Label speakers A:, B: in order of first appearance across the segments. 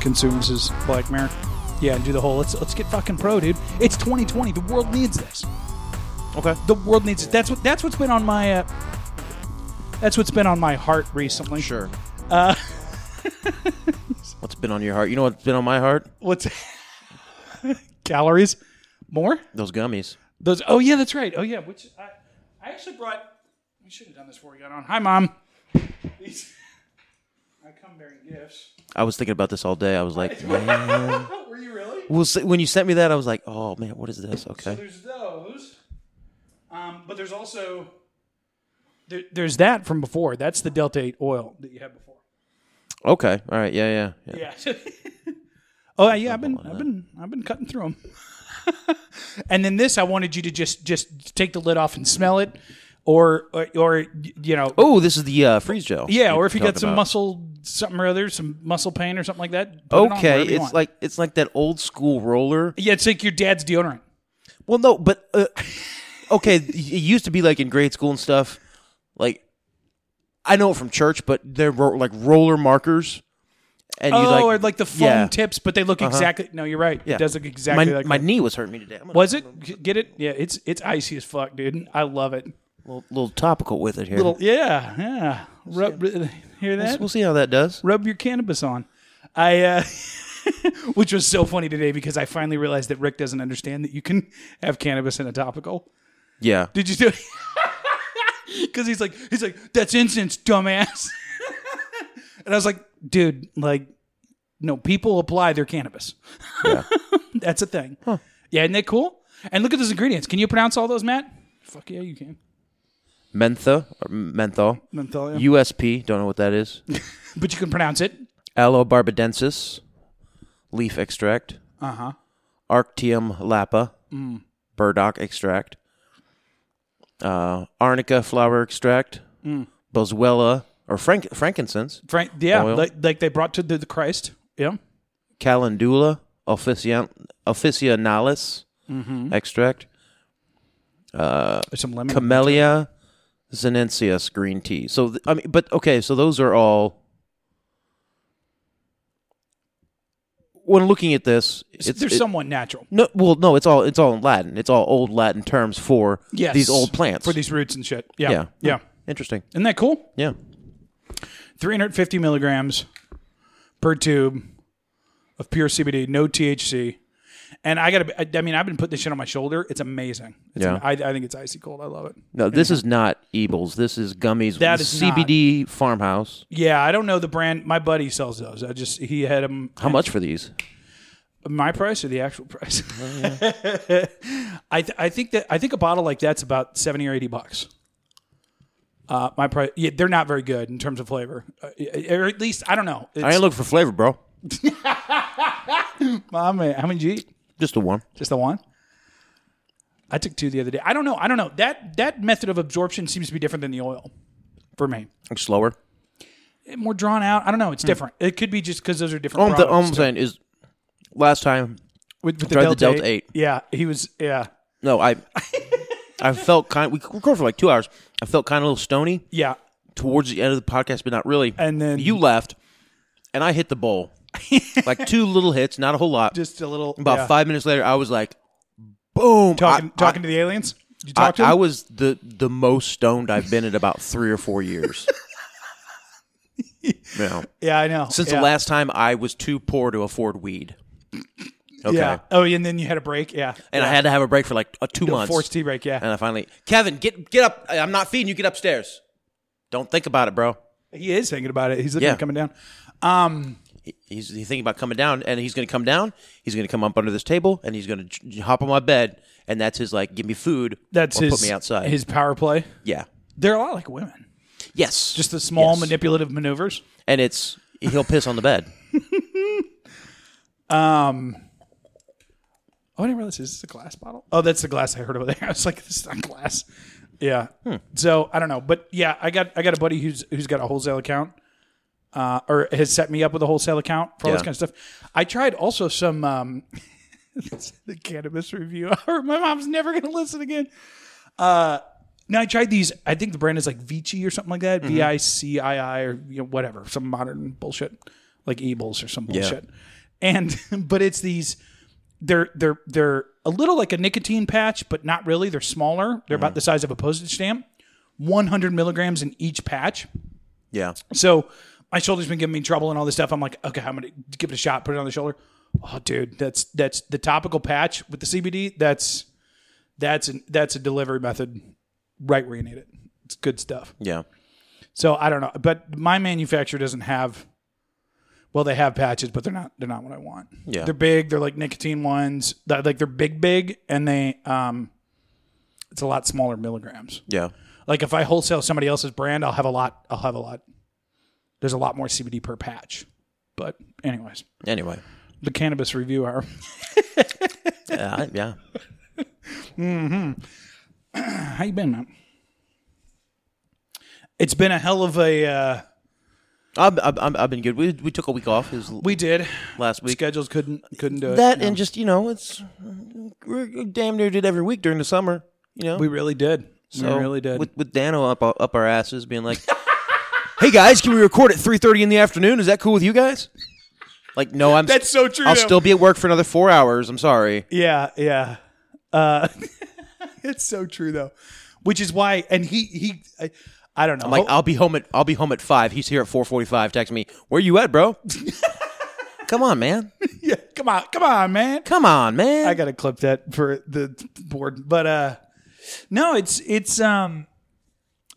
A: consumes his Black Mirror. Yeah, do the whole let's let's get fucking pro, dude. It's 2020. The world needs this.
B: Okay.
A: The world needs it. That's what that's what's been on my uh, that's what's been on my heart recently.
B: Sure. What's been on your heart? You know what's been on my heart?
A: What's calories? More?
B: Those gummies.
A: Those? Oh yeah, that's right. Oh yeah. Which I, I actually brought. We should have done this before we got on. Hi, mom. These- I come bearing gifts.
B: I was thinking about this all day. I was like, man.
A: Were you really?
B: Well, s- when you sent me that, I was like, oh man, what is this? Okay.
A: There's those. Um, but there's also there, there's that from before. That's the Delta Eight oil that you had before.
B: Okay. All right. Yeah. Yeah. yeah.
A: Yeah. oh yeah, I've been I've been I've been cutting through them. and then this, I wanted you to just just take the lid off and smell it, or or, or you know.
B: Oh, this is the uh, freeze gel.
A: Yeah, or if you
B: talked
A: got some
B: about.
A: muscle, something or other, some muscle pain or something like that. put it on
B: Okay,
A: wherever you
B: it's
A: want.
B: like it's like that old school roller.
A: yeah, it's like your dad's deodorant.
B: Well, no, but uh, okay, it used to be like in grade school and stuff. Like, I know it from church, but there were like roller markers, and
A: Oh,
B: you like
A: or like the foam
B: yeah. Uh-huh.
A: tips, but they look exactly. No, you're right.
B: Yeah.
A: It does look exactly
B: my,
A: like
B: my
A: that.
B: knee was hurting me today. I'm gonna
A: Was it? G- Get it? Yeah, it's it's icy as fuck, dude. I love it.
B: little, little topical with it here.
A: Yeah, yeah. Rub, r- hear that?
B: we'll see how that does.
A: Rub your cannabis on. I, uh, which was so funny today because I finally realized that Rick doesn't understand that you can have cannabis in a topical.
B: Yeah,
A: Did you do it? Because he's like, he's like, that's incense, dumbass. and I was like, dude, like, no, people apply their cannabis.
B: Yeah.
A: that's a thing. Yeah, isn't that cool? And look at those ingredients. Can you pronounce all those, Matt? Fuck yeah, you can.
B: mentha, or menthol,
A: Menthol, yeah.
B: USP. Don't know what that is.
A: But you can pronounce it.
B: Aloe barbadensis, leaf extract. Uh huh. Arctium lapa, burdock extract. Uh, arnica flower extract. Boswellia or frank- frankincense.
A: Frank, yeah,
B: Oil.
A: like, like they brought to the, the Christ. Yeah.
B: Calendula offician- officinalis extract.
A: Some lemon.
B: Camellia sinensis green tea. So th- I mean, but okay, so those are all. When looking at this, it's,
A: They're
B: it-
A: somewhat natural.
B: No, well, no, it's all it's all in Latin. It's all old Latin terms for
A: Yes.
B: these old plants.
A: For these roots and shit. Yeah.
B: Yeah.
A: Yeah.
B: Interesting.
A: Isn't that cool?
B: Yeah.
A: 350 milligrams per tube of pure CBD, no THC. And I gotta, I, I mean, I've been putting this shit on my shoulder. It's amazing. It's
B: Yeah.
A: am- I, I think it's icy cold. I love it.
B: No, this is not Ebels. This is gummies.
A: That
B: This
A: is not-
B: CBD farmhouse.
A: Yeah, I don't know the brand. My buddy sells those. I just, he had them.
B: How much for these?
A: My price or the actual price?
B: Oh,
A: I th- I think that I think a bottle like that's about seventy or eighty bucks. Uh, my price, yeah, they're not very good in terms of flavor, uh, or at least I don't know. It's,
B: I ain't looking for flavor, bro.
A: how many? How many did you eat?
B: Just the one.
A: Just the one. I took two the other day. I don't know. I don't know. That that method of absorption seems to be different than the oil, for me.
B: Slower.
A: Eh, More drawn out. I don't know. It's different. It could be just because those are
B: All
A: different.
B: I'm, th- all
A: products.
B: I'm saying is, last time,
A: with, with
B: tried the Delta 8.
A: Yeah, he was. Yeah,
B: no, I, I felt kind. We recorded for like two hours. I felt kind of a little stony
A: yeah.
B: towards the end of the podcast, but not really.
A: And then-
B: you left, and I hit the bowl, like two little hits, not a whole lot.
A: Just a little.
B: About
A: yeah.
B: five minutes later, I was like, boom.
A: talking
B: I,
A: talking
B: I,
A: to the aliens. Did you
B: I-
A: talk to them?
B: I was the, the most stoned I've been in about three or four years. yeah.
A: yeah, I know.
B: Since
A: yeah.
B: the last time I was too poor to afford weed. Okay.
A: yeah. Oh, and then you had a break. Yeah,
B: And I had to have a break for like uh, two
A: a
B: months. Uh,
A: forced tea break. Yeah,
B: And I finally, Kevin, get get up. I- I'm not feeding you. Get upstairs. Don't think about it, bro.
A: he is thinking about it. He's looking
B: Yeah.
A: at coming down.
B: He's, he's thinking about coming down, and he's going to come down. He's going to come up under this table, and he's going to j- j- hop on my bed, and that's his like, give me food.
A: That's
B: or
A: his
B: put me outside.
A: His power play.
B: yeah.
A: They're a lot like women.
B: Yes.
A: Just the small
B: Yes.
A: manipulative maneuvers.
B: and it's he'll piss on the bed.
A: Um, oh, I didn't realize this is a glass bottle. Oh, that's the glass I heard over there. I was like, this is not glass. Yeah. So I don't know, but yeah, I got I got a buddy who's who's got a wholesale account, uh, or has set me up with a wholesale account for all this
B: Yeah.
A: kind of stuff. I tried also some um, the cannabis review hour. My mom's never gonna listen again. Uh, now I tried these. I think the brand is like Vici or something like that. V I C I I or you know, whatever, some modern bullshit like Ebels or some bullshit. And but it's these. They're they're they're a little like a nicotine patch, but not really. They're smaller. They're about the size of a postage stamp. One hundred milligrams in each patch.
B: Yeah.
A: So my shoulder's been giving me trouble and all this stuff. I'm like, okay, I'm gonna give it a shot. Put it on the shoulder. Oh, dude, that's that's the topical patch with the CBD. That's that's an, that's a delivery method right where you need it. It's good stuff.
B: Yeah.
A: So I don't know, but my manufacturer doesn't have. Well, they have patches, but they're not they're not what I want.
B: Yeah.
A: they're big. They're like nicotine ones. They're, like they're big, big, and they um, it's a lot smaller milligrams
B: Yeah.
A: like if I wholesale somebody else's brand, I'll have a lot. I'll have a lot. There's a lot more CBD per patch. But anyways,
B: Anyway.
A: the cannabis review hour.
B: Yeah. I- yeah.
A: How you been, man? It's been a hell of a. Uh,
B: I've, I've, I've I've been good. We, we took a week off. It was
A: we did.
B: last week.
A: Schedules couldn't couldn't do it.
B: That and just you know, it's we damn near did every week during the summer. You know,
A: we really did.
B: So,
A: we really did.
B: With, with Dano up up our asses, being like, "Hey guys, can we record at three thirty in the afternoon? Is that cool with you guys?" Like, no, I'm.
A: That's so true,
B: I'll
A: though.
B: still be at work for another four hours. I'm sorry.
A: Yeah, yeah. Uh, it's so true though, which is why. And he he, I, I don't know.
B: Like, I'll be home at I'll be home at five. He's here at four forty five. Text me, "Where you at, bro?" Come on, man.
A: yeah, come on, come on, man.
B: Come on, man.
A: I gotta clip that for the board. But uh no, it's it's um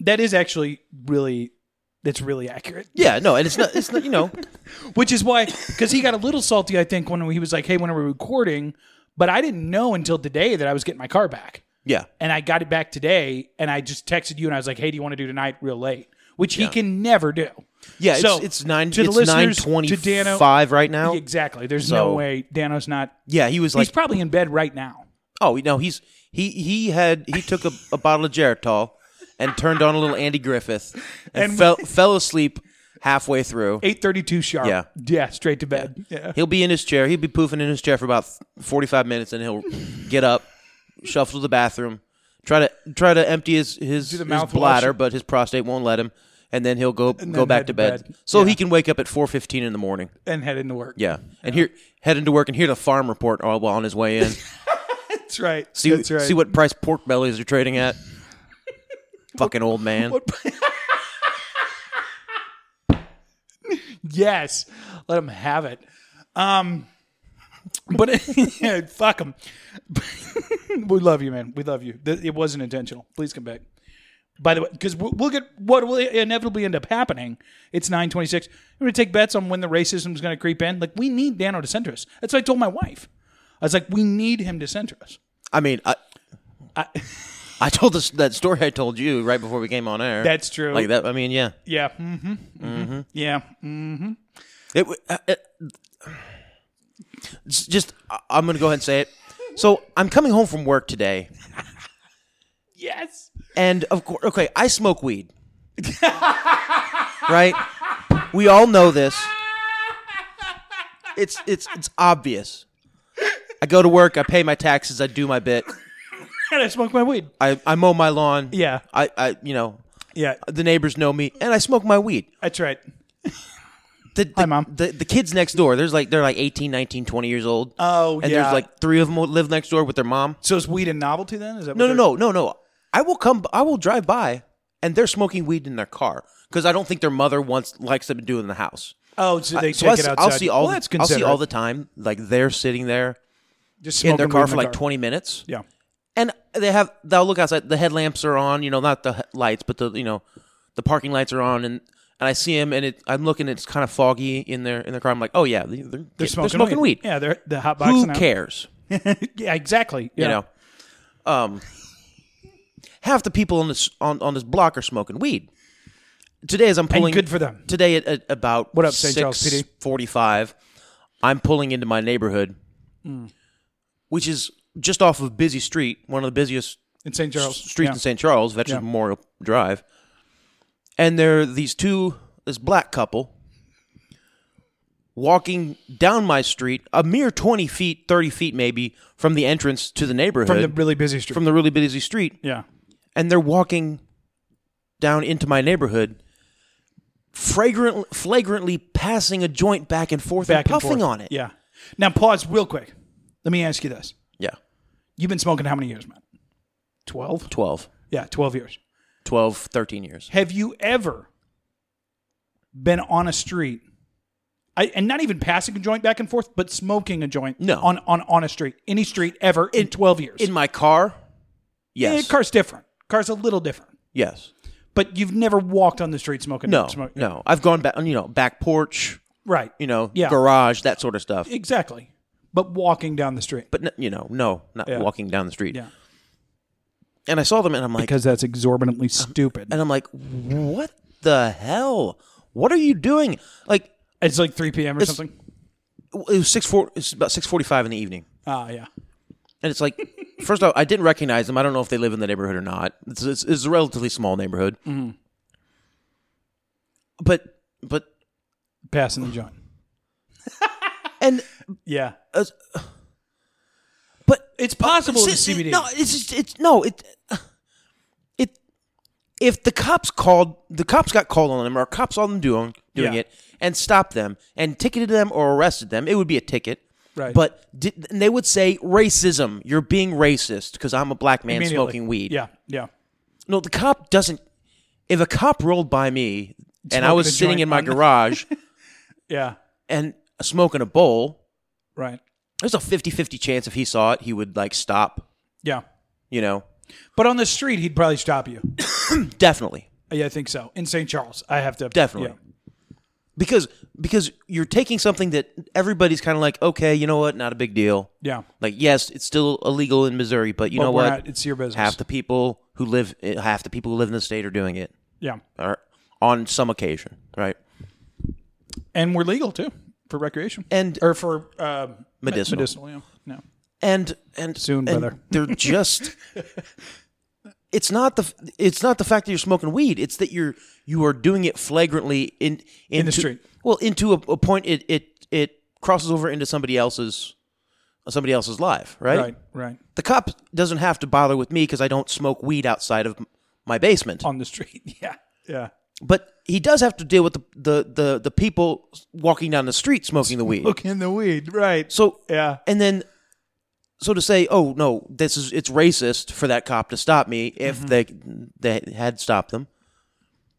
A: that is actually really that's really accurate.
B: yeah, no, and it's not. It's not. You know.
A: Which is why because he got a little salty, I think, when he was like, Hey, when are we recording? But I didn't know until today that I was getting my car back.
B: Yeah.
A: And I got it back today and I just texted you and I was like, Hey, do you want to do tonight real late? Which he can never do.
B: Yeah.
A: So,
B: it's, it's nine.
A: to the
B: it's nine
A: listeners, to
B: twenty
A: Dano-
B: five right now.
A: Exactly. There's
B: So-
A: no way Dano's not
B: Yeah, he was
A: he's
B: like,
A: probably in bed right now.
B: Oh no, he's he he had he took a, a bottle of Geritol and turned on a little Andy Griffith and,
A: And-
B: fell fell asleep halfway through.
A: Eight thirty two sharp.
B: Yeah.
A: Yeah, straight to bed. yeah.
B: He'll be in his chair. He'll be poofing in his chair for about forty five minutes, and he'll get up, shuffle to the bathroom, try to try to empty his his,
A: the
B: his
A: mouthwash.
B: bladder, but his prostate won't let him. And then he'll go go
A: then
B: back
A: head
B: to
A: to
B: bed,
A: bed.
B: so he can wake up at four fifteen in the morning.
A: and head into work.
B: Yeah, and hear head into work and hear the farm report all while on his way in.
A: That's right.
B: See
A: That's right.
B: see what price pork bellies are trading at. Fucking old man.
A: yes, let him have it. Um, but yeah, fuck him. we love you, man. We love you. Th- It wasn't intentional. Please come back. By the way, because we'll we'll get what will inevitably end up happening. It's nine twenty six. We're gonna take bets on when the racism's gonna creep in. Like we need Dano to center us. That's what I told my wife. I was like, we need him to center us.
B: I mean, I, I,
A: I-
B: told this that story I told you right before we came on air.
A: That's true.
B: like that. I mean, yeah.
A: Yeah. hmm hmm
B: Mm-hmm.
A: Yeah. hmm
B: It, w- uh, it it's just I- I'm gonna go ahead and say it. So I'm coming home from work today,
A: Yes.
B: and of course, okay, I smoke weed. right? We all know this. It's it's it's obvious. I go to work. I pay my taxes. I do my bit.
A: And I smoked my weed.
B: I, I mow my lawn.
A: Yeah.
B: I, I you know
A: Yeah.
B: the neighbors know me, and I smoke my weed.
A: That's right.
B: the, the,
A: Hi, Mom.
B: The, the kids next door, there's like they're like 18, 19, 20 years old.
A: Oh,
B: and
A: yeah.
B: there's like three of them live next door with their mom.
A: So is weed a novelty then? Is that
B: No,
A: what
B: no,
A: they're-
B: no, no, no. I will come. I will drive by, and they're smoking weed in their car because I don't think their mother wants likes them to do it in the house.
A: Oh, so they
B: So I,
A: take it outside.
B: will see all.
A: Well,
B: the,
A: that's
B: I'll see all
A: considerate.
B: the time. Like they're sitting there
A: Just
B: in their
A: smoking
B: car
A: weed
B: for like 20 minutes,
A: Yeah.
B: and they have. They'll look outside. The headlamps are on. You know, not the he- lights, but the you know, the parking lights are on, and. And I see him, and it, I'm looking. It's kind of foggy in their in their car. I'm like, oh yeah, they're, they're,
A: They're smoking,
B: weed.
A: Yeah, they're the hot box.
B: Who cares?
A: yeah, exactly. Yeah.
B: You know, um, half the people on this on, on this block are smoking weed. Today, as I'm pulling,
A: good for them.
B: Today at, at about
A: What up, St. Charles PD?
B: forty-five, I'm pulling into my neighborhood,
A: Hmm.
B: which is just off of busy street, one of the busiest
A: in St. Charles
B: streets
A: Yeah.
B: in St. Charles, Veterans
A: Yeah.
B: Memorial Drive, and there are these two, this black couple, walking down my street, a mere twenty feet, thirty feet maybe, from the entrance to the neighborhood,
A: from the really busy street.
B: from the really busy street,
A: yeah,
B: and they're walking down into my neighborhood, fragrant, flagrantly passing a joint back and forth and
A: back
B: puffing
A: and forth.
B: on it.
A: Yeah. Now pause real quick. Let me ask you this:
B: yeah,
A: You've been smoking how many years, man? Twelve.
B: 12,
A: Yeah, twelve years.
B: 12, 13 years.
A: Have you ever been on a street, I, and not even passing a joint back and forth, but smoking a joint?
B: No.
A: on on on a street, any street ever in, twelve years.
B: In my car,
A: Yeah,
B: yes,
A: Eh, car's different. Car's a little different,
B: yes.
A: but you've never walked on the street smoking.
B: No,
A: smoke-
B: no. I've gone back, you know, back porch,
A: right.
B: you know,
A: Yeah.
B: garage, that sort of stuff.
A: Exactly. But walking down the street.
B: But n- you know, no, not
A: Yeah.
B: walking down the street.
A: Yeah.
B: And I saw them, and I'm like,
A: Because that's exorbitantly stupid.
B: Uh-huh. and I'm like, what the hell? What are you doing? Like,
A: It's like 3 p.m. or
B: It's-
A: something.
B: it was six four. It's about six forty-five in the evening,
A: Ah, yeah.
B: and it's like, first off, I didn't recognize them. I don't know if they live in the neighborhood or not. It's, it's, it's a relatively small neighborhood.
A: Mm-hmm.
B: But but
A: Passing the joint.
B: and
A: Yeah.
B: but
A: It's possible in
B: It's-
A: CBD.
B: No, it's just, it's no it it if the cops called the cops got called on them or cops on them doing doing
A: Yeah.
B: it and stopped them and ticketed them or arrested them, it would be a ticket.
A: Right.
B: But did, and they would say racism. You're being racist because I'm a black man
A: Immediately.
B: smoking weed.
A: Yeah. Yeah.
B: No, the cop doesn't. If a cop rolled by me and I
A: Smoking a
B: was sitting
A: joint
B: in my
A: on-
B: garage
A: Yeah.
B: and smoking a bowl,
A: Right.
B: there's a 50-50 chance if he saw it, he would like stop.
A: Yeah.
B: You know,
A: But on the street, he'd probably stop you.
B: definitely.
A: yeah, I think so. In St. Charles, I have to
B: Definitely.
A: yeah.
B: Because because you're taking something that everybody's kind of like, okay, you know what, not a big deal.
A: Yeah.
B: Like, yes, it's still illegal in Missouri, but you
A: But
B: know
A: we're
B: what?
A: not- it's your business.
B: half the people who live half the people who live in the state are doing it,
A: Yeah.
B: or on some occasion, right?
A: And we're legal too for recreation
B: And-
A: or for um, me-
B: Medicinal.
A: Medicinal. Yeah. No.
B: And and
A: Soon,
B: and
A: brother.
B: They're just. It's not the it's not the fact that you're smoking weed. It's that you're you are doing it flagrantly in into,
A: the street.
B: Well, into a, a point it it it crosses over into somebody else's somebody else's life, right?
A: Right. Right.
B: the cop doesn't have to bother with me because I don't smoke weed outside of m- my basement.
A: On the street. Yeah. Yeah.
B: But he does have to deal with the the the, the people walking down the street smoking the weed.
A: Look in the weed. Right.
B: So
A: Yeah.
B: and then so to say, oh no, this is it's racist for that cop to stop me if
A: Mm-hmm.
B: they they had stopped them.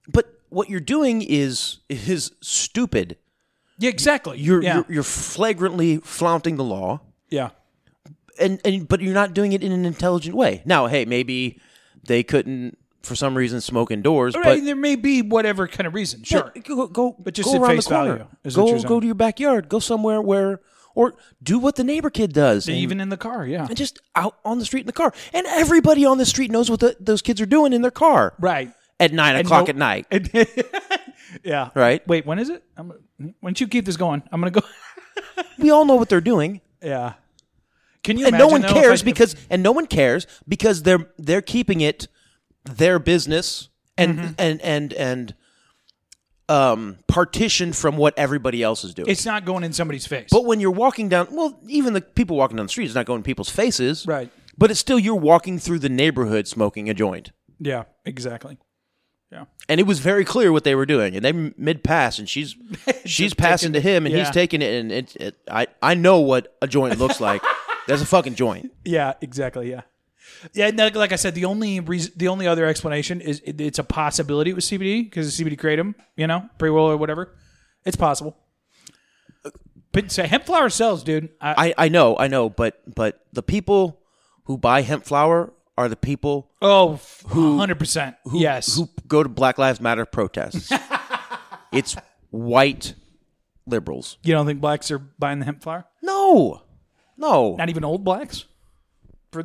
B: But what you're doing is is stupid.
A: Yeah. Exactly.
B: You're
A: yeah.
B: you're, you're flagrantly flaunting the law.
A: yeah.
B: and and but you're not doing it in an intelligent way. Now, hey, maybe they couldn't for some reason smoke indoors,
A: All
B: but
A: right, there may be whatever kind of reason. Sure.
B: Yeah, go go
A: But just
B: go
A: at
B: around
A: face
B: the corner.
A: value is what
B: go
A: you're
B: go
A: saying.
B: to your backyard. Go somewhere where or do what the neighbor kid does. and-
A: Even in the car. Yeah.
B: and just out on the street in the car, and everybody on the street knows what the, those kids are doing in their car
A: Right.
B: at nine
A: And
B: o'clock
A: no-
B: at night.
A: yeah.
B: Right?
A: Wait, when is it? I'm, why don't you keep this going? I'm gonna go.
B: We all know what they're doing,
A: Yeah. Can you?
B: and
A: imagine,
B: no one
A: though, if
B: cares
A: I-
B: because and no one cares because they're they're keeping it their business and
A: Mm-hmm.
B: and and and um partitioned from what everybody else is doing.
A: it's not going in somebody's face.
B: but when you're walking down, well, even the people walking down the street is not going in people's faces,
A: Right.
B: But it's still you're walking through the neighborhood smoking a joint,
A: yeah, exactly. Yeah.
B: and it was very clear what they were doing. And they mid pass, and she's she's passing to him, and
A: yeah.
B: he's taking it, and it, it I I know what a joint looks like. That's a fucking joint.
A: Yeah. Exactly. Yeah. Yeah. and Like, like I said, the only reason, the only other explanation is it, it's a possibility with CBD because CBD kratom, you know, pre roll or whatever. It's possible. But say hemp flower sells, dude. I,
B: I, I know, I know, but but the people who buy hemp flour are the people
A: oh, 100 percent. Yes.
B: who go to Black Lives Matter protests. it's white liberals.
A: you don't think blacks are buying the hemp flower?
B: No, no.
A: Not even old blacks. For,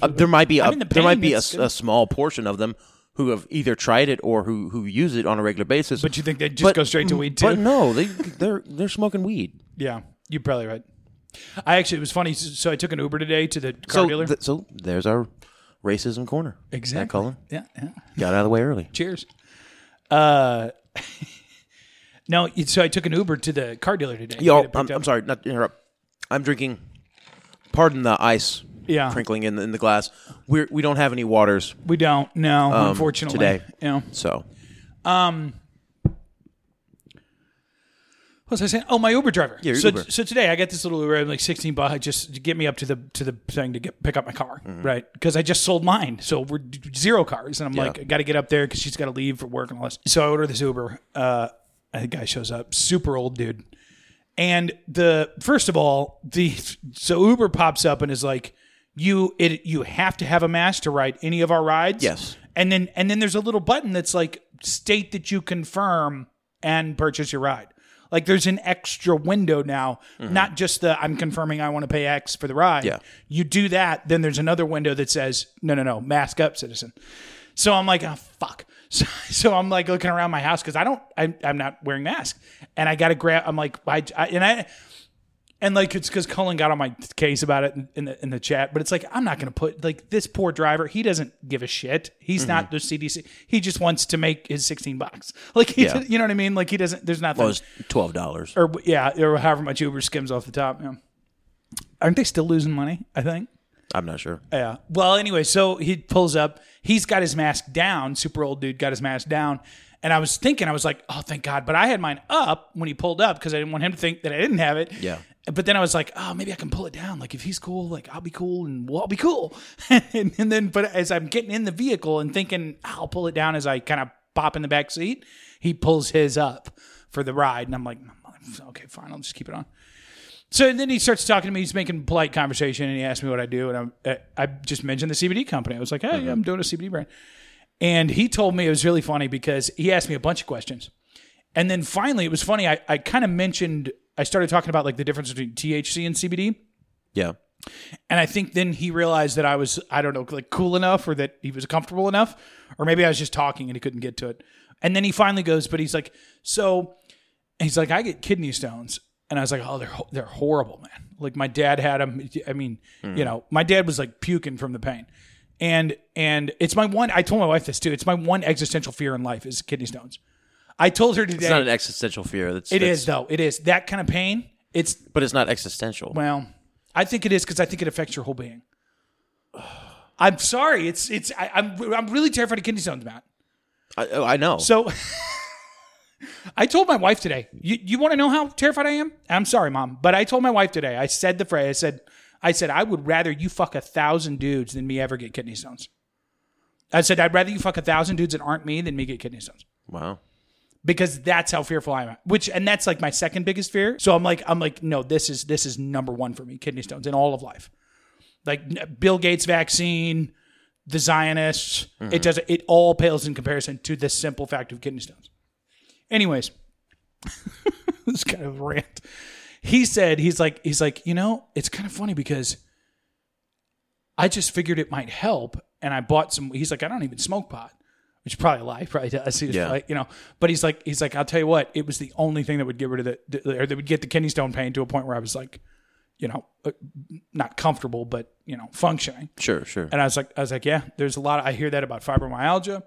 B: Uh, there might be a,
A: I mean, the
B: there might
A: pain,
B: be a,
A: it's good.
B: a small portion of them who have either tried it or who who use it on a regular basis.
A: But you think they just
B: But-
A: go straight to weed too?
B: But no, they they're they're smoking weed.
A: yeah, You're probably right. I actually, it was funny. So I took an Uber today to the car
B: So,
A: dealer.
B: th- so there's our racism corner.
A: Exactly.
B: Colin
A: yeah, yeah.
B: got out of the way early.
A: Cheers. Uh, no, so I took an Uber to the car dealer today.
B: Yo,
A: Get it
B: I'm,
A: picked
B: I'm
A: up.
B: sorry, not to interrupt. I'm drinking. Pardon the ice
A: Yeah.
B: crinkling in the, in the glass. We're, we don't have any waters,
A: We don't. No,
B: um,
A: unfortunately.
B: today.
A: Yeah.
B: so
A: What was I saying? Oh, my Uber driver.
B: Yeah, your
A: so,
B: Uber.
A: so today I got this little Uber, I'm like sixteen bucks, just to get me up to the to the thing to get pick up my car,
B: Mm-hmm.
A: right? Because I just sold mine, so we're d- zero cars, and I'm like, I got to get up there because she's got to leave for work and all this. So I order this Uber. Uh, and the guy shows up, super old dude, and the first of all, the so Uber pops up and is like, you it you have to have a mask to ride any of our rides.
B: Yes.
A: and then and then there's a little button that's like state that you confirm and purchase your ride. Like there's an extra window now, not just the I'm confirming I want to pay X for the ride.
B: Yeah.
A: You do that, then there's another window that says, no, no, no, mask up, citizen. So I'm like, oh, fuck. So, so I'm like looking around my house because I don't, I'm, I'm not wearing mask. And I got to grab, I'm like, I, I, and I, and like it's because Cullen got on my case about it in, in the in the chat, but it's like I'm not going to put like this poor driver. He doesn't give a shit. He's not the CDC. He just wants to make his 16 bucks. Like he,
B: Yeah.
A: you know what I mean? Like he doesn't. There's nothing.
B: that was twelve dollars.
A: or yeah, or however much Uber skims off the top. Yeah. Aren't they still losing money? I think.
B: I'm not sure.
A: Yeah. Well, anyway, so he pulls up. He's got his mask down. Super old dude got his mask down. And I was thinking, I was like, oh, thank God. But I had mine up when he pulled up because I didn't want him to think that I didn't have it.
B: Yeah.
A: But then I was like, oh, maybe I can pull it down. Like, if he's cool, like, I'll be cool and we'll all be cool. and, and then, but as I'm getting in the vehicle and thinking, I'll pull it down as I kind of pop in the back seat, he pulls his up for the ride. And I'm like, okay, fine. I'll just keep it on. So then he starts talking to me. He's making polite conversation, and he asked me what I do, and I'm, uh, I just mentioned the CBD company. I was like, "Hey, I'm doing a CBD brand," and he told me it was really funny because he asked me a bunch of questions, and then finally it was funny. I, I kind of mentioned I started talking about like the difference between THC and CBD,
B: Yeah,
A: and I think then he realized that I was I don't know like cool enough or that he was comfortable enough, or maybe I was just talking and he couldn't get to it, and then he finally goes, but he's like, so and he's like, I get kidney stones, and I was like, oh, they're ho- they're horrible, man. Like my dad had them. I mean, you know, my dad was like puking from the pain, and and it's my one. I told my wife this too. It's my one existential fear in life is kidney stones. I told her today.
B: it's not an existential fear. That's,
A: it
B: that's-
A: is, though. It is that kind of pain. It's
B: but it's not existential.
A: well, I think it is because I think it affects your whole being. I'm sorry. It's it's. I, I'm I'm really terrified of kidney stones, Matt.
B: I, oh, I know.
A: So I told my wife today, you, you want to know how terrified I am? I'm sorry, mom, but I told my wife today, I said the phrase, I said, I said, I would rather you fuck a thousand dudes than me ever get kidney stones. I said, I'd rather you fuck a thousand dudes that aren't me than me get kidney stones
B: wow.
A: because that's how fearful I am. Which and that's like my second biggest fear. So I'm like I'm like no, this is this is number 1 for me, kidney stones in all of life. Like n- Bill Gates vaccine, the Zionists, it does it all pales in comparison to the simple fact of kidney stones. Anyways, this is kind of a rant. He said he's like he's like, "You know, it's kind of funny because I just figured it might help and I bought some he's like, "I don't even smoke pot." Which is probably a lie, probably does. He's
B: Yeah.
A: like, you know. But he's like, he's like, I'll tell you what, it was the only thing that would get rid of the, or that would get the kidney stone pain to a point where I was like, you know, uh, not comfortable, but you know, functioning.
B: Sure. Sure.
A: And I was like, I was like, yeah, there's a lot. I hear that about fibromyalgia.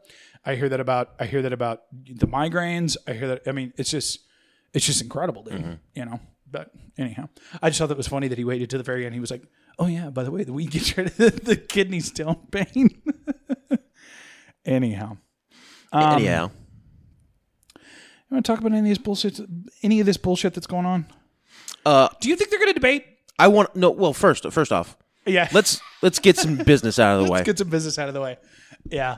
A: I hear that about, I hear that about the migraines. I hear that. I mean, it's just, it's just incredible, dude.
B: Mm-hmm.
A: You know. But anyhow, I just thought that was funny that he waited to the very end. He was like, oh yeah, by the way, the weed gets rid of the, the kidney stone pain. anyhow. um,
B: Anyhow,
A: You want to talk about any of this bullshit? Any of this bullshit that's going on?
B: Uh,
A: Do you think they're going to debate?
B: I want no. Well, first, first off,
A: Yeah,
B: let's let's get some business out of the way.
A: let's get some business out of the way. Yeah.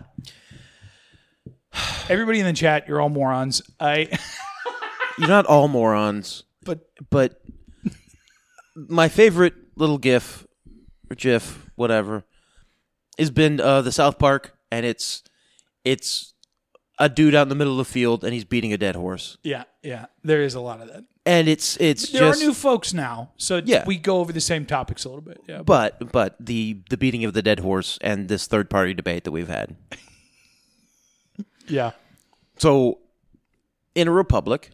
A: Everybody in the chat, you're all morons. I
B: You're not all morons,
A: but
B: but my favorite little GIF or GIF, whatever, has been uh, the South Park, and it's it's a dude out in the middle of the field, and he's beating a dead horse,
A: yeah, yeah, there is a lot of that.
B: and it's it's
A: There
B: just
A: are new folks now, so
B: Yeah.
A: we go over the same topics a little bit. Yeah, but
B: but but the the beating of the dead horse and this third party debate that we've had.
A: yeah,
B: So, in a republic,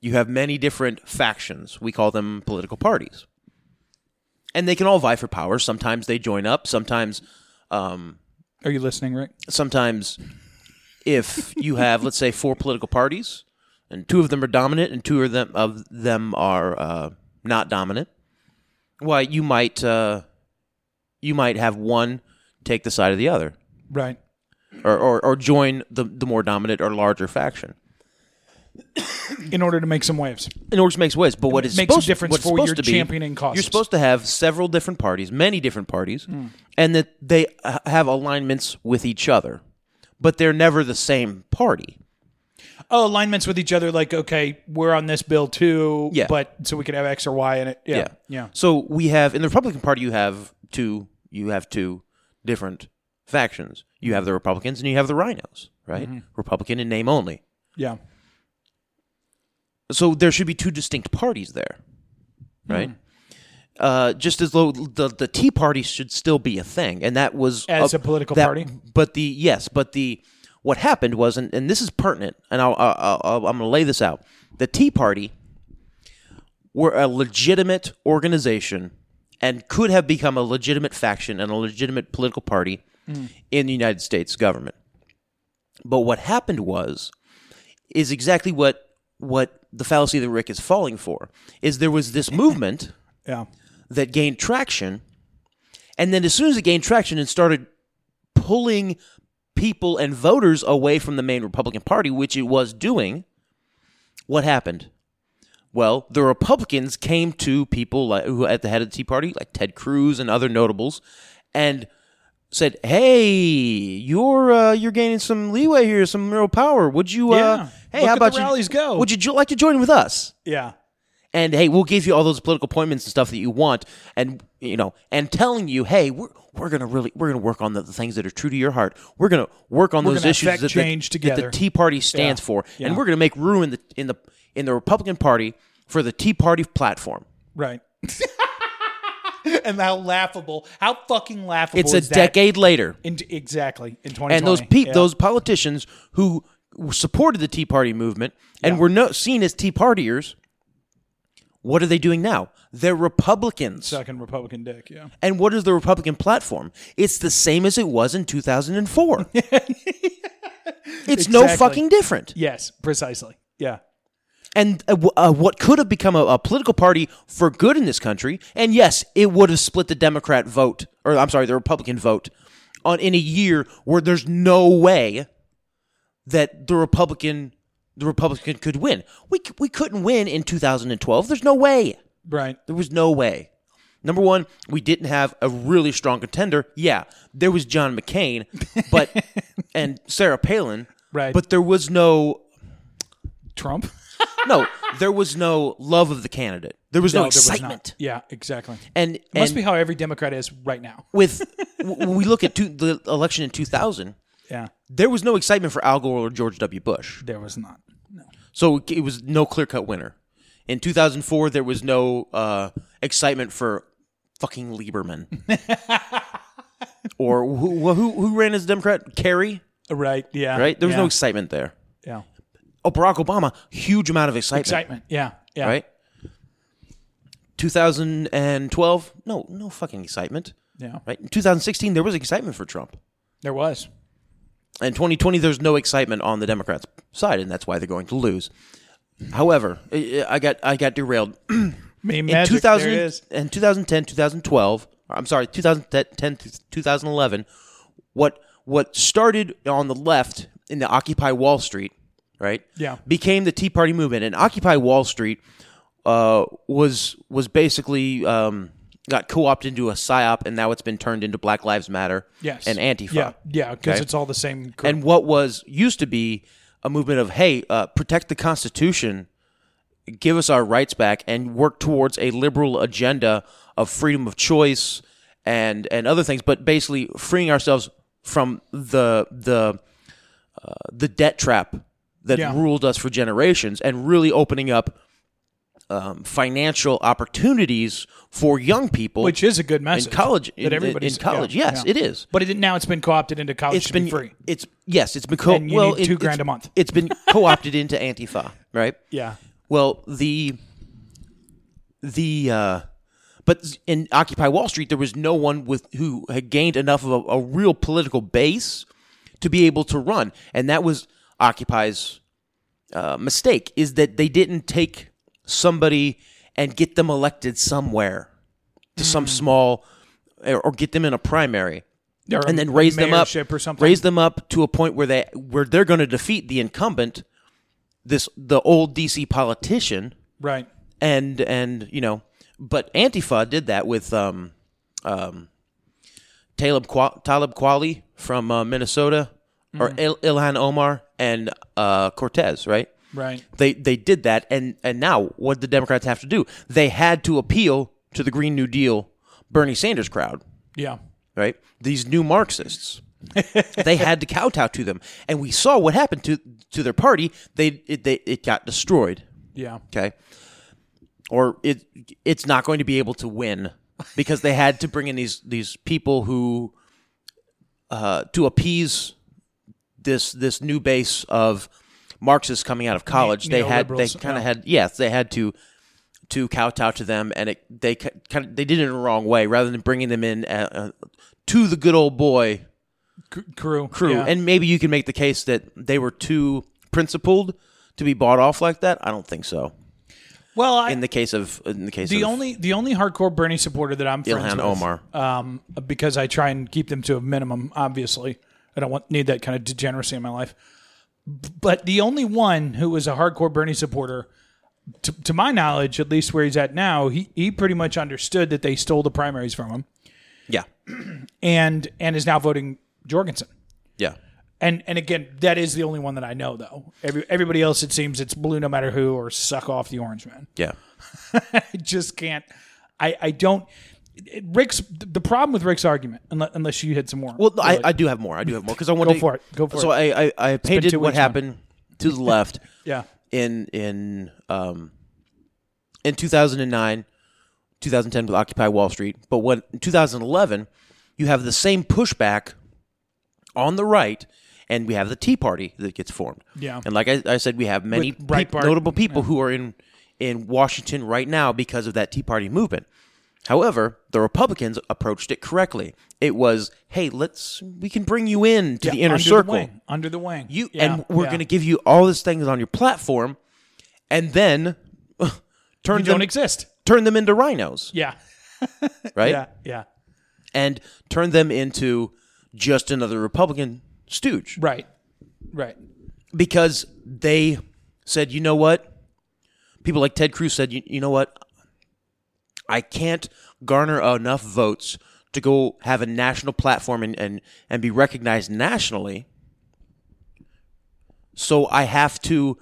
B: you have many different factions. We call them political parties. And they can all vie for power. Sometimes they join up. Sometimes, um,
A: Are you listening, Rick?
B: sometimes, if you have, let's say, four political parties, and two of them are dominant, and two of them of them are uh, not dominant, why you might uh, you might have one take the side of the other
A: Right.
B: or, or, or join the, the more dominant or larger faction.
A: In order to make some waves.
B: And orgs makes ways, but what it's
A: makes a
B: supposed
A: difference
B: what it's
A: for
B: supposed
A: your
B: to be,
A: championing causes.
B: You're supposed to have several different parties, many different parties,
A: Hmm.
B: and that they uh, have alignments with each other, but they're never the same party.
A: Oh, alignments with each other. Like, okay, we're on this bill too.
B: Yeah.
A: But so we could have X or Y in it. Yeah. Yeah.
B: So we have in the Republican Party, you have two, you have two different factions. You have the Republicans and you have the Rhinos, right?
A: Mm-hmm.
B: Republican in name only.
A: Yeah.
B: so there should be two distinct parties there,
A: Hmm.
B: right? Uh, just as though the the Tea Party should still be a thing, and that was
A: As a political
B: that-
A: party?
B: But the yes, but the what happened was, and, and this is pertinent, and I'll, I'll, I'll I'm going to lay this out. The Tea Party were a legitimate organization and could have become a legitimate faction and a legitimate political party
A: Hmm.
B: in the United States government. But what happened was is exactly what what the fallacy that Rick is falling for is there was this movement
A: Yeah.
B: that gained traction, and then as soon as it gained traction and started pulling people and voters away from the main Republican Party, which it was doing, what happened? Well, the Republicans came to people like, who at the head of the Tea Party, like Ted Cruz and other notables, and said, "Hey, you're uh, you're gaining some leeway here, some real power. Would you? Uh,
A: Yeah.
B: Hey,
A: Look
B: how
A: at the
B: about
A: rallies
B: you?
A: go."
B: Would you jo- like to join with us?
A: Yeah.
B: and hey, we'll give you all those political appointments and stuff that you want, and you know, and telling you, hey, we're we're gonna really we're gonna work on the, the things that are true to your heart. We're gonna work on
A: We're
B: those
A: gonna
B: issues
A: affect
B: that,
A: change
B: the, that
A: together.
B: the Tea Party stands
A: Yeah.
B: for,
A: Yeah.
B: and we're gonna make room in the in the in the Republican Party for the Tea Party platform.
A: Right. and how laughable, how fucking laughable
B: It's a
A: is that?
B: decade later,
A: In, exactly. In 2020.
B: and those peop
A: Yeah.
B: those politicians who supported the Tea Party movement and were no, seen as Tea Partiers. What are they doing now? They're Republicans.
A: Sucking Republican dick. Yeah.
B: And what is the Republican platform? It's the same as it was in 2004. it's no
A: Exactly.
B: fucking different.
A: Yes. Precisely. Yeah.
B: And uh, w- uh, what could have become a, a political party for good in this country, and yes, it would have split the Democrat vote, or I'm sorry, the Republican vote, on in a year where there's no way that the Republican the Republican could win. We c- we couldn't win in 2012. There's no way.
A: Right.
B: There was no way. Number one, we didn't have a really strong contender. Yeah, there was John McCain, but and Sarah Palin,
A: Right.
B: But there was no,
A: Trump.
B: no, there was no love of the candidate. There was no,
A: there was not.
B: excitement.
A: Yeah. Exactly.
B: And
A: It must
B: and
A: be how every Democrat is right now.
B: with w- when we look at two, the election in 2000,
A: Yeah.
B: there was no excitement for Al Gore or George W. Bush.
A: There was not.
B: So it was no clear cut winner. In 2004, there was no uh, excitement for fucking Lieberman. or who, who, who ran as a Democrat? Kerry,
A: Right. Yeah.
B: right? There was
A: yeah.
B: no excitement there.
A: Yeah.
B: Oh, Barack Obama, huge amount of excitement.
A: Excitement. Yeah. Yeah.
B: Right? 2012, no, no fucking excitement.
A: Yeah.
B: Right? In 2016, there was excitement for Trump.
A: There was.
B: In 2020, there's no excitement on the Democrats' side, and that's why they're going to lose. However, I I got I got derailed
A: Me
B: in
A: magic.
B: 2000
A: there is.
B: in 2010 2012 i'm sorry 2010 to 2011 what what started on the left in the occupy wall street right
A: Yeah.
B: became the tea party movement and occupy wall street uh, was was basically um, got co-opted into a psyop and now it's been turned into black lives matter
A: Yes.
B: and antifa
A: Yeah. Yeah. Because
B: Okay?
A: it's all the same. Group.
B: and what was used to be a movement of hey uh, protect the constitution give us our rights back and work towards a liberal agenda of freedom of choice and and other things but basically freeing ourselves from the the uh, the debt trap that
A: Yeah.
B: ruled us for generations and really opening up um, financial opportunities for young people
A: which is a good message.
B: college- in- in-
A: that everybody's
B: in college,
A: yeah,
B: yes,
A: yeah.
B: it is.
A: But it, now it's been co-opted into college.
B: it's
A: should
B: been
A: be free.
B: It's yes, it's been co-
A: And you
B: well,
A: need two
B: it's-
A: grand a month.
B: It's been co-opted into Antifa, right?
A: Yeah.
B: Well, the the uh, but in Occupy Wall Street, there was no one with who had gained enough of a, a real political base to be able to run, and that was Occupy's uh, mistake is that they didn't take somebody and get them elected somewhere to
A: Hmm.
B: some small or or get them in a primary
A: Or
B: and then
A: a
B: raise them up
A: mayorship or something.
B: raise them up to a point where they where they're going to defeat the incumbent this the old DC politician
A: right.
B: and and you know but Antifa did that with um um Talib Kwa- Talib Kweli from uh, Minnesota or Il- Ilhan Omar and uh, Cortez right
A: Right.
B: they they did that and and now what the Democrats have to do they had to appeal to the Green New Deal Bernie Sanders crowd
A: Yeah.
B: right? These new Marxists. they had to kowtow to them, and we saw what happened to to their party. They it, they it got destroyed.
A: Yeah.
B: Okay, or it it's not going to be able to win because they had to bring in these these people who uh, to appease this this new base of Marxists coming out of college. they had they
A: neoliberals,
B: kind
A: yeah.
B: of had yes they had to to kowtow to them, and it, they kind of they did it in the wrong way. Rather than bringing them in uh, uh, to the good old boy
A: C- crew.
B: crew,
A: Yeah.
B: and maybe you can make the case that they were too principled to be bought off like that. I don't think so.
A: well, I,
B: In the case of in the case
A: the
B: of
A: only the only hardcore Bernie supporter that I'm friends
B: Ilhan
A: with,
B: Omar.
A: um, because I try and keep them to a minimum. Obviously, I don't want need that kind of degeneracy in my life. But the only one who was a hardcore Bernie supporter, to, to my knowledge, at least where he's at now, he he pretty much understood that they stole the primaries from him,
B: yeah
A: and and is now voting Jorgensen.
B: yeah
A: And and again, that is the only one that I know though. Every, everybody else, it seems it's blue no matter who or suck off the orange man.
B: yeah
A: I just can't. I, I don't. it- Rick's the problem with Rick's argument, unless, unless you had some more.
B: Well, I, I do have more. I do have more because I want
A: Go
B: to
A: for it. Go for
B: so I I, I painted
A: two
B: what
A: weeks, man.
B: happened to the left
A: yeah,
B: in in um in 2009, 2010 with Occupy Wall Street, but when in 2011 you have the same pushback on the right, and we have the Tea Party that gets formed.
A: Yeah.
B: and like I, I said, we have many
A: With
B: peop-
A: Breitbart,
B: notable people who are in in Washington right now because of that Tea Party movement. However, the Republicans approached it correctly. It was, hey, let's we can bring you in to the inner
A: under
B: circle.
A: the wing, under the wing.
B: You
A: Yeah,
B: and we're
A: yeah.
B: going to give you all these things on your platform, and then turn
A: You don't
B: them
A: exist.
B: turn them into rhinos,
A: Yeah,
B: right?
A: yeah, yeah.
B: And turn them into just another Republican stooge
A: Right, right.
B: because they said, you know what? People like Ted Cruz said, you, you know what? I can't garner enough votes to go have a national platform and, and, and be recognized nationally. So I have to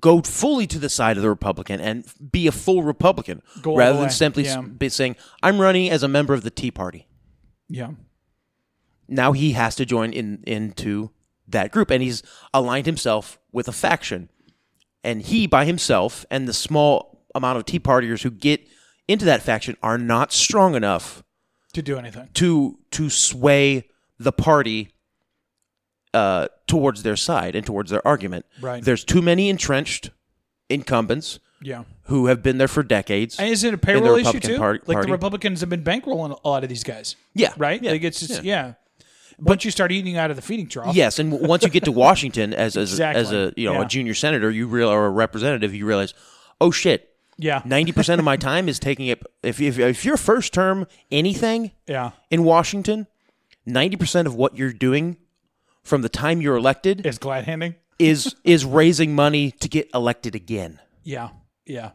B: go fully to the side of the Republican and be a full Republican
A: Go all
B: rather
A: the
B: than
A: way,
B: simply s-
A: yeah.
B: be saying, I'm running as a member of the Tea Party
A: Yeah,
B: now he has to join in into that group and he's aligned himself with a faction and he by himself and the small amount of tea partiers who get into that faction are not strong enough
A: to do anything.
B: to to sway the party uh, towards their side and towards their argument
A: Right.
B: there's too many entrenched incumbents
A: Yeah.
B: who have been there for decades
A: And is it a
B: in
A: payroll
B: the
A: issue
B: Republican
A: too?
B: Par-
A: like
B: party.
A: the Republicans have been bankrolling a lot of these guys.
B: Yeah,
A: Right.
B: yeah,
A: like it's just yeah. Once you start eating out of the feeding trough.
B: Yes, and w- once you get to Washington as as, as a
A: Exactly,
B: you know
A: yeah.
B: a junior senator, you real or a representative, you realize, oh shit,
A: Yeah.
B: ninety percent of my time is taking up. If if if your first term anything
A: Yeah.
B: in Washington, ninety percent of what you're doing from the time you're elected
A: Is glad handing.
B: is is raising money to get elected again,
A: Yeah. Yeah.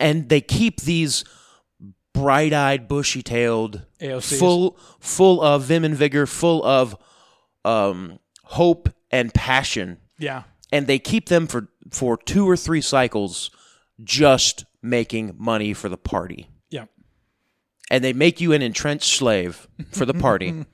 B: and they keep these bright-eyed, bushy-tailed,
A: AOCs.
B: full full of vim and vigor, full of um, hope and passion
A: Yeah.
B: and they keep them for for two or three cycles just making money for the party
A: Yeah.
B: and they make you an entrenched slave for the party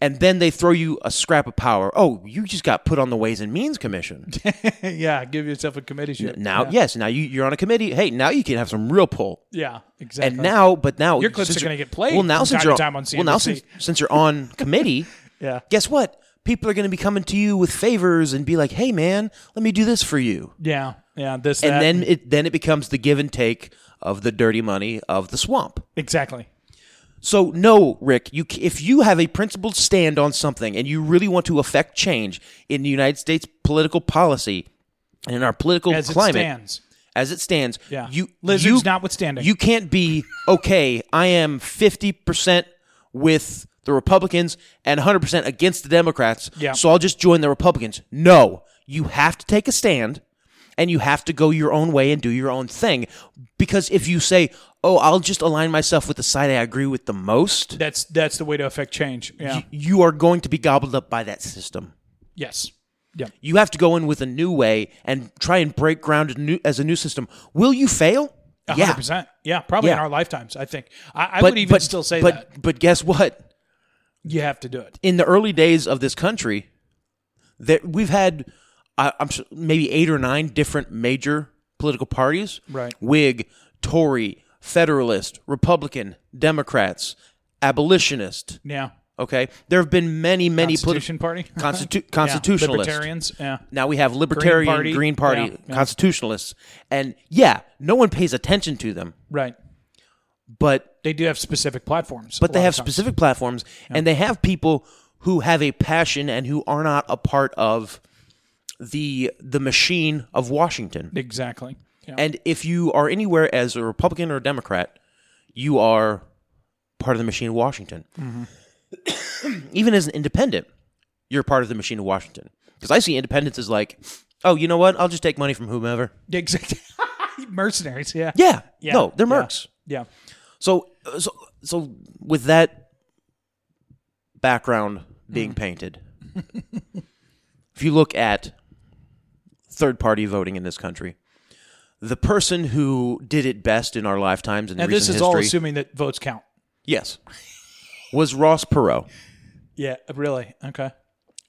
B: and then they throw you a scrap of power oh you just got put on the ways and means commission
A: yeah. Give yourself a committee ship.
B: now yes now you, you're on a committee hey now you can have some real pull
A: Yeah. Exactly.
B: and now but now
A: Your clips
B: since
A: are
B: you're-
A: gonna get played
B: well now
A: from
B: since
A: time
B: you're
A: to time on
B: well now
A: CNBC.
B: since, since you're on committee
A: Yeah.
B: guess what people are going to be coming to you with favors and be like hey man let me do this for you
A: Yeah. Yeah, this
B: and
A: that.
B: then it then it becomes the give and take of the dirty money of the swamp.
A: exactly.
B: So no, Rick, you c- if you have a principled stand on something and you really want to affect change in the United States political policy and in our political
A: As
B: climate
A: it stands.
B: as it stands,
A: Yeah.
B: you
A: Lizards
B: you-
A: notwithstanding.
B: you can't be okay. I am fifty percent with the Republicans and hundred percent against the Democrats.
A: Yeah.
B: So I'll just join the Republicans. No, you have to take a stand, and you have to go your own way and do your own thing. Because if you say, "Oh, I'll just align myself with the side I agree with the most,"
A: That's that's the way to affect change. Yeah.
B: you are going to be gobbled up by that system.
A: yes. Yeah.
B: You have to go in with a new way and try and break ground as a new- as a new system. Will you fail?
A: A
B: Yeah.
A: hundred percent. Yeah. Probably in
B: Yeah.
A: our lifetimes. I think. I, I would even still say
B: but,
A: that
B: But guess what?
A: you have to do it.
B: In the early days of this country, that we've had, I, I'm su- maybe eight or nine different major political parties:
A: Right.
B: Whig, Tory, Federalist, Republican, Democrats, abolitionist.
A: Yeah.
B: Okay, there have been many, many
A: Constitution Party.
B: politi- Constitu-
A: Yeah.
B: constitutionalists.
A: Libertarians. Yeah.
B: Now we have libertarian,
A: Party.
B: Green Party,
A: Yeah, yeah.
B: constitutionalists, and yeah, no one pays attention to them,
A: Right.
B: but
A: They do have specific platforms. a
B: but they
A: lot
B: have
A: of times.
B: specific platforms and they have people who have a passion and who are not a part of the the machine of Washington.
A: Exactly. Yeah.
B: And if you are anywhere as a Republican or a Democrat, you are part of the machine of Washington.
A: Mm-hmm.
B: Even as an independent, you're part of the machine of Washington. Because I see independents as like, oh, you know what? I'll just take money from whomever.
A: Exactly. Mercenaries. Yeah.
B: Yeah,
A: Yeah.
B: no, they're
A: Yeah.
B: mercs.
A: Yeah.
B: So, uh, so, so with that background being
A: Mm.
B: painted, if you look at third party voting in this country, the person who did it best in our lifetimes in
A: Now
B: recent
A: this is
B: history,
A: all assuming that votes count.
B: yes, was Ross Perot
A: Yeah. Really. Okay.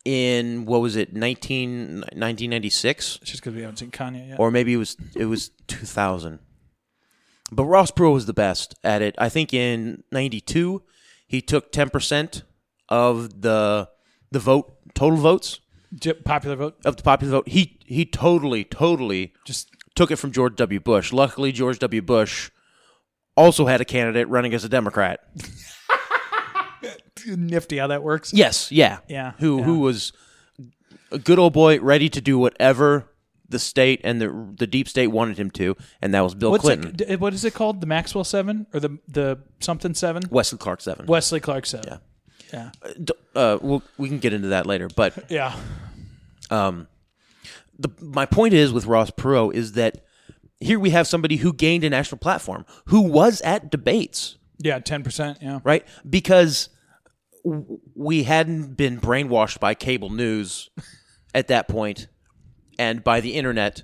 B: in what was it 19, 1996?
A: It's just because we haven't seen Kanye yet.
B: or maybe it was it was 2000. But Ross Perot was the best at it. I think in '92 he took 10 percent of the the vote total votes
A: J- Popular vote.
B: of the popular vote. He he totally totally
A: Just
B: took it from George W. Bush. Luckily, George W. Bush also had a candidate running as a Democrat.
A: nifty how that works.
B: Yes, yeah,
A: Yeah,
B: Who
A: yeah.
B: who was a good old boy, ready to do whatever the state and the the deep state wanted him to, and that was Bill
A: What's
B: Clinton.
A: it, d- what is it called? The Maxwell Seven or the the something Seven?
B: Wesley Clark seven.
A: Wesley Clark Seven. Yeah.
B: d- uh, we'll, we can get into that later. But
A: Yeah.
B: the, my point is with Ross Perot is that here we have somebody who gained a national platform, who was at debates,
A: Yeah. Ten percent. Yeah.
B: right? Because w- we hadn't been brainwashed by cable news at that point and by the internet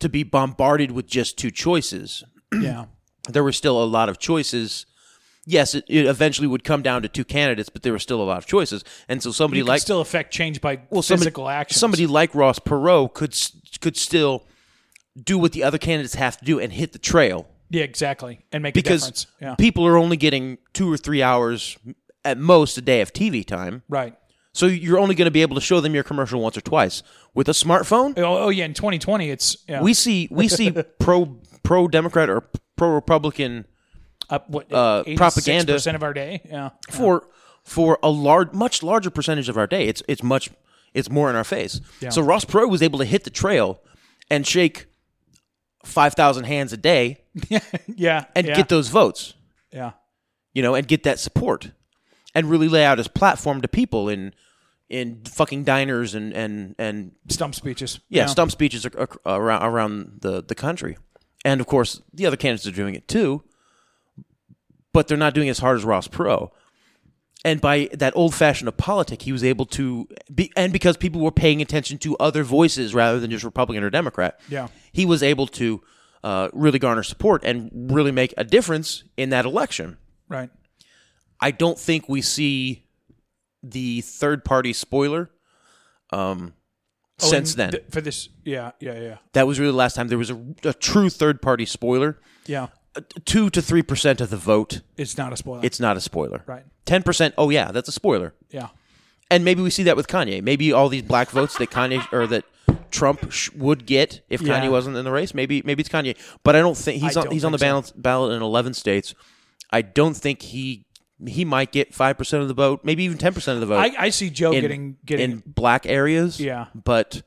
B: to be bombarded with just two choices.
A: yeah.
B: There were still a lot of choices. Yes, it, it eventually would come down to two candidates, but there were still a lot of choices. And so somebody
A: You can
B: like
A: still affect change by
B: somebody-
A: physical action.
B: Somebody like Ross Perot could s- could still do what the other candidates have to do and hit the trail
A: Yeah. Exactly. And make a
B: because
A: difference. Yeah.
B: people are only getting two or three hours at most a day of TV time.
A: right.
B: So you're only going to be able to show them your commercial once or twice with a smartphone.
A: Oh, oh yeah. In 2020, it's yeah.
B: We see we see pro pro Democrat or pro Republican
A: up what
B: uh, propaganda.
A: percent of our day. Yeah.
B: for for a large much larger percentage of our day it's it's much it's more in our face so ross perot was able to hit the trail and shake 5000 hands a day
A: Yeah.
B: and
A: yeah,
B: get those votes
A: yeah.
B: you know and get that support and really lay out his platform to people in in fucking diners and and and
A: stump speeches.
B: yeah, stump speeches ac- ac- around around the the country and of course the other candidates are doing it too but they're not doing it as hard as Ross Perot. And by that old fashioned of politic, he was able to be, and because people were paying attention to other voices rather than just Republican or Democrat.
A: Yeah.
B: he was able to uh, really garner support and really make a difference in that election.
A: Right.
B: I don't think we see the third party spoiler um,
A: Oh,
B: since
A: and
B: then.
A: th- for this, yeah, yeah, yeah,
B: that was really the last time there was a, a true third party spoiler.
A: yeah.
B: Two to three percent of the vote,
A: It's not a spoiler.
B: it's not a spoiler.
A: right.
B: Ten percent. Oh yeah, that's a spoiler.
A: Yeah.
B: And maybe we see that with Kanye. Maybe all these black votes that Kanye or that Trump sh- would get if
A: Yeah.
B: Kanye wasn't in the race. Maybe maybe it's Kanye, but I don't think he's
A: I
B: on
A: don't
B: he's on the
A: think so.
B: balance, ballot in 11 states. I don't think he he might get five percent of the vote, maybe even 10 percent of the vote
A: I, I see Joe
B: in,
A: getting getting,
B: in black areas.
A: Yeah.
B: but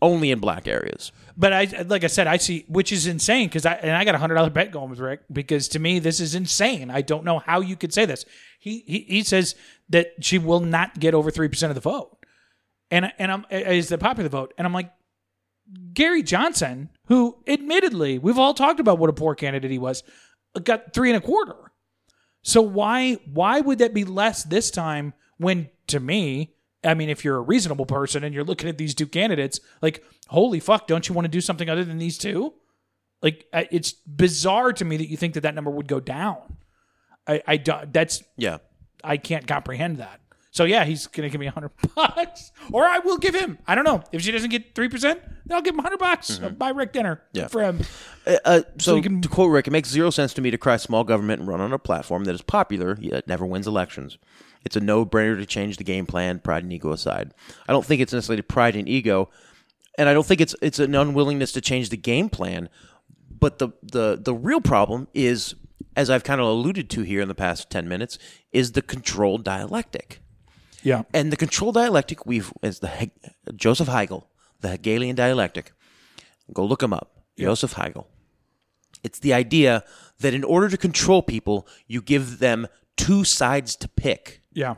B: only in black areas.
A: but I like I said, I see, which is insane because I and I got a hundred dollar bet going with Rick because to me this is insane. I don't know how you could say this. He he, he says that she will not get over three percent of the vote, and and I'm is the popular vote, and I'm like Gary Johnson, who admittedly we've all talked about what a poor candidate he was, got three and a quarter. So why why would that be less this time when to me, I mean if you're a reasonable person and you're looking at these two candidates, like holy fuck, don't you want to do something other than these two? Like I- it's bizarre to me that you think that that number would go down. I I don't, that's
B: Yeah,
A: I can't comprehend that. So yeah, he's gonna give me a hundred bucks, or I will give him. I don't know if she doesn't get three percent, then I'll give him a hundred bucks. I'll Buy Rick dinner
B: Yeah.
A: for him.
B: Uh, so
A: you can-
B: to quote Rick, it makes zero sense to me to cry small government and run on a platform that is popular yet never wins elections. It's a no-brainer to change the game plan, pride and ego aside. I don't think it's necessarily pride and ego, and I don't think it's it's an unwillingness to change the game plan. But the the the real problem is, as I've kind of alluded to here in the past ten minutes, is the control dialectic
A: Yeah,
B: and the control dialectic we've is the He- Joseph Hegel, the Hegelian dialectic. Go look him up, Joseph Hegel. It's the idea that in order to control people, you give them two sides to pick,
A: yeah.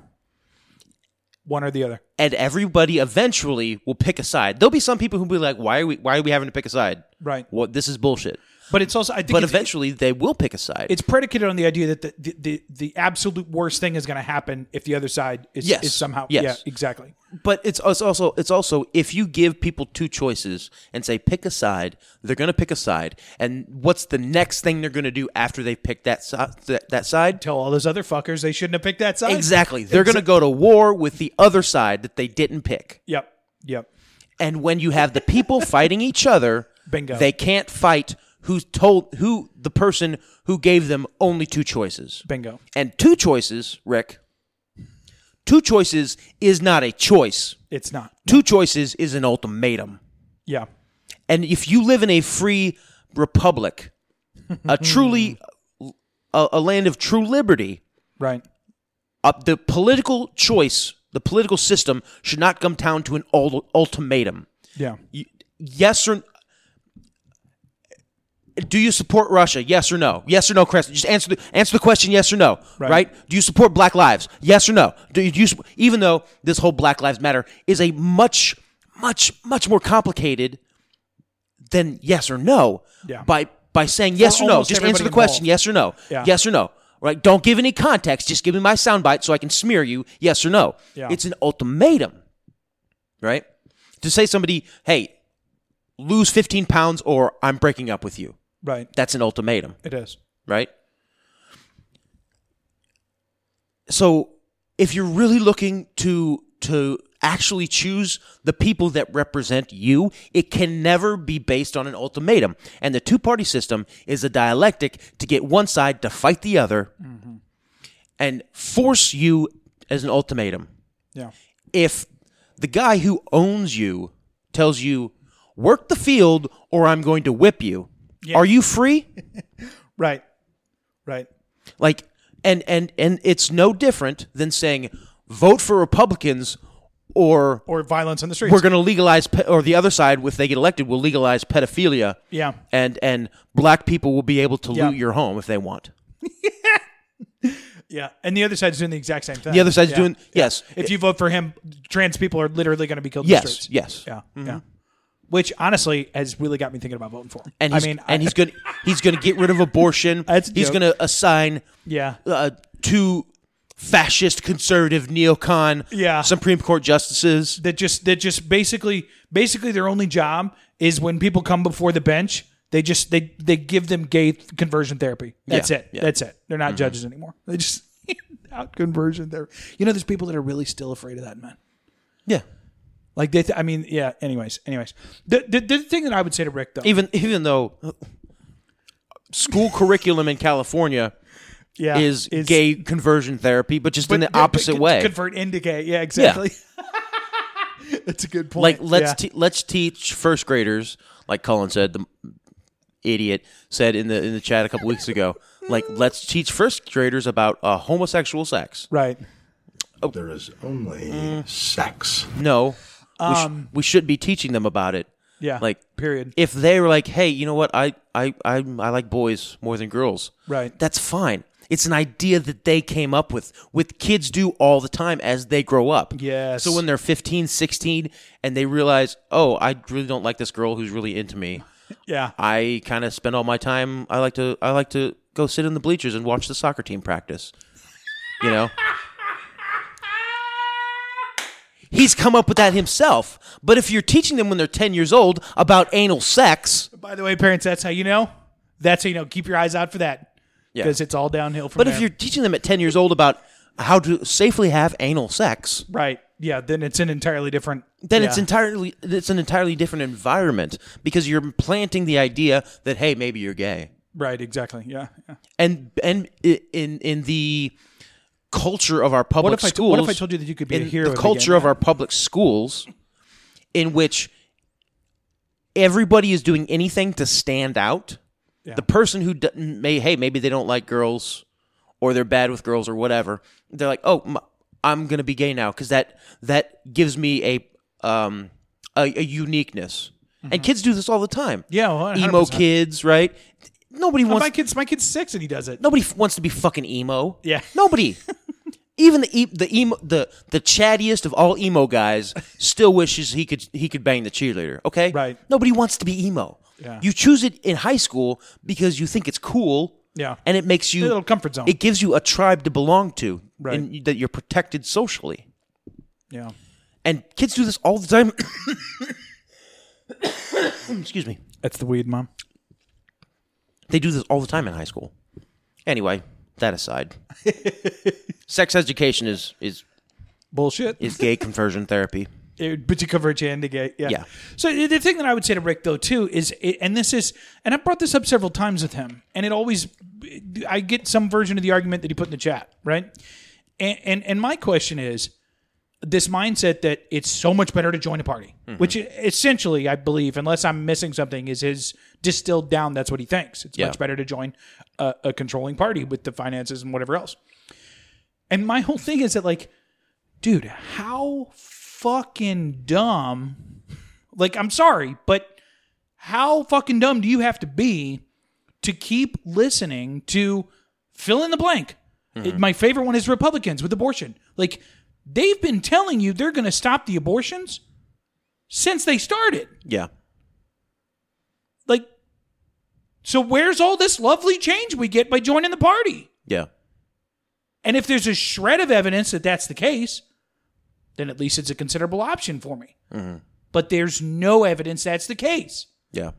A: One or the other.
B: and everybody eventually will pick a side. There'll be some people who will be like, "Why are we? Why are we having to pick a side?
A: Right.
B: What? This is bullshit."
A: But it's also I think
B: But
A: it's,
B: eventually, they will pick a side.
A: it's predicated on the idea that the the, the, the absolute worst thing is going to happen if the other side is,
B: Yes.
A: is somehow
B: Yes.
A: yeah exactly
B: but it's it's also it's also if you give people two choices and say pick a side, they're going to pick a side, and what's the next thing they're going to do after they pick that si- that, that side?
A: tell all those other fuckers they shouldn't have picked that side
B: Exactly, they're going to go to war with the other side that they didn't pick.
A: yep yep
B: And when you have the people fighting each other,
A: Bingo.
B: they can't fight who's told who the person who gave them only two choices.
A: bingo
B: And two choices, Rick. Two choices is not a choice.
A: it's not
B: Two choices is an ultimatum.
A: yeah
B: And if you live in a free republic, a truly a, a land of true liberty,
A: right
B: uh, the political choice, the political system should not come down to an ul- ultimatum.
A: yeah
B: Y- Yes or do you support Russia? Yes or no? Yes or no, Chris? Just answer the answer the question. Yes or no? Right?
A: Right.
B: Do you support Black Lives? Yes or no? Do you, do you sup- even though this whole Black Lives Matter is a much much much more complicated than yes or no.
A: Yeah.
B: By by saying yes or no,
A: almost
B: just answer
A: everybody
B: the question.
A: involved.
B: Yes or no?
A: Yeah.
B: Yes or no? Right? Don't give any context. Just give me my soundbite so I can smear you. Yes or no?
A: Yeah.
B: It's an ultimatum. Right? To say somebody, hey, lose 15 pounds or I'm breaking up with you.
A: right
B: That's an ultimatum,
A: it is
B: right? So if you're really looking to to actually choose the people that represent you, it can never be based on an ultimatum. And the two-party system is a dialectic to get one side to fight the other and force you as an ultimatum
A: yeah
B: if the guy who owns you tells you work the field or i'm going to whip you are you free
A: right right
B: like and and and it's no different than saying vote for republicans or
A: or violence on the streets
B: we're going to legalize pe- or the other side if they get elected will legalize pedophilia
A: Yeah.
B: and and black people will be able to
A: Yeah.
B: loot your home if they want
A: yeah and the other side's doing the exact same thing
B: the other side's
A: Yeah.
B: doing yes
A: if you vote for him trans people are literally going to be killed in the
B: yes
A: streets
B: yes Mm-hmm.
A: yeah yeah which honestly has really got me thinking about voting for him
B: and
A: i
B: he's,
A: mean
B: and
A: I-
B: he's gonna he's gonna get rid of abortion.
A: That's a
B: he's
A: joke.
B: gonna assign
A: Yeah.
B: uh, two fascist conservative neocon
A: Yeah.
B: Supreme Court justices.
A: that just that just basically basically their only job is when people come before the bench they just they they give them gay th- conversion therapy that's
B: Yeah,
A: it
B: yeah. Mm-hmm.
A: that's it they're not judges anymore they just out conversion therapy you know there's people that are really still afraid of that man
B: Yeah,
A: like they th- i mean yeah anyways anyways the, the the thing that i would say to rick though
B: even even though school curriculum in California
A: yeah,
B: is, gay conversion therapy, but just in the
A: but-
B: opposite
A: but
B: way.
A: convert into gay yeah exactly That's a good point.
B: like let's
A: Yeah.
B: te- let's teach first graders like colin said the idiot said in the in the chat a couple weeks ago like let's teach first graders about uh, homosexual sex
A: right.
C: There is only sex.
B: no we, sh- we should be teaching them about it
A: Yeah.
B: like
A: period.
B: if they were like hey you know what i i i, I like boys more than girls
A: Right.
B: that's fine it's an idea that they came up with with kids do all the time as they grow up
A: Yes.
B: so when they're 15 16 and they realize oh i really don't like this girl who's really into me
A: yeah.
B: I kind of spend all my time. I like to. I like to go sit in the bleachers and watch the soccer team practice. You know. He's come up with that himself. But if you're teaching them when they're 10 years old about anal sex,
A: By the way, parents, that's how you know. That's how you know. Keep your eyes out for that
B: yeah.
A: because it's all downhill from
B: but
A: there.
B: if you're teaching them at 10 years old about how to safely have anal sex,
A: right, yeah, then it's an entirely different.
B: then it's
A: yeah.
B: entirely it's an entirely different environment because you're planting the idea that hey, maybe you're gay.
A: right, exactly. Yeah. yeah.
B: and and i- in in the culture of our public
A: What if I t-
B: schools.
A: what if I told you that you could be a
B: in
A: hero
B: The
A: again?
B: culture of our public schools, in which everybody is doing anything to stand out. The person who d- may hey maybe they don't like girls, or they're bad with girls or whatever. They're like oh m I'm gonna be gay now because that that gives me a um a, a uniqueness. And kids do this all the time.
A: Mm-hmm. Yeah, well,
B: emo
A: 100%.
B: kids, right? Nobody wants
A: my kid's my kid's six and he does it.
B: Nobody f- wants to be fucking emo.
A: Yeah.
B: Nobody. Even the e- the emo the the chattiest of all emo guys still wishes he could he could bang the cheerleader. Okay.
A: Right.
B: Nobody wants to be emo.
A: Yeah.
B: You choose it in high school because you think it's cool.
A: Yeah.
B: And it makes you
A: A little comfort zone.
B: It gives you a tribe to belong to.
A: Right.
B: And you- that you're protected socially.
A: Yeah.
B: And kids do this all the time. Excuse me.
A: That's the weed, mom.
B: They do this all the time in high school. Anyway, that aside, sex education is is
A: Bullshit.
B: is gay conversion therapy.
A: It- but you convert you into gay. Yeah.
B: Yeah.
A: So the the thing that I would say to Rick though too is, and this is, and I brought this up several times with him, and it always, I get some version of the argument that he put in the chat, right? And and, and my question is, this mindset that it's so much better to join a party, which e, essentially I believe, unless I'm missing something, is his distilled down. That's what he thinks. It's
B: Yeah.
A: much better to join a, a controlling party with the finances and whatever else. And my whole thing is that like dude, how fucking dumb. Like, I'm sorry, but how fucking dumb do you have to be to keep listening to fill in the blank? It- my favorite one is Republicans with abortion. Like, they've been telling you they're going to stop the abortions since they started.
B: Yeah.
A: Like, so where's all this lovely change we get by joining the party?
B: Yeah.
A: And if there's a shred of evidence that that's the case, then at least it's a considerable option for me. But there's no evidence that's the case.
B: Yeah.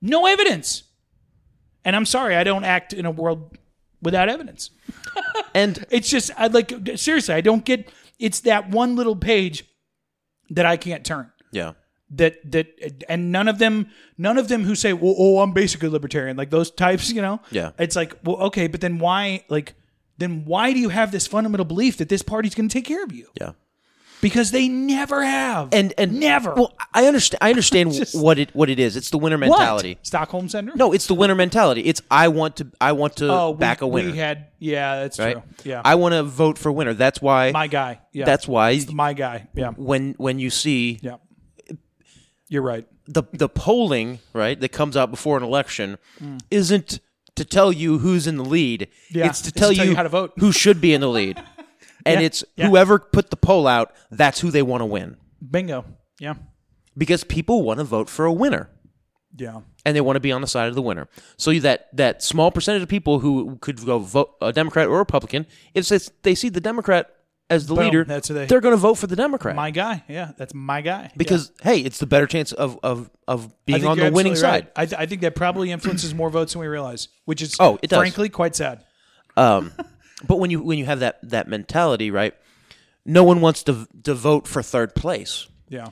A: No evidence. And I'm sorry, I don't act in a world without evidence.
B: And
A: It's just, I like, seriously, I don't get, it's that one little page that I can't turn
B: yeah.
A: that that and none of them none of them who say well oh I'm basically libertarian like those types you know
B: Yeah.
A: it's like well okay but then why like then why do you have this fundamental belief that this party's going to take care of you
B: Yeah.
A: because they never have
B: And and
A: never
B: Well, I understand. I understand what it what it is. It's the winner
A: What?
B: mentality.
A: Stockholm syndrome
B: No, it's the winner mentality. It's I want to I want to
A: oh we-
B: back a winner.
A: we had yeah that's
B: right.
A: true yeah
B: I want to vote for winner. That's why.
A: my guy yeah
B: That's why.
A: my guy yeah
B: when when you see
A: yeah you're right
B: the the polling right that comes out before an election isn't to tell you who's in the lead.
A: Yeah,
B: It's to tell, you,
A: how to vote.
B: who should be in the lead. And it's
A: yeah.
B: whoever put the poll out, that's who they want to win
A: bingo yeah
B: because people want to vote for a winner
A: yeah
B: and they want to be on the side of the winner. So you- that that small percentage of people who could go vote a Democrat or Republican, if it's- they see the Democrat as the
A: Boom,
B: leader,
A: that's who they-
B: are going to vote for the Democrat.
A: my guy yeah that's my guy Yeah.
B: because hey, it's the better chance of of, of
A: I
B: being
A: think
B: on
A: you're
B: the winning
A: absolutely
B: side.
A: right. I, th- I think that probably influences more votes than we realize, which is
B: Oh, it does.
A: frankly quite sad.
B: Um, but when you when you have that that mentality, right? No one wants to to vote for third place.
A: Yeah.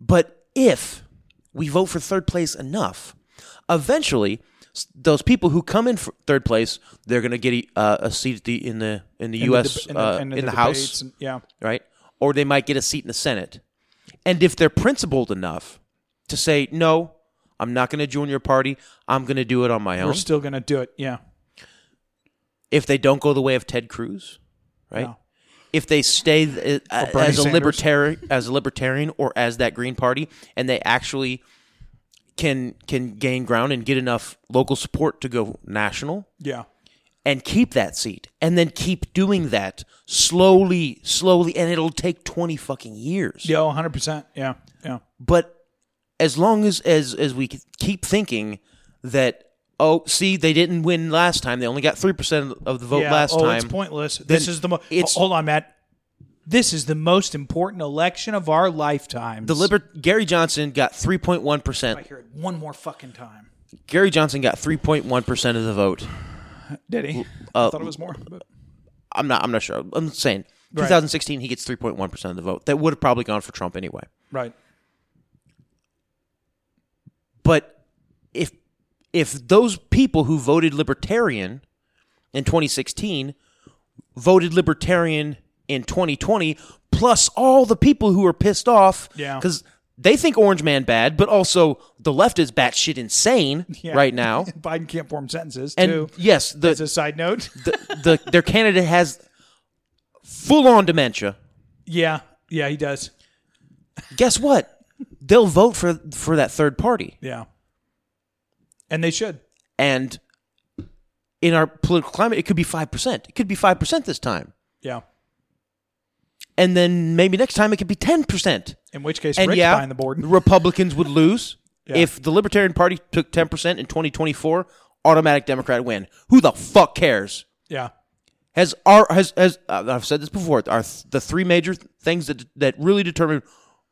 B: But if we vote for third place enough, eventually s- those people who come in for third place, they're going to get a, uh, a e, seat at the, in the in the
A: In the
B: U.S.
A: deb- in
B: uh,
A: in
B: in the House,
A: debates and- yeah.
B: right? or they might get a seat in the Senate. And if they're principled enough to say, no, I'm not going to join your party, I'm going to do it on my own.
A: We're still gonna do it. Yeah.
B: if they don't go the way of Ted Cruz, right?
A: No.
B: If they stay th- uh,
A: Bernie
B: as a
A: Sanders.
B: libertarian, as a libertarian, or as that Green Party, and they actually can can gain ground and get enough local support to go national
A: Yeah.
B: and keep that seat, and then keep doing that slowly, slowly, and it'll take twenty fucking years.
A: Yeah. 100. percent Yeah. Yeah.
B: But as long as as as we keep thinking that oh, see, they didn't win last time; they only got three percent of the vote
A: yeah.
B: last
A: oh,
B: time.
A: it's pointless. This
B: then
A: is the most.
B: it's-
A: hold on, Matt. This is the most important election of our lifetimes.
B: The liber- Gary Johnson got 3.1
A: I
B: percent.
A: hear it one more fucking time.
B: Gary Johnson got 3.1 percent of the vote.
A: Did he?
B: Uh,
A: I thought it was more. But
B: I'm not. I'm not sure. I'm saying
A: Right.
B: 2016 he gets 3.1 percent of the vote. That would have probably gone for Trump anyway.
A: right.
B: But if if those people who voted Libertarian in 2016 voted Libertarian in 2020, plus all the people who are pissed off,
A: Yeah.
B: because they think Orange Man bad, but also the left is batshit insane
A: Yeah.
B: right now.
A: Biden can't form sentences.
B: And
A: too.
B: yes, the
A: As a side note.
B: the, the their candidate has full on dementia.
A: yeah. Yeah. He does.
B: Guess what? They'll vote for for that third party.
A: Yeah. And they should.
B: And in our political climate, it could be five percent. It could be five percent this time,
A: Yeah.
B: and then maybe next time it could be ten percent.
A: In which case,
B: And
A: Rick's
B: yeah,
A: behind the board.
B: Republicans would lose
A: Yeah.
B: if the Libertarian Party took ten percent in twenty twenty four. Automatic Democrat win. Who the fuck cares?
A: Yeah.
B: has our has has uh, I've said this before. Our the three major things that that really determine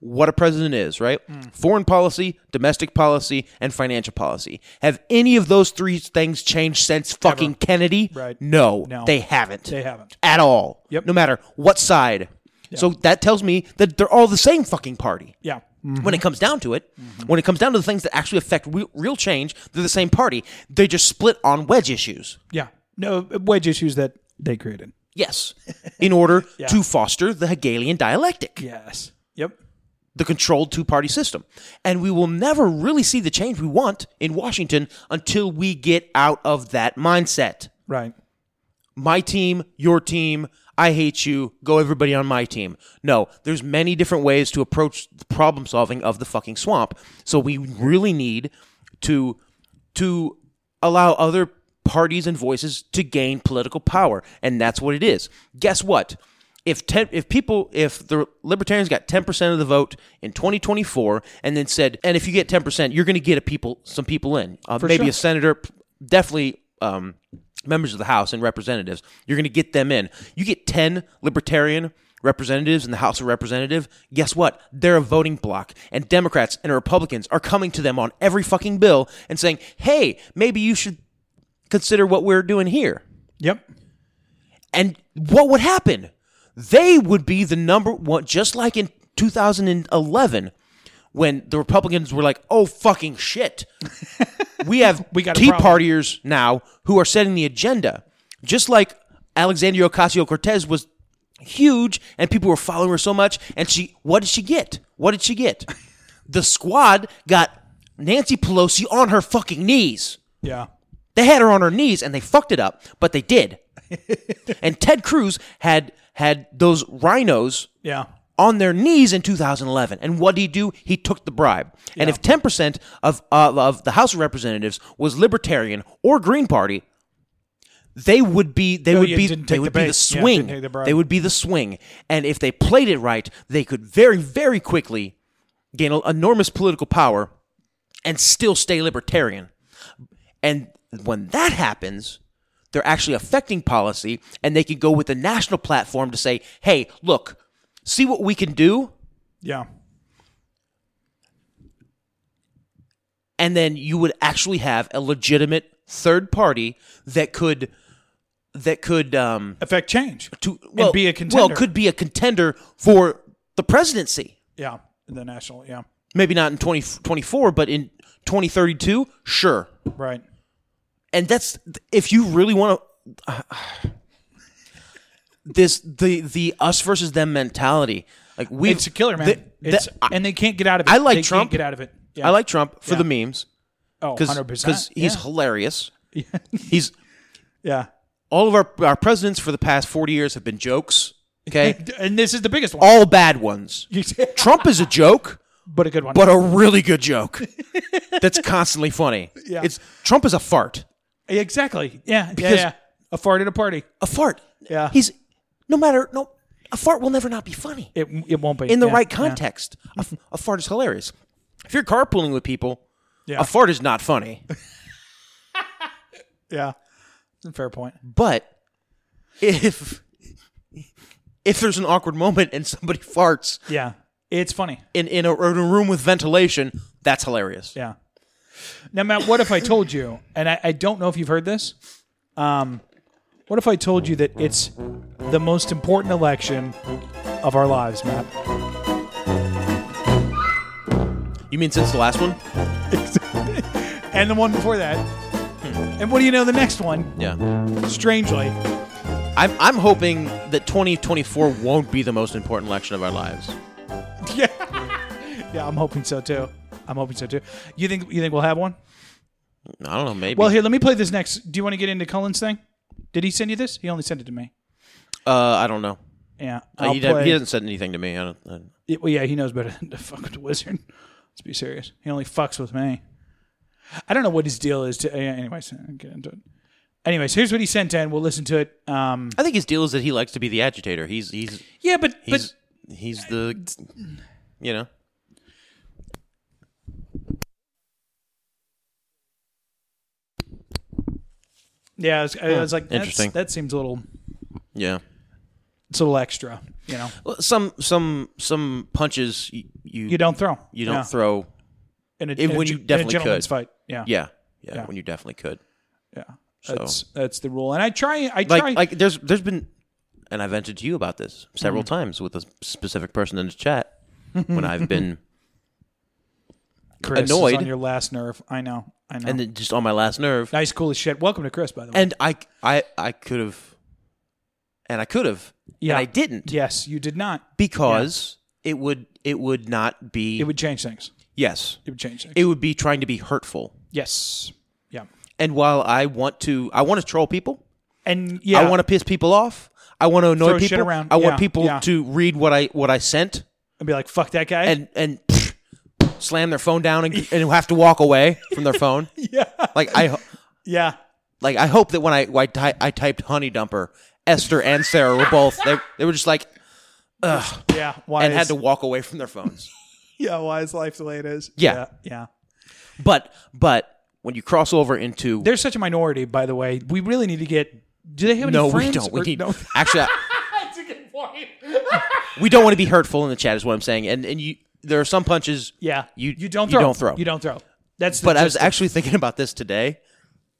B: what a president is, right?
A: Hmm.
B: Foreign policy, domestic policy, and financial policy. Have any of those three things changed since fucking Kennedy?
A: Right.
B: No,
A: No.
B: they haven't.
A: They haven't.
B: at all.
A: Yep.
B: No matter what side. So that tells me that they're all the same fucking party.
A: Yeah.
B: When it comes down to it,
A: Mm-hmm.
B: when it comes down to the things that actually affect re- real change, they're the same party. They just split on wedge issues.
A: Yeah. No wedge issues that they created.
B: Yes, in order to foster the Hegelian dialectic,
A: Yes. Yep.
B: the controlled two party system. And we will never really see the change we want in Washington until we get out of that mindset.
A: Right.
B: My team, your team, I hate you, go everybody on my team. No, there's many different ways to approach the problem solving of the fucking swamp. So we really need to to allow other parties and voices to gain political power, and that's what it is. Guess what? If ten, if people, if the libertarians got ten percent of the vote in 2024, and then said, and if you get ten percent, you're going to get a people, some people in, uh, maybe a senator, p- definitely um, members of the House and representatives. You're going to get them in. You get ten libertarian representatives in the House of Representative. Guess what? They're a voting block, and Democrats and Republicans are coming to them on every fucking bill and saying, "Hey, maybe you should consider what we're doing here."
A: Yep.
B: And what would happen? They would be the number one, just like in 2011 when the Republicans were like, oh, fucking shit. we have
A: We got a
B: Tea
A: problem.
B: Partiers now who are setting the agenda. Just like Alexandria Ocasio Cortez was huge and people were following her so much. And she, what did she get? What did she get? the squad got Nancy Pelosi on her fucking knees.
A: Yeah.
B: They had her on her knees and they fucked it up, but they did. and Ted Cruz had had those rhinos
A: Yeah.
B: on their knees in 2011. And what did he do? He took the bribe. And if 10% of, of of the House of Representatives was Libertarian or Green Party, they would be they would
A: you
B: be
A: Oh, didn't
B: they
A: take
B: would
A: the
B: be the
A: bait. Yeah,
B: swing.
A: didn't take the bribe.
B: they would be the swing. And if they played it right, they could very very quickly gain enormous political power and still stay libertarian. And when that happens, they're actually affecting policy and they can go with the national platform to say, hey, look, see what we can do.
A: Yeah.
B: And then you would actually have a legitimate third party that could, that could, um,
A: Affect change.
B: to,
A: And
B: well,
A: be a
B: well,
A: contender.
B: could be a contender for the presidency.
A: Yeah. In the national. Yeah.
B: Maybe not in 2024, but in 2032, sure.
A: Right.
B: and that's if you really want to this the the us versus them mentality. Like we,
A: It's a killer, man. it's, and they can't get out of it.
B: I like
A: They
B: Trump.
A: Can't get out of it. Yeah.
B: I like Trump for
A: Yeah.
B: the memes
A: oh,
B: because
A: 100%.
B: he's
A: yeah.
B: hilarious. he's
A: yeah.
B: all of our our presidents for the past forty years have been jokes. Okay,
A: And this is the biggest one,
B: all bad ones. Trump is a joke,
A: but a good one.
B: but a really good joke that's constantly funny.
A: Yeah.
B: It's Trump is a fart.
A: exactly. Yeah. Yeah.
B: Because-
A: yeah. A fart at a party.
B: A fart.
A: Yeah.
B: He's no matter no a fart will never not be funny.
A: It, it won't be
B: in the
A: Yeah.
B: right
A: Yeah.
B: context. A f A, fart is hilarious. If you're carpooling with people,
A: Yeah.
B: a fart is not funny.
A: Yeah. Fair point.
B: But if if there's an awkward moment and somebody farts
A: Yeah. It's funny.
B: in in a, or in a room with ventilation, that's hilarious.
A: Yeah. Now, Matt, what if I told you, and I, I don't know if you've heard this, um, what if I told you that it's the most important election of our lives, Matt?
B: You mean since the last one?
A: and the one before that.
B: Hmm.
A: And what do you know, the next one,
B: Yeah.
A: strangely,
B: I'm I'm hoping that 2024 won't be the most important election of our lives.
A: yeah, I'm hoping so too. I'm hoping so too. You think you think we'll have one?
B: I don't know. Maybe.
A: Well, here, let me play this next. Do you want to get into Cullen's thing? Did he send you this? He only sent it to me.
B: uh, I don't know.
A: Yeah,
B: Uh,
A: I'll
B: he,
A: play.
B: doesn't, he hasn't said anything to me. I don't, I don't-
A: Yeah, well, yeah, he knows better than to fuck with the wizard. Let's be serious. He only fucks with me. I don't know what his deal is. To uh, yeah, anyways, I'll get into it. Anyways, here's what he sent in. We'll listen to it. Um,
B: I think his deal is that he likes to be the agitator. He's he's
A: yeah, but
B: he's he's the you know.
A: but yeah, I was, I was like, that's-
B: Interesting.
A: That seems a little,
B: Yeah.
A: it's a little extra. You know,
B: Well, Some some some punches you you,
A: you don't throw.
B: you don't
A: Yeah.
B: throw.
A: in a,
B: It- when
A: a,
B: you
A: gen-
B: definitely
A: in a gentleman's
B: could.
A: fight. Yeah,
B: Yeah, yeah.
A: Yeah.
B: When you definitely could.
A: yeah. That's that's the rule. And I try. I try.
B: Like like there's there's been, and I've vented to you about this
A: Mm.
B: several times with a specific person in the chat when I've been
A: Chris is
B: annoyed.
A: on your last nerve. I know. I know.
B: and then just on my last nerve.
A: nice, cool as shit. Welcome to Chris, by the way.
B: And I I I could have, and I could have.
A: Yeah.
B: And I didn't
A: yes, you did not.
B: because it would it would not be
A: It would change things.
B: yes
A: It would change things.
B: it would be trying to be hurtful.
A: yes. Yeah.
B: And while I want to I want to troll people.
A: And yeah,
B: I want to piss people off. I want to annoy
A: Throw
B: people.
A: shit around.
B: I
A: Yeah,
B: want people
A: yeah.
B: to read what I what I sent
A: to be like, fuck that guy.
B: and and pfft, slam their phone down and, and have to walk away from their phone.
A: yeah,
B: Like I ho-
A: yeah,
B: like I hope that when I I, ty- I typed honey dumper, Esther and Sarah were both they, they were just like
A: yeah. Why
B: and
A: is,
B: had to walk away from their phones.
A: yeah? Why is life the way it is?
B: Yeah.
A: yeah. yeah.
B: But but when you cross over into
A: They're such a minority, by the way. We really need to get. Do they have any
B: no,
A: friends?
B: we don't. We
A: Or-
B: need
A: no.
B: actually. I- we don't want to be hurtful in the chat, is what I'm saying. And and you, there are some punches.
A: Yeah,
B: you
A: you don't throw.
B: You don't throw.
A: You don't throw. That's the
B: But I was actually thinking about this today,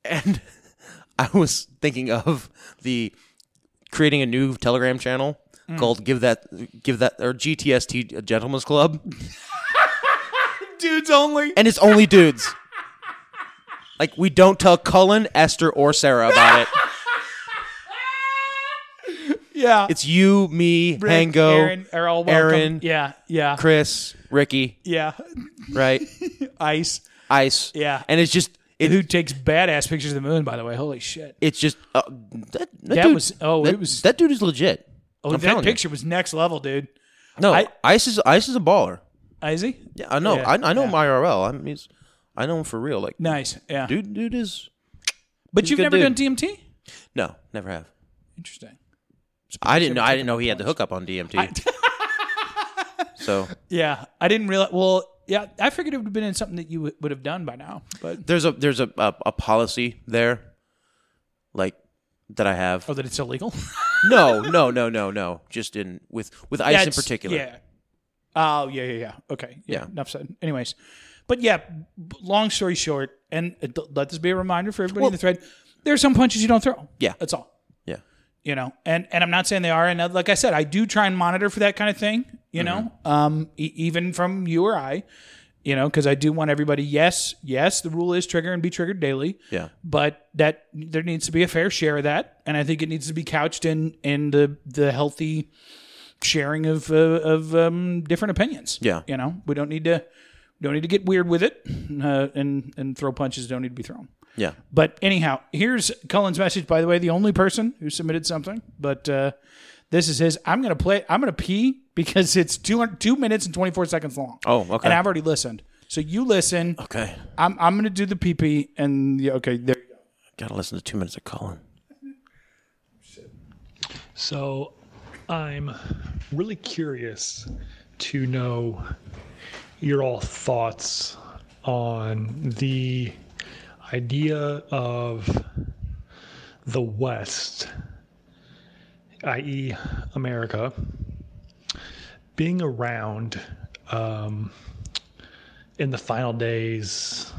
B: and I was thinking of the creating a new Telegram channel
A: Mm.
B: called "Give That Give That" or GTST Gentlemen's uh, Club,
A: dudes only.
B: and it's only dudes. Like we don't tell Cullen, Esther, or Sarah about it.
A: Yeah,
B: It's you, me,
A: Rick,
B: Hango,
A: Aaron, are all welcome.
B: Aaron,
A: Yeah, yeah,
B: Chris, Ricky,
A: yeah.
B: right?
A: Ice.
B: Ice.
A: Yeah.
B: And it's just it,
A: Who takes badass pictures of the moon? By the way, holy shit!
B: it's just uh, that, that,
A: That
B: dude,
A: was- oh,
B: that,
A: it was-
B: that dude is legit.
A: Oh,
B: I'm
A: that
B: telling you.
A: picture was next level, dude.
B: No,
A: I-
B: Ice is Ice is a baller.
A: Is he?
B: Yeah, I know.
A: Yeah,
B: I, I know
A: yeah.
B: him IRL. I mean, he's, I know him for real. Like,
A: Nice. Yeah,
B: dude, dude is
A: but
B: he's
A: you've
B: a good
A: never
B: dude.
A: done DMT.
B: no, never have.
A: Interesting.
B: I didn't know. I didn't know he had the hookup on DMT. so
A: Yeah, I didn't realize. Well, yeah, I figured it would have been in something that you would- would have done by now. But
B: there's a there's a, a a policy there, like that I have.
A: oh, that it's illegal.
B: No, no, no, no, no. Just in with with Ice in
A: That's-
B: particular.
A: Yeah. Oh yeah yeah yeah. Okay. Yeah.
B: Yeah.
A: Enough said. Anyways, but yeah. b- Long story short, and uh, th- let this be a reminder for everybody in the thread: there are some punches you don't throw.
B: Yeah.
A: That's all.
B: Yeah.
A: you know and and i'm not saying they are and uh, like i
B: Mm-hmm.
A: said i do try and monitor for that kind of thing you know um e- even from you or i You know, because I do want everybody. Yes, yes, the rule is trigger and be triggered daily.
B: Yeah.
A: but that there needs to be a fair share of that, and I think it needs to be couched in in the the healthy sharing of uh, of um, different opinions.
B: Yeah.
A: you know, we don't need to don't need to get weird with it, uh, and and throw punches don't need to be thrown.
B: Yeah.
A: But anyhow, here's Cullen's message. By the way, the only person who submitted something, but uh, this is his. I'm gonna play. I'm gonna pee because it's two two minutes and 24 seconds long.
B: Oh, okay.
A: And I've already listened. So you listen.
B: Okay.
A: I'm I'm gonna do the pee pee and yeah, okay. There. you go.
B: Gotta listen to two minutes of Colin.
D: So I'm really curious to know your all thoughts on the idea of the West, i.e., America, being around um, in the final days,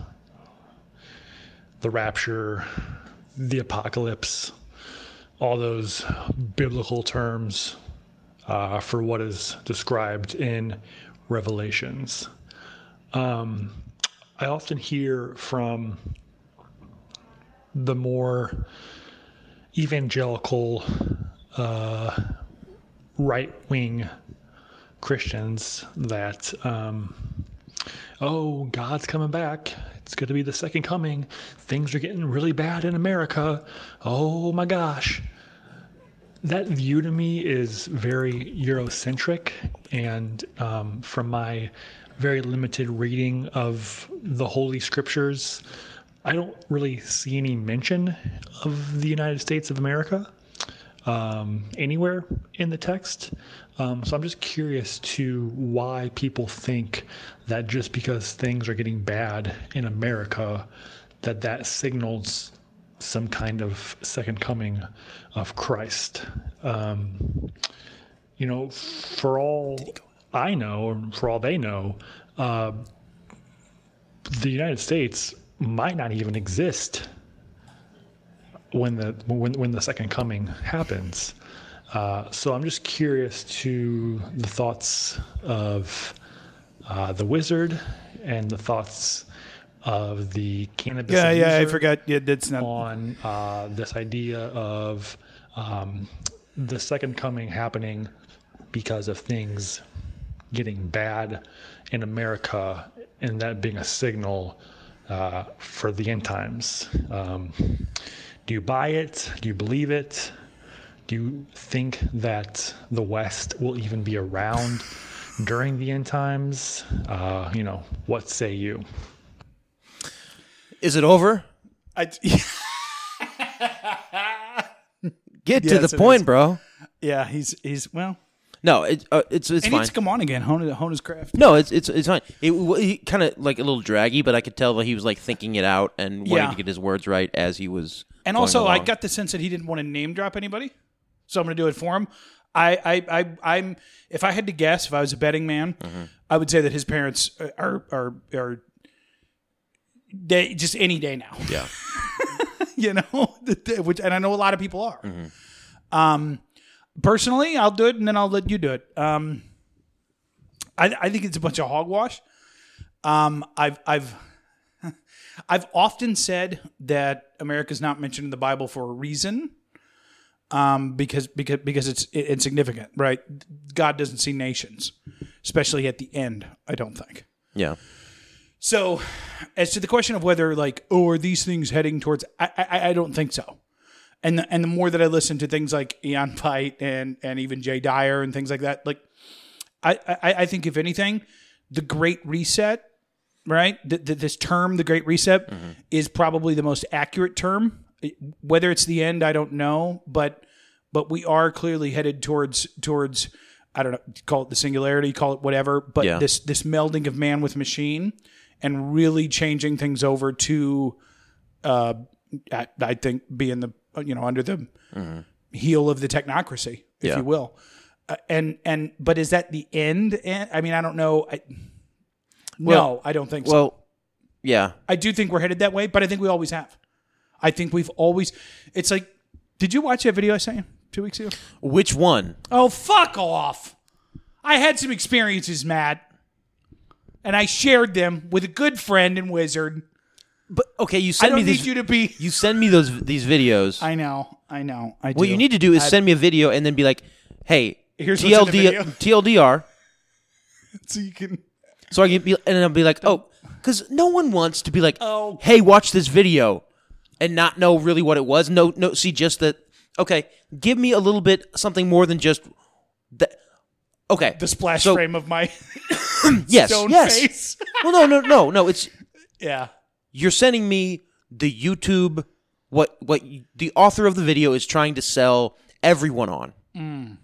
D: the rapture, the apocalypse all those biblical terms uh, for what is described in Revelations. Um, I often hear from the more evangelical uh, right wing Christians that, um, oh, God's coming back. It's going to be the second coming. Things are getting really bad in America. Oh my gosh. That view to me is very Eurocentric. And um, from my very limited reading of the Holy Scriptures, I don't really see any mention of the United States of America um, anywhere in the text. Um, so I'm just curious to why people think that just because things are getting bad in America, that that signals some kind of second coming of Christ. Um, you know, for all I know, or for all they know, uh, the United States might not even exist when the when when the second coming happens. Uh, so I'm just curious to the thoughts of uh, the wizard and the thoughts of the cannabis.
A: Yeah, yeah. I
D: abuser
A: forgot. Yeah, that's not.
D: on uh, this idea of um, the second coming happening because of things getting bad in America and that being a signal uh, for the end times. Um, do you buy it? Do you believe it? Do you think that the West will even be around during the end times? Uh, you know, what say you?
B: Is it over?
A: I,
B: Get to
A: Yes,
B: the
A: it
B: point,
A: is.
B: bro.
A: yeah, he's he's well.
B: No, it, uh, it's it's
A: He
B: fine.
A: needs to come on again. Hone, hone his craft.
B: no, it's it's it's fine. It, kind of like a little draggy, but I could tell that he was like thinking it out and wanting
A: Yeah.
B: to get his words right as he was.
A: And
B: going
A: also, I
B: along.
A: got the sense that he didn't want to name drop anybody, so I'm going to do it for him. I, I, I, I'm. If I had to guess, if I was a betting man,
B: Mm-hmm.
A: I would say that his parents are are are. They just any day now.
B: Yeah.
A: you know, that- that- which and I know a lot of people are.
B: Mm-hmm.
A: Um, personally, I'll do it, and then I'll let you do it. Um, I, I think it's a bunch of hogwash. Um, I've I've I've often said that America's not mentioned in the Bible for a reason. Um, because because because it's i- insignificant, right? God doesn't see nations, especially at the end. I don't think.
B: yeah.
A: So, as to the question of whether, like, oh, are these things heading towards? I, I, I don't think so. And the, and the more that I listen to things like Eon Fight and and even Jay Dyer and things like that, like, I I, I think if anything, the Great Reset, right? Th- th- this term, the Great Reset, is probably the most accurate term. It- Whether it's the end, I don't know, but but we are clearly headed towards towards I don't know, call it the singularity, call it whatever, but
B: Yeah.
A: this this melding of man with machine and really changing things over to uh I, I think being the you know under the heel of the technocracy if
B: Yeah.
A: you will uh, and and but is that the end And- i mean i don't know I, no i don't think so
B: Well, yeah.
A: I do think we're headed that way, but I think we always have. I think we've always. It's like, did you watch that video I sent you two weeks ago?
B: Which one?
A: Oh, fuck off! I had some experiences, Matt. and I shared them with a good friend and wizard.
B: But okay, you
A: I
B: send me
A: don't need
B: these.
A: you
B: You,
A: to be.
B: send me those these videos.
A: I know, I know. I
B: what
A: do.
B: you need to do is send me a video and then be like, "Hey,
A: Here's what's in
B: TLD,
A: the video.
B: TLDR."
A: so you can.
B: So I can be, and I'll be like, "Oh," because no one wants to be like,
A: Oh.
B: "Hey, watch this video," and not know really what it was. No, no, see just that. Okay, give me a little bit something more than just that. Okay,
A: the splash
B: So-
A: frame of my
B: yes,
A: stone
B: yes.
A: face.
B: well, no, no, no, no. It's
A: yeah.
B: you're sending me the YouTube what what y- the author of the video is trying to sell everyone on.
A: Mm.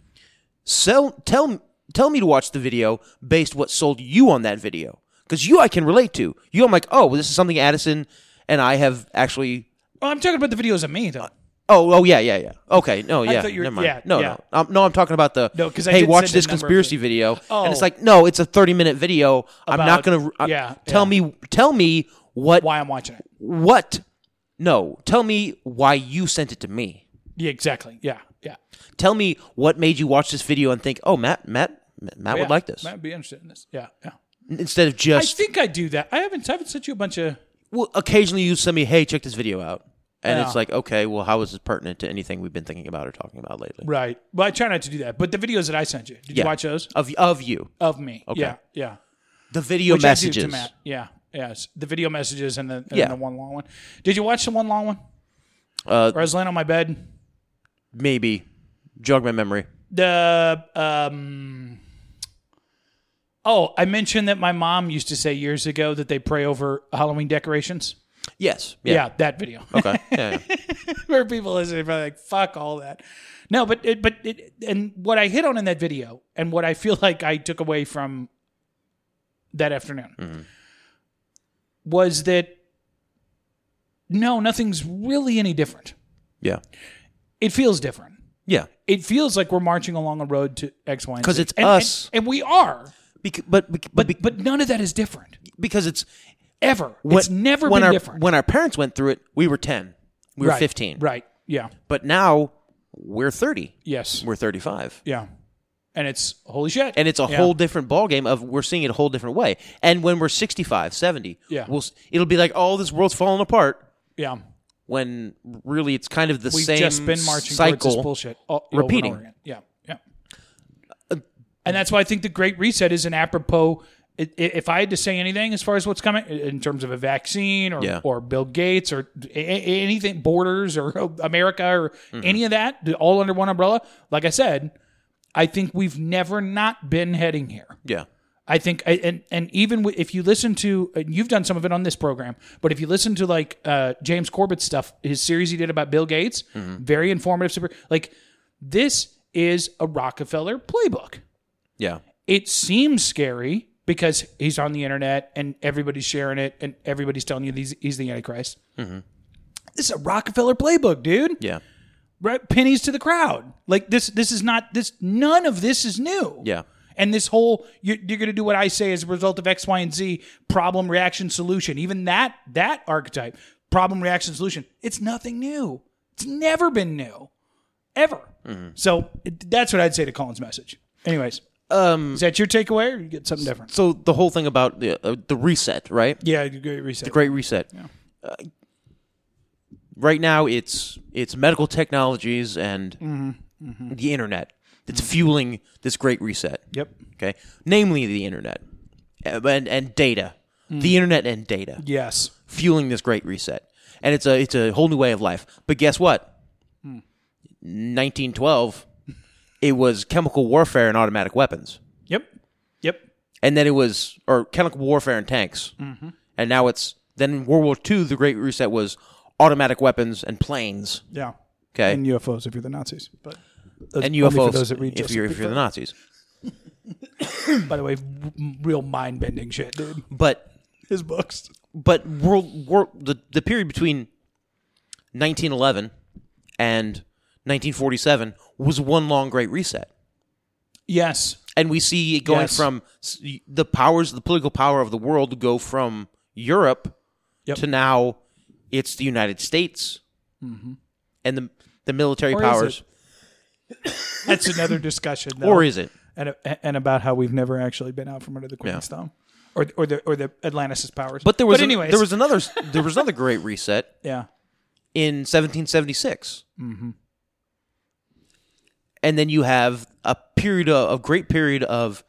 B: Sell tell tell me to watch the video based what sold you on that video because you I can relate to you. I'm like oh well, this is something Addison and I have actually.
A: Well, I'm talking about the videos of me though.
B: Oh, oh yeah, yeah, yeah. Okay, no, yeah,
A: thought you were-
B: never mind.
A: yeah,
B: no,
A: yeah.
B: no, um, no. I'm talking about the
A: No, 'cause I
B: hey,
A: did
B: watch
A: send a
B: this
A: number of
B: conspiracy
A: videos.
B: video, and it's
A: Oh.
B: like no, it's a 30 minute video. I'm not
A: About-
B: gonna uh,
A: yeah,
B: tell
A: yeah.
B: me tell me what
A: Why I'm watching it?
B: what? No, tell me why you sent it to me.
A: Yeah, exactly. Yeah, yeah.
B: Tell me what made you watch this video and think, "Oh, Matt, Matt, Matt
A: I
B: would like this."
A: I'd be interested in this. Yeah, yeah.
B: Instead of
A: Oh, I
B: just
A: think I do that. I haven't. I haven't sent you a bunch of.
B: well, occasionally you send me, "Hey, check this video out," and
A: Yeah.
B: it's like, "Okay, well, how is this pertinent to anything we've been thinking about or talking about lately?"
A: Right. Well, I try not to do that. But the videos that I sent you, did
B: Yeah.
A: you watch those
B: Of of you,
A: of me?
B: Okay.
A: Yeah, yeah.
B: the video
A: Which I do
B: messages.
A: to Matt. Yeah, yes. The video messages and the and
B: Yeah.
A: the one long one. Did you watch the one long one?
B: Uh,
A: Where I was laying on my bed.
B: Maybe jog my memory.
A: the um oh i mentioned that my mom used to say years ago that they pray over halloween decorations
B: Yes.
A: yeah,
B: Yeah.
A: that video
B: Okay. Yeah, yeah.
A: where people listening are like fuck all that no but it, but it, and what i hit on in that video and what i feel like i took away from that afternoon
B: Mm-hmm.
A: was that no nothing's really any different
B: yeah.
A: it feels different
B: Yeah.
A: it feels like we're marching along a road to X, Y, and
B: 'Cause
A: Z.
B: it's
A: And-
B: us.
A: and, and we are.
B: Bec- but, bec- but,
A: but
B: bec-
A: but none of that is different
B: because it's
A: ever. it's
B: when-
A: never
B: when
A: been
B: our,
A: different.
B: When our parents went through it, we were ten. We were
A: Right,
B: fifteen.
A: right? Yeah,
B: But now we're 30.
A: yes,
B: We're 35.
A: yeah, and it's holy shit,
B: And it's a
A: Yeah.
B: whole different ballgame of we're seeing it a whole different way. And when we're 65, 70,
A: Yeah.
B: we'll, s- it'll be like, oh, this world's falling apart.
A: yeah.
B: When really it's kind of the
A: We've
B: same
A: just been marching towards this
B: cycle.
A: bullshit, all, over and
B: repeating.
A: over again. Yeah, yeah. And that's why I think the Great Reset is an apropos. i- i- If I had to say anything as far as what's coming i- in terms of a vaccine or,
B: Yeah.
A: or Bill Gates or a- a- anything, borders or America or
B: Mm-hmm.
A: any of that, all under one umbrella, like I said, I think we've never not been heading here.
B: yeah.
A: I think, I- and and even wi- if you listen to, and you've done some of it on this program, but if you listen to like uh, James Corbett's stuff, his series he did about Bill Gates,
B: Mm-hmm.
A: very informative. Super, like this is a Rockefeller playbook.
B: Yeah.
A: It seems scary because he's on the internet and everybody's sharing it and everybody's telling you he's, he's the Antichrist. This is a Rockefeller playbook, dude.
B: Mm-hmm. Yeah.
A: Right, pennies to the crowd. Like this, this is not this. None of this is new
B: Yeah.
A: and this whole you're, you're going to do what i say as a result of x y and z problem reaction solution even that that archetype problem reaction solution it's nothing new it's never been new ever
B: Mm-hmm.
A: so it, that's what i'd say to colin's message anyways um is that your takeaway or you get something different
B: So the whole thing about the, uh, the reset, right?
A: yeah you great reset
B: Great reset. Uh, right now it's it's medical technologies and
A: Mm-hmm.
B: the internet that's fueling this great reset.
A: yep
B: okay namely the internet uh, and and data the
A: Hmm.
B: internet and data
A: yes
B: fueling this great reset and it's a it's a whole new way of life but guess what
A: Hmm.
B: 1912 it was chemical warfare and automatic weapons
A: yep yep
B: and then it was or chemical warfare and tanks
A: Mm-hmm.
B: and now it's then in world war ii the great reset was automatic weapons and planes
A: yeah
B: okay
A: and ufos if you're the nazis but
B: and
A: only for
B: ufos
A: those that read
B: if you're if
A: Joseph
B: you're the nazis
A: by the way w- real mind-bending shit dude
B: but
A: his books
B: but world war the, the period between 1911 and 1947 was one long great reset
A: yes
B: and we see it going
A: Yes.
B: from s- the powers the political power of the world go from europe
A: Yep.
B: to now it's the united states Mm-hmm. and the the military
A: Or is
B: powers
A: that's another discussion though.
B: or is it
A: and and about how we've never actually been out from under the Queen's
B: Yeah.
A: thumb, or or the or the Atlantis' powers.
B: But there was
A: but
B: an-
A: anyways,
B: there was another there was another great reset
A: yeah.
B: in 1776. Mm-hmm. And then you have a period of a great period of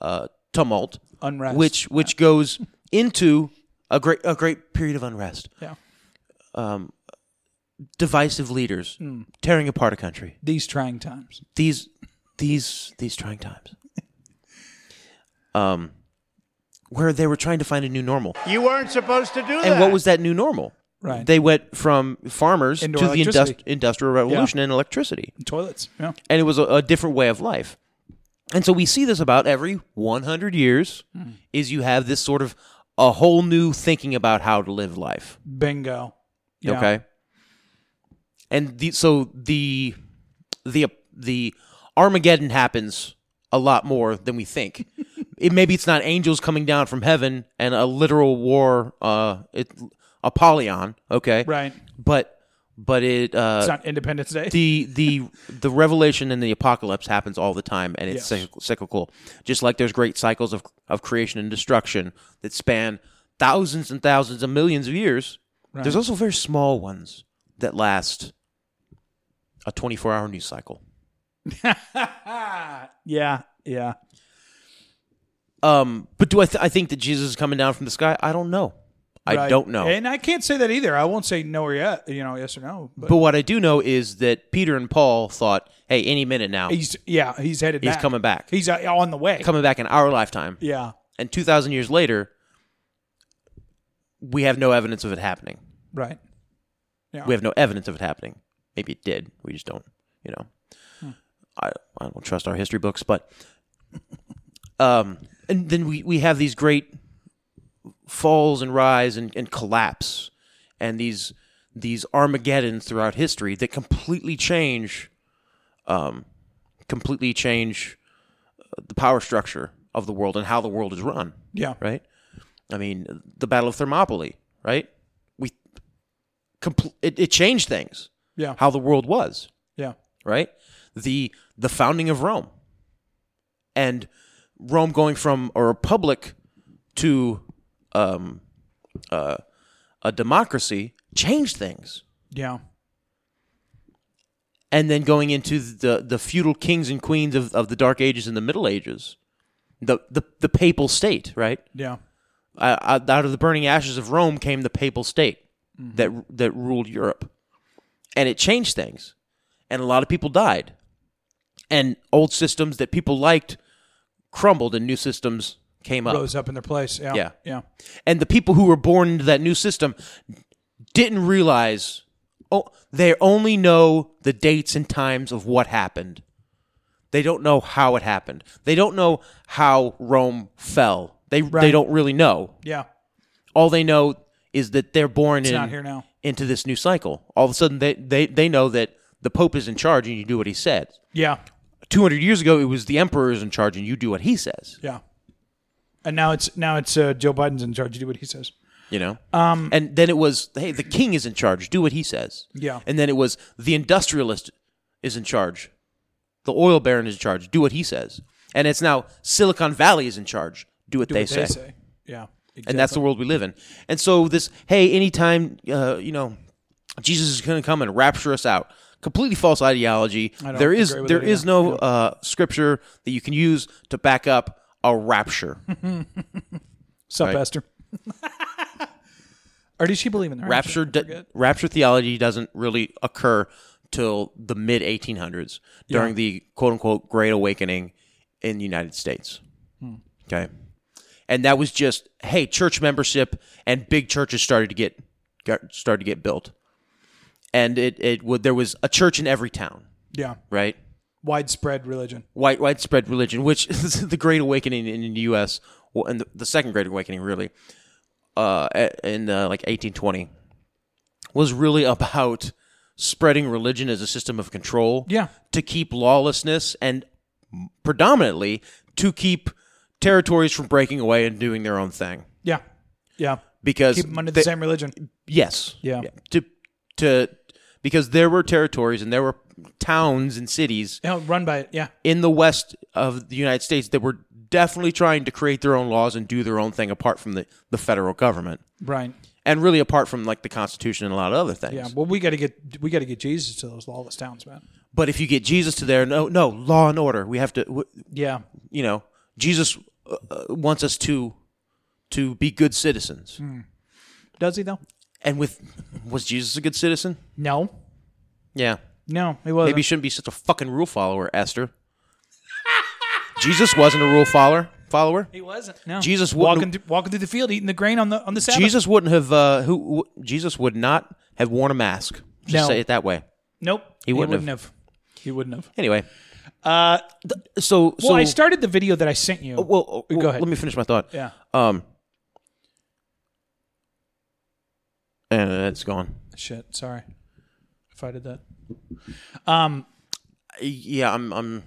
B: uh, tumult,
A: Unrest.
B: which which goes into a great a great period of unrest.
A: Yeah.
B: Um, divisive leaders
A: Hmm.
B: tearing apart a country.
A: These trying times.
B: These these these trying times. Um, where they were trying to find a new normal.
E: You weren't supposed to do that.
B: And what was that new normal?
A: Right.
B: They went from farmers
A: Into
B: to the industri-
A: electricity.
B: industrial revolution and electricity,
A: Toilets. Yeah.
B: and it was a, a different way of life. And so we see this about every 100 years
A: Hmm.
B: is you have this sort of a whole new thinking about how to live life.
A: Bingo. Yeah.
B: Okay. And the, so the the the Armageddon happens a lot more than we think. it maybe it's not angels coming down from heaven and a literal war uh it Apollyon, okay?
A: Right.
B: But but it uh
A: It's not Independence Day.
B: the the the revelation and the apocalypse happens all the time and it's
A: Yes.
B: cyclical, cyclical just like there's great cycles of of creation and destruction that span thousands and thousands and millions of years there's also very small ones that last a 24 hour news cycle
A: yeah. Yeah.
B: um but do i th- i think that jesus is coming down from the sky i don't know i
A: Right.
B: don't know
A: And I can't say that either. I won't say no or yet. You know, yes or no. But,
B: but what i do know is that peter and paul thought hey any minute now he's
A: he's yeah he's headed. back.
B: coming back
A: He's uh, on the way.
B: coming back in our lifetime
A: yeah.
B: and 2000 years later we have no evidence of it happening
A: Right.
B: we have no evidence of it happening maybe it did we just don't you know I, I don't trust our history books but um and then we we have these great falls and rise and, and collapse and these these armageddons throughout history that completely change um completely change uh, the power structure of the world and how the world is run
A: Yeah.
B: right? I mean, the Battle of Thermopylae, right? We compl- it, it changed things,
A: Yeah.
B: how the world was,
A: Yeah.
B: right? The the founding of Rome and Rome going from a republic to um, uh, a democracy changed things,
A: Yeah.
B: and then going into the the feudal kings and queens of, of the Dark Ages and the Middle Ages, the the, the papal state, right?
A: Yeah.
B: uh, out out of the burning ashes of Rome came the papal state that that ruled Europe, and it changed things, and a lot of people died, and old systems that people liked crumbled, and new systems came up,
A: Rose up in their place. Yeah.
B: Yeah.
A: Yeah.
B: and the people who were born into that new system didn't realize. Oh, they only know the dates and times of what happened. They don't know how it happened. They don't know how Rome fell. They they don't really know
A: Yeah.
B: all they know is that they're born in,
A: not here now.
B: into this new cycle. All of a sudden, they, they, they know that the Pope is in charge and you do what he said.
A: Yeah.
B: 200 years ago, it was the Emperor is in charge and you do what he says,
A: Yeah. And now it's now it's uh, Joe Biden's in charge. You do what he says.
B: you know? Um, and then it was, hey, the king is in charge, do what he says.
A: Yeah.
B: And then it was, the industrialist is in charge, the oil baron is in charge, do what he says. And it's now Silicon Valley is in charge, do what,
A: Do
B: they,
A: what
B: say.
A: they say. Yeah.
B: and that's the world we live in. And so this, hey, anytime uh, you know, Jesus is going to come and rapture us out. Completely false ideology.
A: don't
B: There is
A: agree with
B: there
A: it
B: is
A: either.
B: no uh, scripture that you can use to back up a rapture.
A: Sup,
B: Right.
A: Esther? or does she believe in the
B: rapture d- rapture theology doesn't really occur till the mid 1800s during the quote unquote Great Awakening in the United States. Okay, and that was just hey, church membership and big churches started to get got, started to get built, and it it would there was a church in every town,
A: Yeah.
B: right?
A: Widespread religion.
B: White widespread religion, which is the Great Awakening in the U.S. well, and the, the Second Great Awakening really, uh, a- in uh, like 1820, was really about spreading religion as a system of control.
A: Yeah.
B: to keep lawlessness and predominantly to keep territories from breaking away and doing their own thing
A: Yeah. Yeah.
B: because
A: Keep them under the
B: they-
A: same religion.
B: yes
A: Yeah.
B: to to because there were territories and there were towns and cities
A: Yeah, run by it. Yeah.
B: in the west of the United States that were definitely trying to create their own laws and do their own thing apart from the, the federal government
A: Brian.
B: and really apart from like the Constitution and a lot of other things.
A: Yeah, well, we got to get we got to get Jesus to those lawless towns, man.
B: But if you get Jesus to there, no, no, law and order. We have to, w-
A: Yeah,
B: you know, Jesus uh, uh, wants us to to be good citizens.
A: does he though?
B: And with was Jesus a good citizen?
A: No,
B: Yeah,
A: no, he wasn't.
B: maybe you shouldn't be such a fucking rule follower, Esther. Jesus wasn't a rule follower. Follower.
A: he wasn't. No,
B: Jesus wouldn't-
A: walking through, walking through the field, eating the grain on the on the Sabbath.
B: Jesus wouldn't have. Uh, who wh- Jesus would not have worn a mask. Just
A: No.
B: say it that way.
A: nope,
B: He wouldn't
A: have. He wouldn't have.
B: Anyway. Uh, so
A: Well,
B: so
A: I started the video that I sent you.
B: Well, uh, well,
A: ahead.
B: Let me finish my thought.
A: yeah,
B: Um, and it's gone.
A: shit. Sorry if I did that. Um,
B: Yeah, I'm. I'm.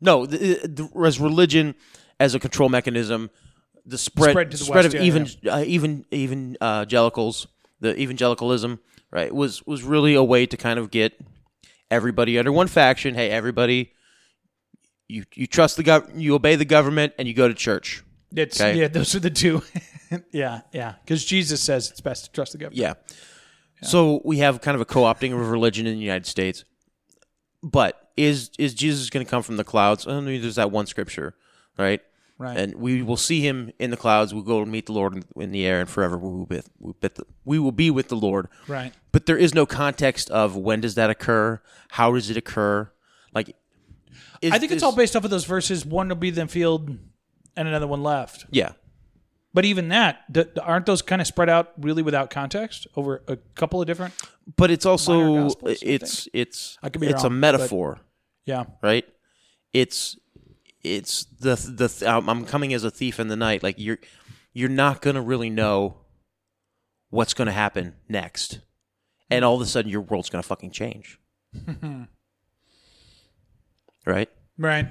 B: No, the, the, as religion as a control mechanism, the spread
A: Spread to the
B: spread of
A: West, yeah,
B: even uh, even even uh, evangelicals, the evangelicalism, right, was was really a way to kind of get everybody under one faction. Hey, everybody, you you trust the gov, you obey the government, and you go to church.
A: It's
B: Okay.
A: yeah, those are the two. yeah, yeah, because Jesus says it's best to trust the government.
B: Yeah. So we have kind of a co-opting of religion in the United States. But is is Jesus going to come from the clouds? I mean, there's that one scripture, right?
A: Right.
B: And we will see him in the clouds. We'll go meet the Lord in, in the air, and forever we will be, we bet the- we will be with the Lord.
A: Right.
B: But there is no context of when does that occur? How does it occur? Like, is-
A: I think
B: is-
A: it's all based off of those verses. One will be in the field, and another one left.
B: Yeah.
A: But even that, d- d- aren't those kind of spread out really without context over a couple of different?
B: But it's also
A: Gospels, I think.
B: it's it's
A: could be
B: it's a
A: wrong, but-
B: metaphor.
A: Yeah,
B: right? It's it's the the th- I'm I'm coming as a thief in the night. Like you're you're not gonna really know what's gonna happen next, and all of a sudden your world's gonna fucking change, right?
A: right.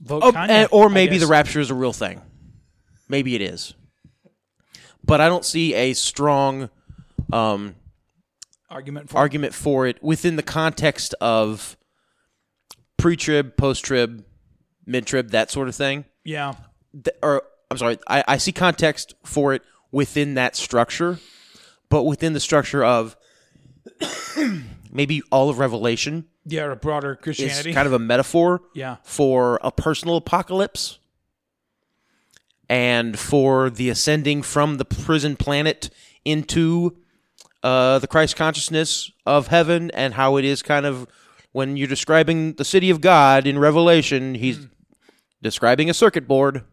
A: Vote
B: Oh,
A: Kanye,
B: and, or
A: I
B: maybe the
A: guess.
B: rapture is a real thing. Maybe it is, but I don't see a strong um,
A: argument for
B: argument for it within the context of pre-trib, post-trib, mid-trib, that sort of thing.
A: yeah,
B: th- or I'm sorry, I, I see context for it within that structure, but within the structure of maybe all of Revelation
A: yeah, or a broader
B: is
A: Christianity.
B: kind of a metaphor
A: yeah,
B: for a personal apocalypse and for the ascending from the prison planet into uh, the Christ consciousness of heaven and how it is kind of when you're describing the city of God in Revelation, he's describing a circuit board.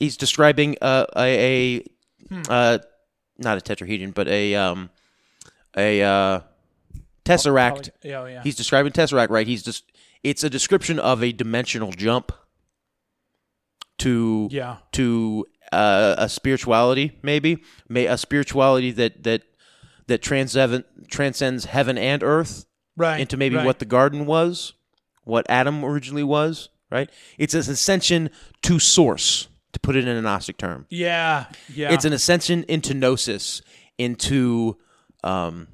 B: He's describing uh, a, a uh, not a tetrahedron, but a um, a uh, tesseract
A: Probably- yeah, oh, yeah.
B: He's describing Tesseract, right? He's just it's a description of a dimensional jump to
A: Yeah.
B: to uh, a spirituality, maybe may a spirituality that that that transcend, transcends heaven and earth
A: right
B: into maybe
A: right.
B: what the garden was, what Adam originally was, right? It's an ascension to source, to put it in a Gnostic term.
A: yeah yeah
B: It's an ascension into gnosis, into um,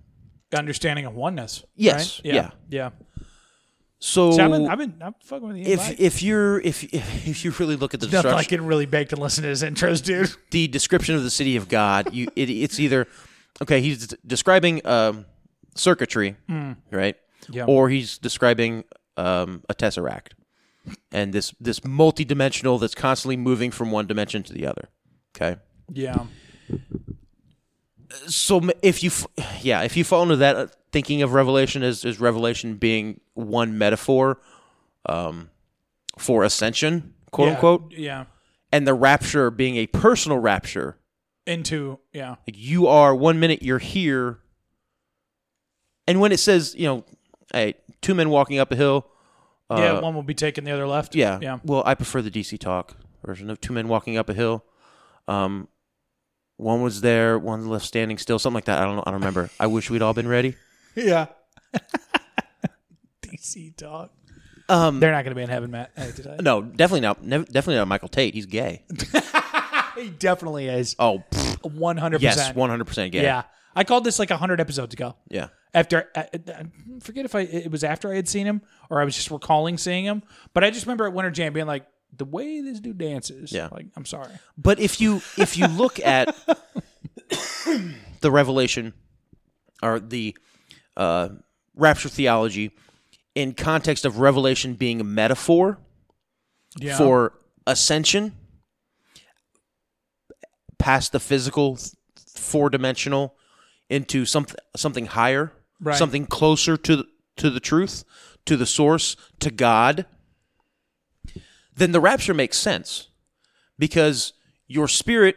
A: understanding of oneness.
B: Yes,
A: right?
B: yeah.
A: yeah.
B: so.
A: See, I've, been, I've been I'm fucking with you.
B: if if you're if if if you really look at the
A: nothing
B: destruction,
A: like getting really baked and listening to his intros, dude.
B: the description of the city of God, you it, it's either okay, he's d- describing um, circuitry, right?
A: Hmm. Yeah.
B: Or he's describing um, a tesseract, and this this multi-dimensional that's constantly moving from one dimension to the other. Okay,
A: Yeah,
B: so m- if you, f- yeah, if you fall into that uh, thinking of Revelation as as Revelation being one metaphor, um, for ascension, quote
A: Yeah,
B: unquote,
A: Yeah,
B: and the rapture being a personal rapture,
A: into yeah.
B: Like you are one minute you're here, and when it says you know, hey, two men walking up a hill. Uh,
A: yeah, one will be taken, the other left.
B: yeah,
A: yeah.
B: Well, I prefer the DC talk version of two men walking up a hill. Um, one was there, one left standing still, something like that. I don't know. I don't remember. I wish we'd all been ready.
A: Yeah. DC dog.
B: Um,
A: They're not going to be in heaven, Matt. Hey, did I?
B: no, definitely not. Nev- definitely not Michael Tate. He's gay.
A: He definitely is.
B: Oh, pfft,
A: 100%.
B: yes, one hundred percent gay.
A: Yeah. I called this like 100 episodes ago.
B: yeah.
A: after I, I forget if I it was after I had seen him or I was just recalling seeing him, but I just remember at Winter Jam being like the way this dude dances.
B: Yeah.
A: like I'm sorry.
B: But if you if you look at the revelation or the uh, rapture theology in context of revelation being a metaphor
A: Yeah.
B: for ascension past the physical four dimensional into something something higher,
A: Right.
B: something closer to the, to the truth, to the source, to God, then the rapture makes sense because your spirit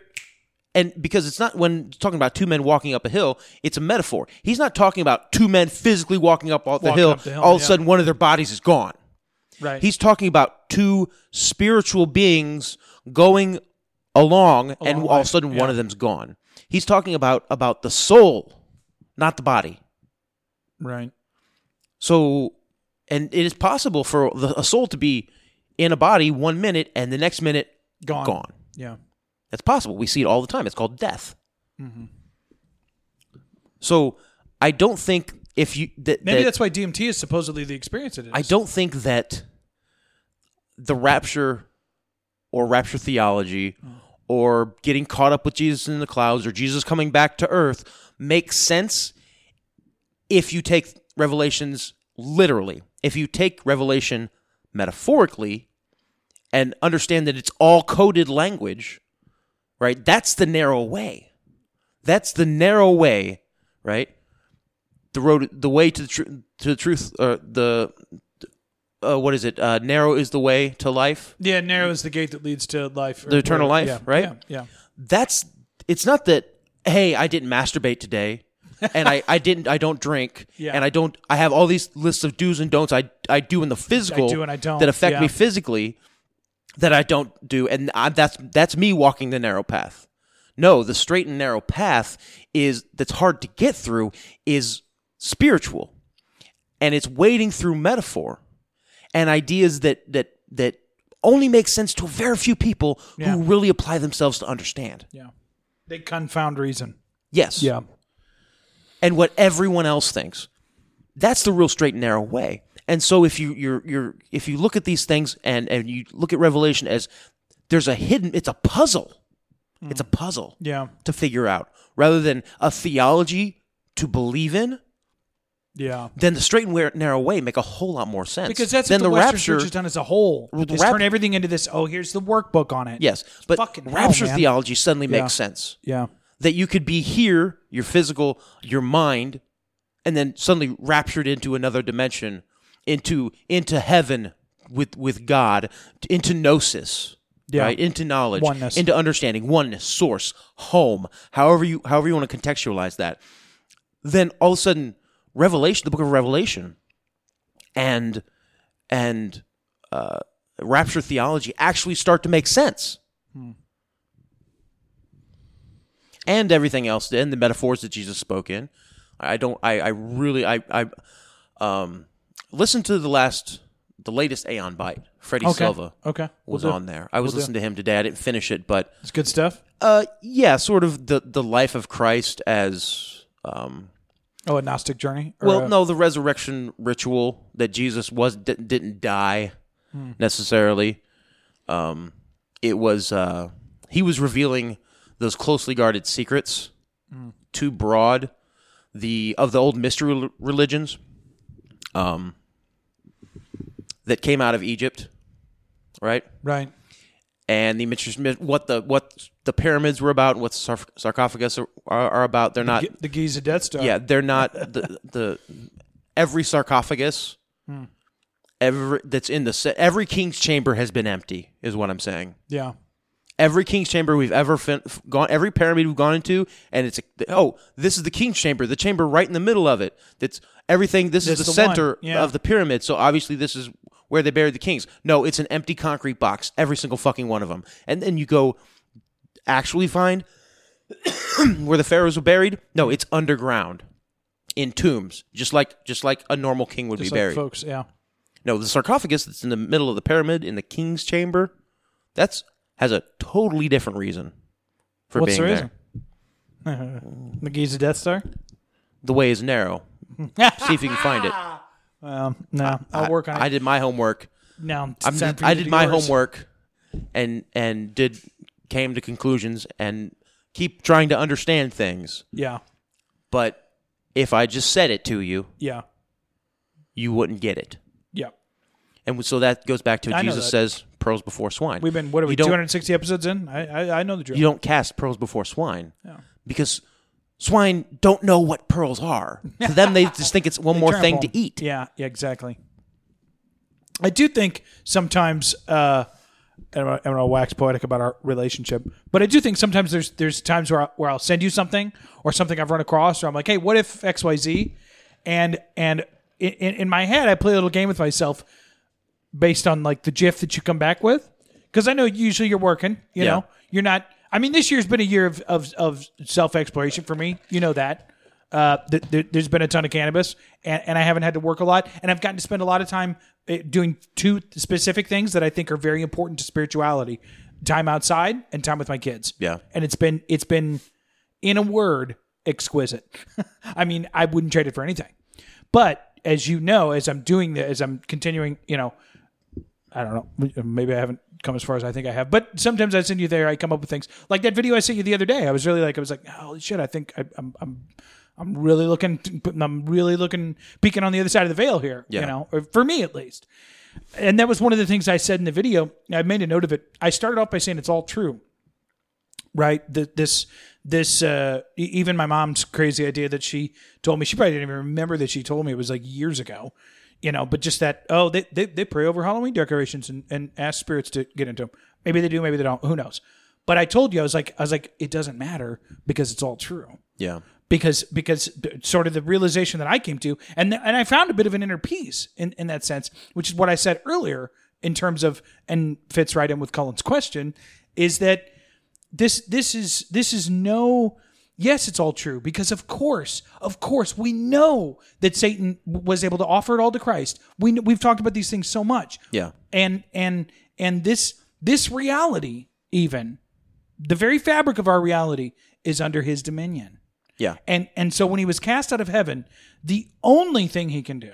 B: and because it's not when talking about two men walking up a hill, it's a metaphor. He's not talking about two men physically walking up off the,
A: Walking
B: hill,
A: up the hill,
B: All of a
A: yeah.
B: sudden, one of their bodies is gone.
A: right.
B: He's talking about two spiritual beings going along, and all of a sudden one of them's gone. He's talking about about the soul, not the body.
A: right.
B: So, and it is possible for the, a soul to be in a body one minute and the next minute
A: Gone.
B: gone.
A: Yeah.
B: That's possible. We see it all the time. It's called death.
A: Mm-hmm.
B: So, I don't think if you that,
A: Maybe
B: that-
A: that's why DMT is supposedly the experience it is.
B: I don't think that the rapture or rapture theology or getting caught up with Jesus in the clouds or Jesus coming back to earth makes sense if you take revelations literally. If you take revelation metaphorically and understand that it's all coded language, right? That's the narrow way. That's the narrow way, right? The road the way to the tr- to the truth or the uh, what is it? Uh, narrow is the way to life.
A: Yeah, narrow is the gate that leads to life, or
B: The eternal life,
A: yeah,
B: right?
A: Yeah, yeah.
B: That's it's not that hey, I didn't masturbate today and I, I didn't I don't drink
A: Yeah.
B: and I don't I have all these lists of do's and don'ts I I do in the physical
A: do and I don't,
B: that affect me
A: yeah.
B: physically that I don't do and I, that's that's me walking the narrow path. No, the straight and narrow path is that's hard to get through is spiritual. And it's wading through metaphor and ideas that that that only make sense to very few people
A: Yeah.
B: who really apply themselves to understand.
A: yeah. They confound reason.
B: Yes. And what everyone else thinks. That's the real straight and narrow way. And so if you you're you're if you look at these things and and you look at Revelation as there's a hidden it's a puzzle. It's a puzzle
A: Hmm. Yeah.
B: to figure out rather than a theology to believe in.
A: Yeah.
B: Then the straight and wa- narrow way make a whole lot more sense
A: Because that's
B: then
A: what the,
B: the
A: Western
B: rapture.
A: Church has done as a whole.
B: Well, the
A: Is
B: rap-
A: turn everything into this. Oh, here's the workbook on it.
B: Yes, but
A: Fucking hell,
B: rapture
A: man.
B: theology suddenly
A: Yeah.
B: makes sense.
A: Yeah.
B: that you could be here, your physical, your mind, and then suddenly raptured into another dimension, into into heaven with with God, into gnosis,
A: Yeah.
B: right, into knowledge,
A: Oneness.
B: into understanding, oneness, source, home, however you however you want to contextualize that. Then all of a sudden, Revelation, the Book of Revelation, and and uh, rapture theology actually start to make sense. and everything else and the metaphors that Jesus spoke in. I don't. I. I really. I. I. Um. Listen to the last, the latest Aeon Bite. Freddie
A: Okay.
B: Silva
A: Okay. We'll
B: was
A: do.
B: on there. I was listening to him today. I didn't finish it, but
A: It's good stuff.
B: uh, yeah, sort of the the life of Christ as um.
A: Oh, a Gnostic journey. Or
B: Well,
A: a-
B: no, the resurrection ritual that Jesus was di- didn't die necessarily. Um, it was uh, he was revealing those closely guarded secrets too broad the of the old mystery rel- religions um, that came out of Egypt, right?
A: Right.
B: And the mysteries- what the what the pyramids were about and what the sarf- sarcophagus are, are about. They're not
A: G- the Giza Death Star.
B: yeah, they're not the the every sarcophagus every that's in the se- every king's chamber has been empty is what I'm saying.
A: Yeah.
B: Every king's chamber we've ever fin- f- gone every pyramid we've gone into and it's a, oh, this is the king's chamber, the chamber right in the middle of it. That's everything this
A: That's
B: is the,
A: the one,
B: center
A: yeah.
B: of the pyramid. So obviously this is where they buried the kings. No, it's an empty concrete box every single fucking one of them. And then you go actually find where the pharaohs were buried? No, it's underground in tombs, just like just like a normal king would
A: Just
B: be
A: like
B: buried.
A: folks. Yeah.
B: No, the sarcophagus that's in the middle of the pyramid in the king's chamber, that's has a totally different reason for
A: What's
B: being
A: the
B: there.
A: reason? the Giza Death Star.
B: The way is narrow. See if you can find it.
A: Um, No, I'll work on it.
B: I did my homework.
A: no, it's
B: I'm,
A: time for you
B: I
A: to
B: did
A: do
B: my
A: yours.
B: homework, and and did came to conclusions and keep trying to understand things.
A: Yeah,
B: But if I just said it to you,
A: yeah,
B: you wouldn't get it.
A: yeah.
B: And so that goes back to
A: I know
B: Jesus
A: that.
B: says pearls before swine.
A: We've been what are we?
B: You don't-
A: Two hundred sixty episodes in. I, I I know the drill.
B: you don't cast pearls before swine because swine don't know what pearls are. To them, they just think it's one more
A: Trample
B: thing to
A: them.
B: eat.
A: Yeah, yeah, exactly. I do think sometimes uh, I'm gonna- I'm gonna wax poetic about our relationship, but I do think sometimes there's there's times where I, where I'll send you something or something I've run across, or I'm like, hey, what if X Y Z, and and in, in in my head I play a little game with myself based on like the GIF that you come back with, because I know usually you're working, you
B: Yeah.
A: know, you're not. I mean, this year's been a year of of, of self exploration for me. You know that uh, th- th- there's been a ton of cannabis, and, and I haven't had to work a lot, and I've gotten to spend a lot of time uh, doing two specific things that I think are very important to spirituality: time outside and time with my kids.
B: Yeah.
A: and it's been it's been, in a word, exquisite. I mean, I wouldn't trade it for anything. But as you know, as I'm doing the as I'm continuing, you know, I don't know. Maybe I haven't come as far as I think I have, but sometimes I send you there. I come up with things like that video I sent you the other day. I was really like, I was like, holy shit! I think I, I'm, I'm, I'm really looking, I'm really looking, peeking on the other side of the veil here. You
B: Yeah.
A: know, or for me at least. And that was one of the things I said in the video. I made a note of it. I started off by saying it's all true, right? Th- This, this, uh, e- even my mom's crazy idea that she told me. She probably didn't even remember that she told me. It was like years ago you know, but just that, oh, they, they, they pray over Halloween decorations and, and ask spirits to get into them. Maybe they do, maybe they don't. Who knows? But I told you, I was like, I was like, it doesn't matter because it's all true.
B: Yeah.
A: Because because th- sort of the realization that I came to, and th- and I found a bit of an inner peace in in that sense, which is what I said earlier in terms of and fits right in with Cullen's question, is that this this is this is no yes it's all true because of course of course we know that satan was able to offer it all to christ we kn- we've talked about these things so much
B: Yeah.
A: and and and this this reality even the very fabric of our reality is under his dominion
B: Yeah.
A: and and so when he was cast out of heaven, the only thing he can do,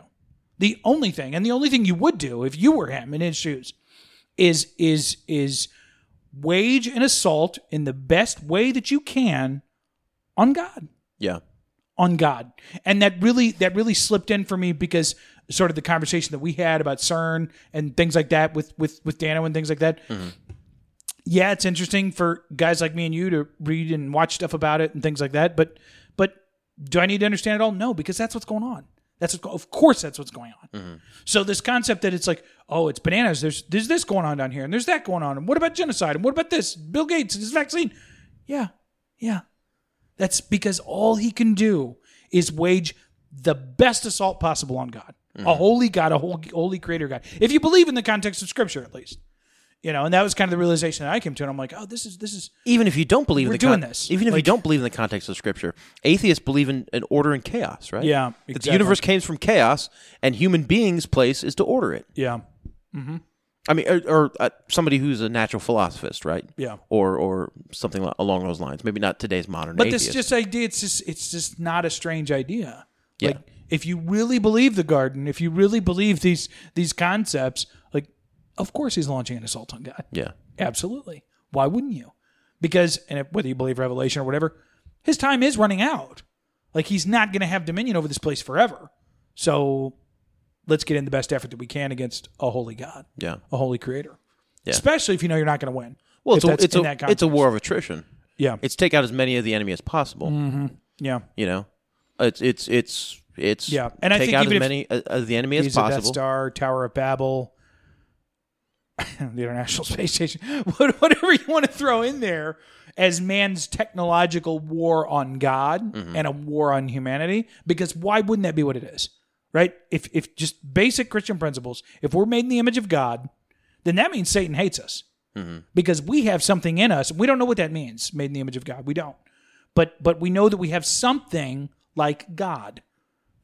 A: the only thing, and the only thing you would do if you were him in his shoes, is is is wage an assault in the best way that you can on God
B: Yeah.
A: on God. And that really that really slipped in for me because sort of the conversation that we had about CERN and things like that with with with Dano and things like that. Yeah, it's interesting for guys like me and you to read and watch stuff about it and things like that, but but do I need to understand it all? No, because that's what's going on. That's what, of course that's what's going on. So this concept that it's like, oh, it's bananas. There's there's this going on down here, and there's that going on, and what about genocide? And what about this? Bill Gates and his vaccine? Yeah, yeah. That's because all he can do is wage the best assault possible on God,
B: Mm-hmm.
A: a holy God, a holy, holy creator God. If you believe in the context of Scripture, at least, you know. And that was kind of the realization that I came to, and I'm like, oh, this is this is
B: Even if you don't believe
A: We're
B: in the con-
A: doing this.
B: even if you
A: Like-
B: don't believe in the context of Scripture, atheists believe in, in order and chaos, right?
A: Yeah,
B: That the
A: exactly.
B: universe came from chaos, and human beings' place is to order it.
A: yeah,
B: I mean, or, or uh, somebody who's a natural philosophist, right?
A: Yeah.
B: Or or something li- along those lines. Maybe not today's modern
A: But
B: atheist.
A: this just idea, it's just it's just not a strange idea.
B: Yeah.
A: Like if you really believe the garden, if you really believe these these concepts, like of course he's launching an assault on God.
B: yeah.
A: Absolutely. Why wouldn't you? Because, and if, whether you believe Revelation or whatever, his time is running out. Like, he's not going to have dominion over this place forever. So let's get in the best effort that we can against a holy God,
B: Yeah.
A: a holy creator.
B: Yeah.
A: Especially if you know you're not going to win.
B: Well,
A: If
B: it's
A: that's
B: a, it's,
A: in
B: a,
A: that
B: it's a
A: context.
B: war of attrition.
A: Yeah.
B: It's take out as many of the enemy as possible.
A: Mm. yeah.
B: You know, it's it's it's it's
A: Yeah, and I
B: take
A: think
B: out
A: even
B: as
A: if
B: many uh, of the enemy as
A: He's a Death
B: possible.
A: Star, Tower of Babel, the International Space Station, what- whatever you want to throw in there as man's technological war on God and a war on humanity. Because why wouldn't that be what it is, right? If if just basic Christian principles, if we're made in the image of God, then that means Satan hates us because we have something in us. We don't know what that means, made in the image of God. We don't, but but we know that we have something like God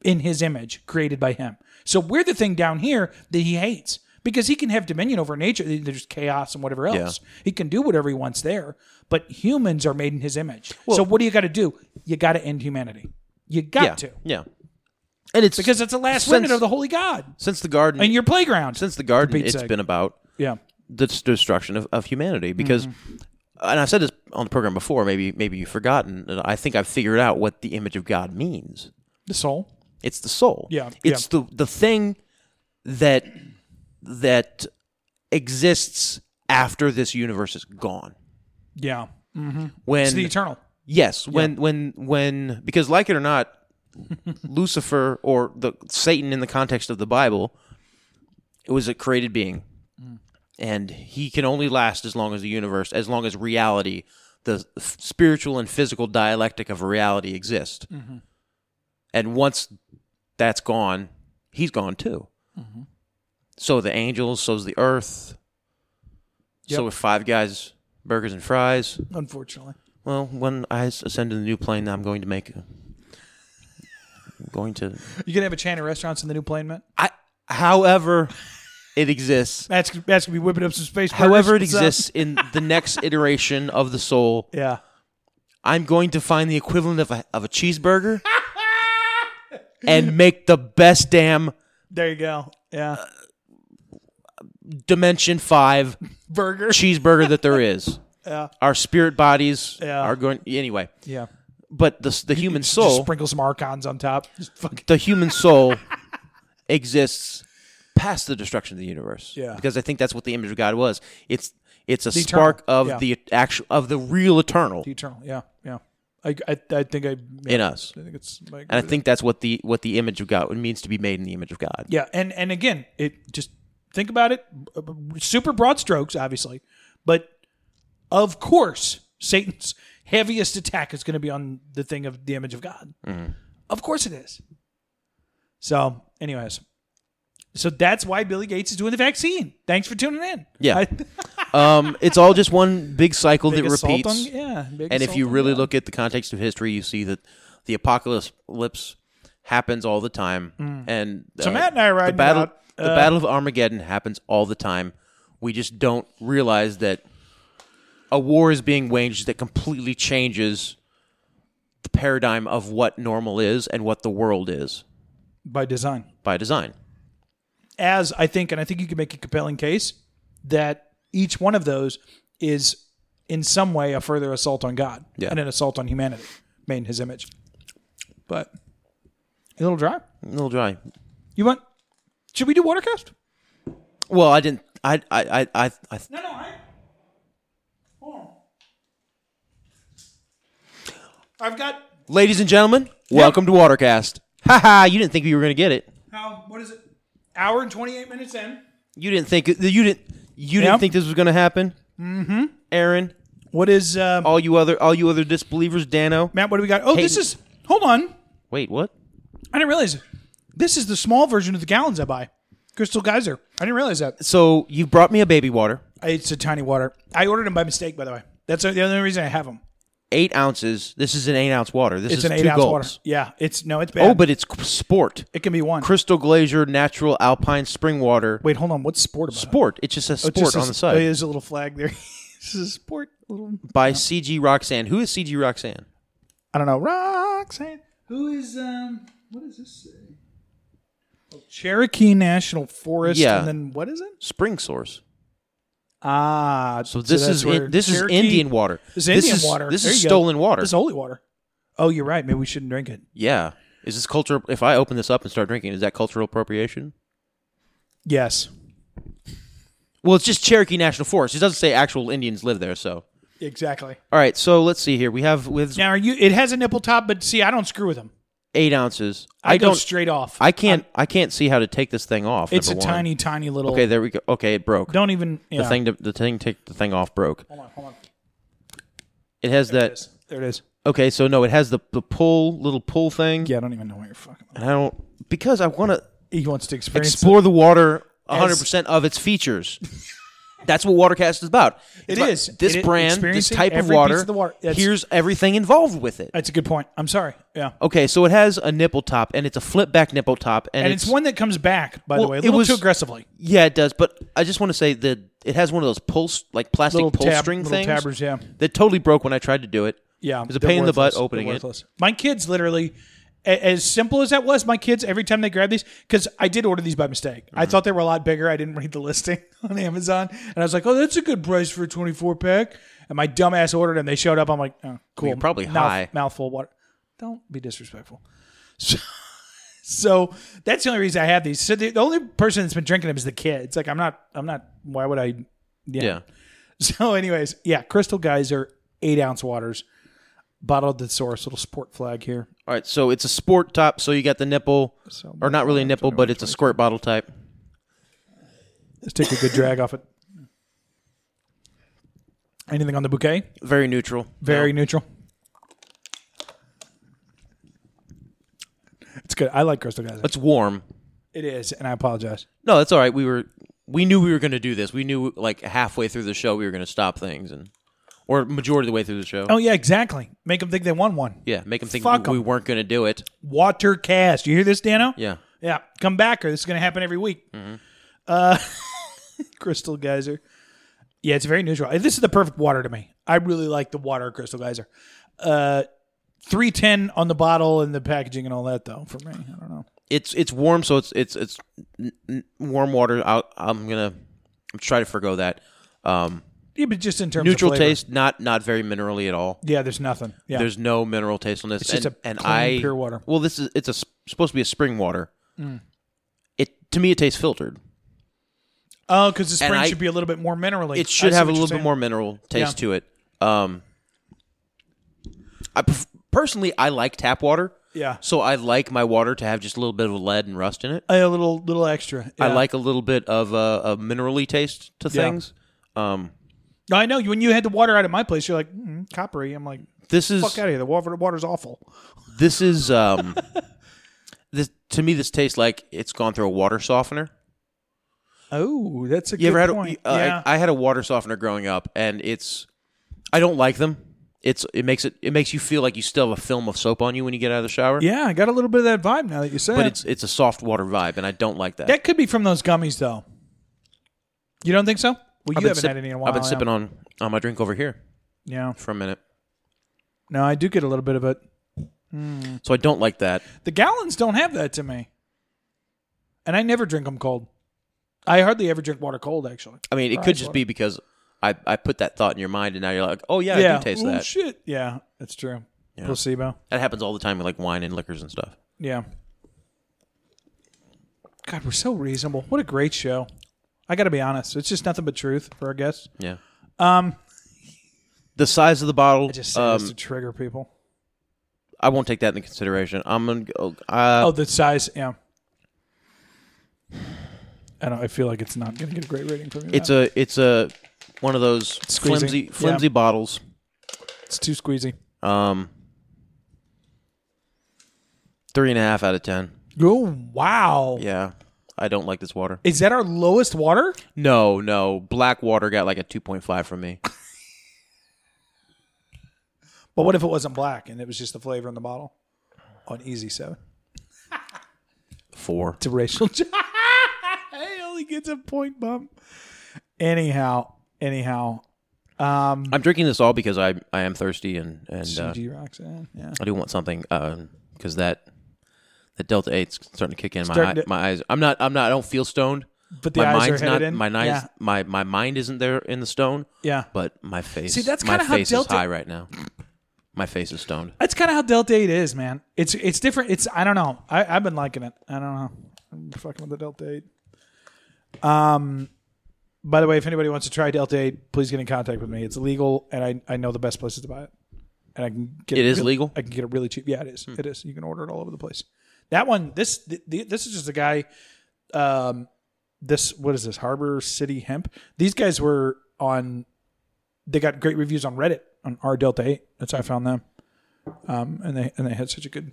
A: in his image, created by him. So we're the thing down here that he hates because he can have dominion over nature. There's chaos and whatever else. He can do whatever he wants there, but humans are made in his image. so what do you got to do? You got to end humanity. You got
B: yeah,
A: to.
B: yeah. and it's
A: because it's the last
B: since-
A: remnant of the holy god
B: since the garden
A: and your playground.
B: since the garden
A: Pete's
B: it's
A: sake.
B: been about
A: yeah,
B: the s- destruction of, of humanity because
A: Mm-hmm.
B: and I've said this on the program before maybe maybe you've forgotten and I think I've figured out what the image of God means
A: the soul.
B: it's the soul
A: Yeah,
B: it's the the thing that that exists after this universe is gone
A: Yeah,
B: when
A: it's the eternal.
B: yes when when when because like it or not Lucifer or the Satan in the context of the Bible it was a created being and he can only last as long as the universe as long as reality the f- spiritual and physical dialectic of reality exist and once that's gone he's gone too so the angels so's the earth so
A: Yep.
B: with five guys burgers and fries
A: Unfortunately,
B: well when i s- ascend to the new plane i'm going to make a, I'm going to
A: you can have a chain of restaurants in the new plane, man.
B: i however it exists
A: Matt's, Matt's gonna be whipping up some space. burgers.
B: However, it
A: What's up?
B: exists in the next iteration of the soul.
A: Yeah,
B: I'm going to find the equivalent of a, of a cheeseburger and make the best damn
A: there you go. Yeah,
B: Uh, Dimension 5
A: burger.
B: cheeseburger that there is.
A: Yeah.
B: Our spirit bodies
A: Yeah.
B: are going. Anyway,
A: Yeah,
B: but the, the human
A: just
B: soul,
A: sprinkle some archons on top. Just fucking
B: the human soul exists past the destruction of the universe.
A: Yeah.
B: Because I think that's what the image of God was. It's. It's a
A: The eternal,
B: spark of
A: yeah.
B: the actual of the real eternal
A: the eternal. Yeah, yeah. I I, I think I
B: in us.
A: I think it's like
B: And I think that's what the what the image of God it means to be made in the image of God.
A: yeah, and and again, it just think about it. uh, Super broad strokes, obviously, but of course, Satan's heaviest attack is going to be on the thing of the image of God.
B: Mm-hmm.
A: Of course, it is. So, anyways, so that's why Billy Gates is doing the vaccine. Thanks for tuning in.
B: Yeah.
A: I-
B: Um, it's all just one big cycle
A: big
B: that
A: assault
B: repeats.
A: on- yeah, big
B: and if
A: assault
B: you
A: on
B: really
A: God.
B: look at the context of history, you see that the apocalypse lips happens all the time. And
A: Hmm.
B: uh,
A: So Matt and I are
B: the
A: riding
B: battle,
A: about,
B: the
A: uh,
B: battle of Armageddon happens all the time. We just don't realize that a war is being waged that completely changes the paradigm of what normal is and what the world is
A: by design.
B: by design.
A: as I think, and I think you can make a compelling case that each one of those is in some way a further assault on God
B: Yeah.
A: and an assault on humanity made in his image. But a little dry.
B: A little dry.
A: You want? Should we do watercast?
B: Well, I didn't. I I I I. I
A: No, no. I, I've got.
B: Ladies and gentlemen, welcome to Watercast. Haha, you didn't think you were going to get it.
A: How? um, What is it? Hour and twenty eight minutes in.
B: You didn't think you didn't you
A: Yeah.
B: didn't think this was going to happen? Mhm.
A: Mm-hmm.
B: Aaron,
A: What is um,
B: all you other all you other disbelievers, Dano.
A: Matt? What do we got? Oh, this
B: Hayden.
A: is. Hold on.
B: Wait, what?
A: I didn't realize this is the small version of the gallons I buy. Crystal Geyser. I didn't realize that.
B: So, you brought me a baby water,
A: It's a tiny water. I ordered them by mistake, by the way. That's the only reason I have them. 8
B: 8 ounces. This is an 8 ounce water. This
A: It's
B: is
A: an eight
B: two
A: ounce water.
B: gulps.
A: Yeah, it's no, it's bad.
B: Oh, but it's sport.
A: it can be one.
B: Crystal Glacier Natural Alpine Spring Water.
A: Wait, hold on. What's sport about?
B: Sport. It just says
A: Oh, it
B: sport
A: just
B: on
A: says-
B: the
A: oh,
B: side.
A: There's a little flag there. this is sport. Little,
B: By CG Roxanne. Who is CG Roxanne?
A: I don't know. Roxanne. Who is um? What does this say? Oh, Cherokee National Forest.
B: Yeah.
A: And then what is it?
B: Spring Source.
A: Ah,
B: So this
A: that's
B: is
A: where
B: in, this
A: Cherokee-
B: is Indian water.
A: This is Indian
B: is-
A: water.
B: This
A: There
B: is
A: you go.
B: stolen water.
A: This is holy water. Oh, you're right. Maybe we shouldn't drink it.
B: yeah. Is this cultural? If I open this up and start drinking, is that cultural appropriation?
A: Yes.
B: Well, it's just Cherokee National Forest. It doesn't say actual Indians live there. So,
A: Exactly.
B: all right. So let's see here. We have with
A: Now, are you? It has a nipple top, but see, I don't screw with them.
B: eight ounces.
A: I,
B: I,
A: go
B: don't.
A: straight off.
B: I can't. I, can't see how to take this thing off.
A: it's a
B: number one.
A: tiny, tiny little.
B: Okay, there we go. Okay, it broke.
A: Don't even. Yeah.
B: the thing. To, the thing. Take the thing off. Broke.
A: Hold on, hold on.
B: It has
A: There it
B: that.
A: is. There it is.
B: Okay, so no, it has the the pull little pull thing.
A: Yeah, I don't even know what you're fucking.
B: And I don't because I want to.
A: He wants to experience.
B: explore the water
A: As-
B: 100% of its features. That's what Watercast is about. It's
A: It
B: about
A: is.
B: This
A: It is
B: brand, this
A: experiencing
B: type of
A: every
B: water,
A: piece of the water. That's-
B: here's everything involved with it.
A: That's a good point. I'm sorry. Yeah.
B: Okay, so it has a nipple top, and it's a flip back nipple top. And,
A: And it's, one that comes back, by the
B: Well,
A: way, a
B: it
A: little
B: was-
A: too aggressively.
B: Yeah, it does. But I just want to say that it has one of those pull, like plastic
A: Little
B: pull
A: tab-
B: string
A: little
B: things
A: tabbers, yeah.
B: that totally broke when I tried to do it.
A: Yeah,
B: It was a
A: they're
B: pain in the butt
A: worthless. They're
B: opening it.
A: worthless. My kids literally a- as simple as that was, my kids every time they grab these because I did order these by mistake.
B: Mm-hmm.
A: I thought they were a lot bigger. I didn't read the listing on Amazon, and I was like, "Oh, that's a good price for a twenty-four pack." And my dumbass ordered them. They showed up. I'm like, "Oh, cool."
B: You're probably
A: Mouth-
B: high.
A: Mouthful of water. Don't be disrespectful. So that's the only reason I have these. So the, the only person that's been drinking them is the kids. Like I'm not. I'm not. Why would I?
B: Yeah.
A: So, anyways, yeah, Crystal Geyser, eight ounce waters, bottled at the source. Little sport flag here.
B: All right. So it's a sport top. So you got the nipple, or not really a nipple, but it's a squirt bottle type.
A: Let's take a good drag off it. Anything on the bouquet?
B: Very neutral.
A: Very
B: No.
A: neutral. It's good. I like Crystal Geyser.
B: It's warm.
A: It is, and I apologize.
B: No, that's all right. We were we knew we were going to do this. We knew like halfway through the show we were going to stop things and or majority of the way through the show.
A: Oh yeah, exactly. Make them think they won one.
B: Yeah, make them think
A: Fuck
B: we, we
A: 'em.
B: weren't going to do it.
A: Water cast. You hear this, Dano?
B: Yeah.
A: Yeah, come back, or this is going to happen every week.
B: Mm-hmm.
A: Uh, crystal geyser. Yeah, it's very neutral. This is the perfect water to me. I really like the water of crystal geyser. Uh, Three ten on the bottle and the packaging and all that, though. For me, I don't know.
B: It's it's warm, so it's it's it's n- n- warm water. I'll, I'm gonna try to forgo that. Um,
A: Yeah, but just in terms
B: neutral
A: of flavor.
B: taste, not not very minerally at all.
A: Yeah, there's nothing. Yeah,
B: There's no mineral taste on this.
A: It's just
B: and,
A: a
B: and
A: clean,
B: I
A: pure water. Mm.
B: Well, this is it's a s- supposed to be a spring water. It to me it tastes filtered.
A: oh, because the
B: and
A: spring
B: I-
A: should be a little bit more minerally.
B: it should
A: I see
B: have a
A: what you're
B: little
A: saying.
B: bit more mineral taste
A: Yeah.
B: to it. Um, I pref- personally I like tap water,
A: Yeah,
B: so I like my water to have just a little bit of lead and rust in it.
A: a little little extra.
B: I
A: Yeah.
B: like a little bit of uh, a minerally taste to
A: Yeah.
B: things. Um,
A: I know when you had the water out at my place, you're like mm, coppery. I'm like,
B: this is
A: fuck out of here. The water water's awful.
B: this is um, this to me this tastes like it's gone through a water softener.
A: Oh, that's a
B: You
A: good
B: ever had?
A: point.
B: A, uh,
A: yeah.
B: I, I had a water softener growing up, and it's I don't like them. It's it makes it it makes you feel like you still have a film of soap on you when you get out of the shower.
A: Yeah, I got a little bit of that vibe now that you said
B: but it's it's a soft water vibe, and I don't like that.
A: that could be from those gummies though. You don't think so? Well,
B: I've
A: you
B: been,
A: haven't
B: sip-
A: had any in a while.
B: I've been
A: yeah.
B: sipping on on my drink over here
A: Yeah.
B: for a minute,
A: No, I do get a little bit of it.
B: so I don't like that.
A: The gallons don't have that to me, and I never drink them cold. I hardly ever drink water cold, actually.
B: I mean, it could
A: Ice
B: just
A: water.
B: be because I I put that thought in your mind, and now you're like, oh yeah, I do taste
A: Oh,
B: that.
A: Shit. Yeah, that's true. Placebo.
B: That happens all the time with like wine and liquors and stuff.
A: Yeah. God, we're so reasonable. What a great show. I got to be honest. It's just nothing but truth for our guests.
B: Yeah. Um. The size of the bottle.
A: I just say this
B: um,
A: to trigger people.
B: I won't take that into consideration. I'm gonna go. Uh,
A: Oh, the size. Yeah. I don't. I feel like it's not going to get a great rating from you.
B: It's a it's a one of those
A: Squeezy.
B: flimsy
A: Yeah.
B: flimsy bottles.
A: it's too squeezy.
B: Um, three and a half out of ten.
A: Oh wow!
B: Yeah, I don't like this water.
A: Is that our lowest water?
B: No, no, black water got like a two point five from me.
A: But what if it wasn't black and it was just the flavor in the bottle? On easy seven.
B: Four.
A: It's a racial. ju- he only gets a point bump. Anyhow, anyhow,
B: I'm drinking this all because I I am thirsty and and uh,
A: G Roxanne. Yeah.
B: I do want something because that that delta eight's starting to kick in. My eye,
A: Starting to-
B: my eyes. I'm not I'm not. I don't feel stoned.
A: But the
B: my
A: eyes
B: mind's
A: are
B: not
A: headed in.
B: my eyes,
A: Yeah.
B: my my mind isn't there in the stone.
A: Yeah.
B: but my face.
A: See, that's
B: my
A: kinda how
B: face
A: Delta-
B: is high right now. My face is stoned.
A: That's kind of how Delta Eight is, man. It's it's different. It's I don't know. I I've been liking it. I don't know. I'm fucking with the Delta Eight. Um, by the way, if anybody wants to try Delta Eight, please get in contact with me. It's legal, and I I know the best places to buy it, and I can get
B: It is
A: really-
B: legal? Hmm.
A: I can get it really cheap. Yeah, it is. It is. You can order it all over the place. That one, this th- th- this is just a guy. Um, this what is this Harbor City Hemp? These guys were on. They got great reviews on Reddit on R Delta Eight. That's how I found them and they and they had such a good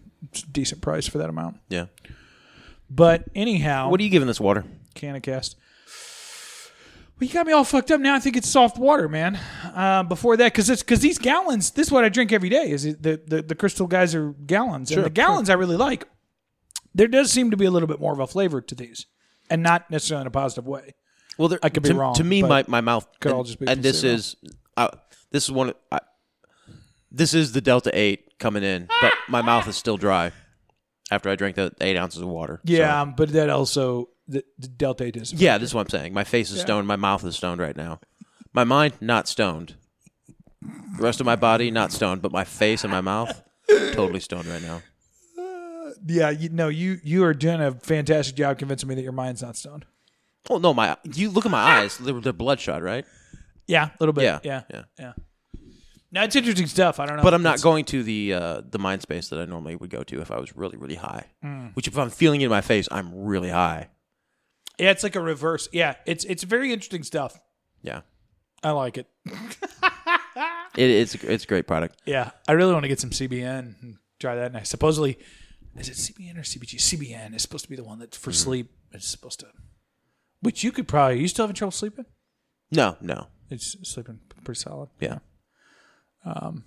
A: decent price for that amount.
B: Yeah.
A: But anyhow,
B: What are you giving this water?
A: can of cast? Well, you got me all fucked up. Now I think it's soft water, man. Uh, before that, because because these gallons, this is what I drink every day. Is the the, the crystal geyser gallons? and the gallons I really like. There does seem to be a little bit more of a flavor to these, and not necessarily in a positive way.
B: Well, there,
A: I could be
B: to,
A: wrong,
B: To me,
A: but
B: my, my mouth
A: could
B: and,
A: all just be
B: and this
A: placebo.
B: is uh, this is one. of- I, this is the Delta Eight coming in, but my mouth is still dry. after I drank the eight ounces of water. So-
A: Yeah, um, but that also the, the Delta eight is
B: yeah, that's what I'm saying. My face is stoned. My mouth is stoned right now. My mind, not stoned. The rest of my body, not stoned, but my face and my mouth, totally stoned right now.
A: yeah. You, no, you you are doing a fantastic job convincing me that your mind's not stoned.
B: Well, no, my you look at my eyes; they're, they're bloodshot, right?
A: Yeah, a little bit.
B: Yeah,
A: Yeah, yeah,
B: yeah.
A: No, it's interesting stuff. I don't know,
B: But I'm not
A: It's-
B: going to the uh, the mind space that I normally would go to if I was really, really high.
A: Mm.
B: Which, if I'm feeling it in my face, I'm really high.
A: Yeah, it's like a reverse. Yeah, it's it's very interesting stuff.
B: Yeah,
A: I like it.
B: it, it's a- it's a great product.
A: Yeah, I really want to get some CBN and try that. And I supposedly, is it CBN or CBG? CBN is supposed to be the one that for sleep. It's supposed to, which you could probably. You still having trouble sleeping?
B: No, no,
A: It's sleeping pretty solid.
B: yeah. Um,
A: Um,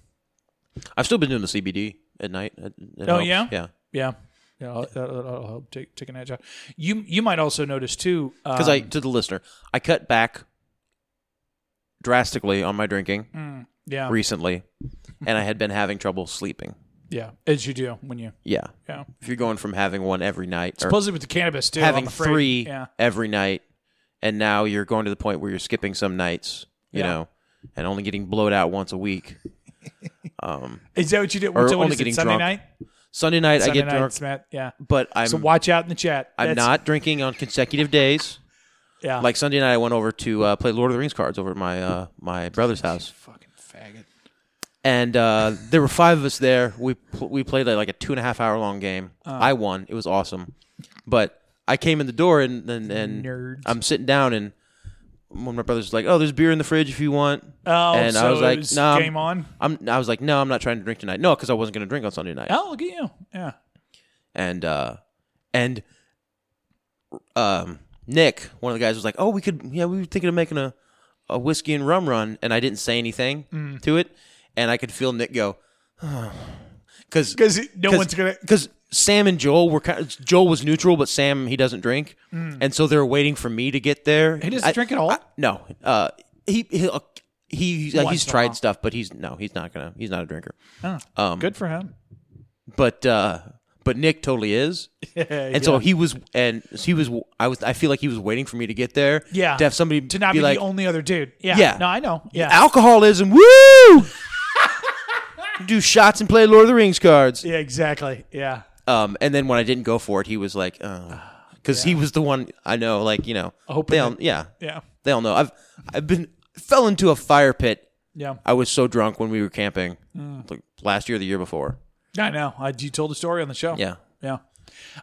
B: I've still been doing the CBD at night. It- it
A: Oh,
B: helps.
A: yeah?
B: yeah.
A: Yeah, yeah. I'll, I'll, I'll help take take an edge out. You you might also notice too uh,
B: Because
A: Um,
B: I to the listener, I cut back drastically on my drinking
A: Mm. yeah
B: recently, and I had been having trouble sleeping.
A: yeah as you do when you
B: Yeah,
A: yeah
B: if you're going from having one every night, or
A: supposedly with the cannabis too I'm
B: having
A: afraid.
B: three
A: yeah
B: every night, and now you're going to the point where you're skipping some nights, you
A: Yeah.
B: know, and only getting blowed out once a week. Um,
A: is that what you did?
B: Or
A: so what
B: only
A: is it,
B: getting
A: Sunday
B: drunk.
A: night.
B: Sunday night
A: Sunday
B: I get drunk,
A: nights, Matt. Yeah.
B: but I'm
A: so watch out in the chat.
B: I'm
A: That's-
B: not drinking on consecutive days.
A: Yeah.
B: Like Sunday night, I went over to uh, play Lord of the Rings cards over at my uh, my brother's house.
A: fucking faggot.
B: and uh, there were five of us there. We pl- we played like a two and a half hour long game.
A: Uh.
B: I won. It was awesome. But I came in the door and and, and
A: Nerds.
B: I'm sitting down and one of my brothers was like, "Oh, there's beer in the fridge if you want."
A: Oh,
B: and
A: so
B: I was like,
A: it was
B: "No, I'm-
A: game on.
B: I'm I was like, "No, I'm not trying to drink tonight." No, because I wasn't going to drink on Sunday night.
A: Oh, look at you. Yeah.
B: And uh, and um, Nick, one of the guys, was like, "Oh, we could. Yeah, we were thinking of making a a whiskey and rum run." And I didn't say anything to it, and I could feel Nick go. Because
A: Because no one's gonna.
B: because Sam and Joel were kind of, Joel was neutral, but Sam he doesn't drink, and so they're waiting for me to get there.
A: Mm. He doesn't drink at all?
B: no, uh, he he, uh, he like, he's
A: Once in a while.
B: tried stuff, but he's no, he's not gonna, he's not a drinker. um,
A: Good for him.
B: But uh, but Nick totally is, and so he was, and he was, I was, I feel like he was waiting for me to get there,
A: Yeah.
B: to have somebody
A: to not
B: be,
A: be,
B: like,
A: the only other dude. Yeah.
B: Yeah.
A: No, I know. Yeah.
B: alcoholism, woo, do shots and play Lord of the Rings cards.
A: Yeah. Exactly. Yeah.
B: Um, and then when I didn't go for it, he was like, because he was the one I know, like you know,
A: Hoping
B: they all,
A: that-
B: yeah,
A: Yeah.
B: they all know. I've I've been fell into a fire pit.
A: Yeah.
B: I was so drunk when we were camping, like last year, or the year before.
A: I know. I, you told a story on the show.
B: Yeah,
A: Yeah.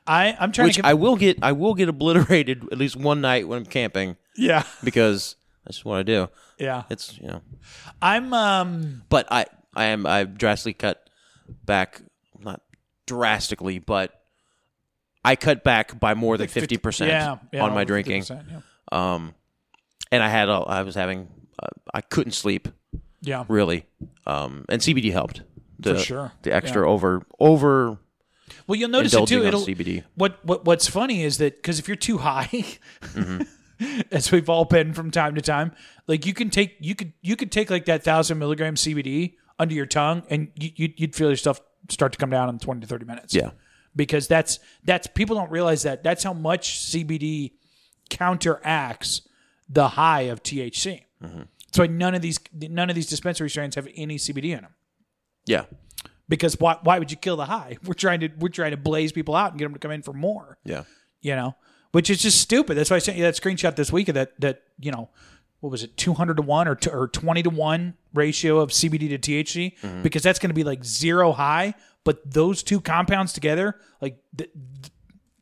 A: I I'm trying
B: which
A: to. Get,
B: I will get, I will get obliterated at least one night when I'm camping
A: yeah.
B: because that's just what I do.
A: Yeah.
B: It's you know,
A: I'm um.
B: but I I am I've drastically cut back, not drastically, but I cut back by more than fifty percent
A: Yeah. yeah,
B: on my
A: over
B: drinking.
A: 50%, Yeah.
B: um, and I had a, I was having uh, I couldn't sleep
A: yeah.
B: really, um, and CBD helped the,
A: For sure.
B: the extra over over
A: Well, you'll notice it
B: indulging
A: too.
B: on
A: It'll
B: CBD.
A: What what what's funny is that because if you're too high, as we've all been from time to time, like you can take you could you could take like that thousand milligram CBD under your tongue, and you, you'd, you'd feel your stuff start to come down in twenty to thirty minutes.
B: Yeah.
A: because that's that's people don't realize that that's how much CBD counteracts the high of THC.
B: Mm-hmm.
A: So none of these none of these dispensary strains have any CBD in them
B: yeah
A: because why why would you kill the high? We're trying to we're trying to blaze people out and get them to come in for more.
B: yeah
A: You know, which is just stupid. That's why I sent you that screenshot this week of that that you know what was it two hundred to one or t- or twenty to one ratio of CBD to THC
B: Mm-hmm.
A: because that's going to be like zero high, but those two compounds together like th- th-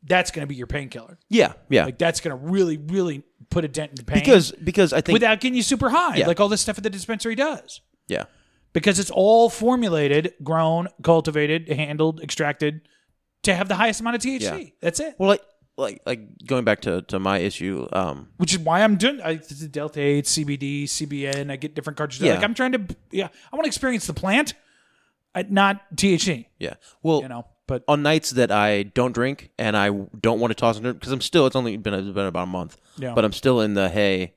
A: that's going to be your painkiller.
B: yeah yeah
A: Like that's going to really really put a dent in pain
B: because because I think
A: without getting you super high
B: Yeah.
A: like all this stuff at the dispensary does
B: yeah
A: because it's all formulated, grown, cultivated, handled, extracted to have the highest amount of THC.
B: Yeah.
A: That's it.
B: well like like like going back to to my issue um
A: Which is why I'm doing I, this is Delta 8, CBD, CBN. I get different cartridges.
B: Yeah.
A: Like I'm trying to, yeah, I want to experience the plant, I, not THC.
B: yeah well
A: You know, but
B: on nights that I don't drink and I don't want to toss and because I'm still it's only been, it's been about a month,
A: Yeah.
B: but I'm still in the hey,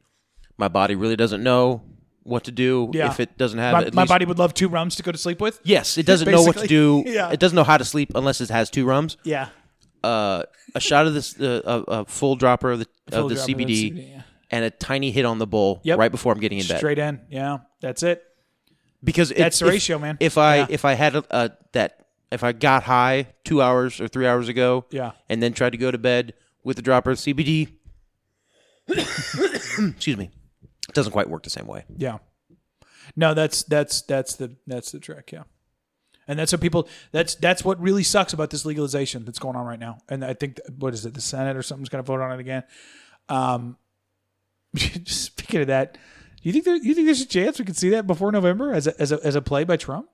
B: my body really doesn't know what to do
A: Yeah.
B: if it doesn't have
A: my,
B: at
A: my
B: least-
A: body would love two rums to go to sleep with.
B: Yes, it doesn't know what to do.
A: Basically. Yeah.
B: It doesn't know how to sleep unless it has two rums.
A: Yeah.
B: Uh, a shot of this, uh, a, a full dropper of the
A: Full
B: of the
A: drop
B: CBD,
A: yeah.
B: and a tiny hit on the bowl
A: Yep.
B: right before I'm getting in bed.
A: Straight in. Yeah. That's it.
B: because it-
A: That's the
B: if-
A: ratio, man.
B: If I
A: Yeah.
B: if I had a, a that if I got high two hours or three hours ago,
A: Yeah.
B: and then tried to go to bed with a dropper of CBD, excuse me, it doesn't quite work the same way.
A: Yeah. No, that's that's that's the that's the trick, yeah. And that's what people that's that's what really sucks about this legalization that's going on right now. And I think what is it, the Senate or something's gonna vote on it again. Um speaking of that, you think there you think there's a chance we could see that before November as a as a as a play by Trump?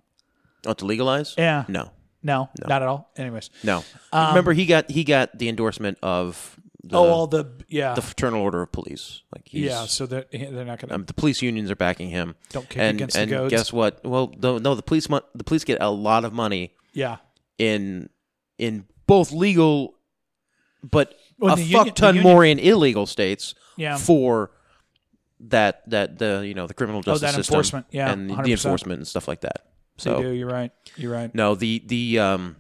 B: Oh, to legalize?
A: Yeah.
B: No,
A: No, not at all. Anyways.
B: no. Remember, he got he got the endorsement of the,
A: oh, all the yeah.
B: the fraternal order of police. Like he's,
A: yeah, so they're they're not gonna
B: um, the police unions are backing him.
A: Don't kick
B: and,
A: against the
B: and
A: goads.
B: guess what? Well, no, no the police mon- the police get a lot of money
A: Yeah.
B: in in both legal, but
A: Well,
B: a
A: the union-
B: fuck ton
A: the union-
B: more in illegal states
A: Yeah.
B: for that that the you know the criminal justice
A: Oh, that
B: system
A: enforcement. Yeah,
B: and the- the
A: 100%.
B: enforcement and stuff like that.
A: They do,
B: So
A: you're right. You're right.
B: no, the the um,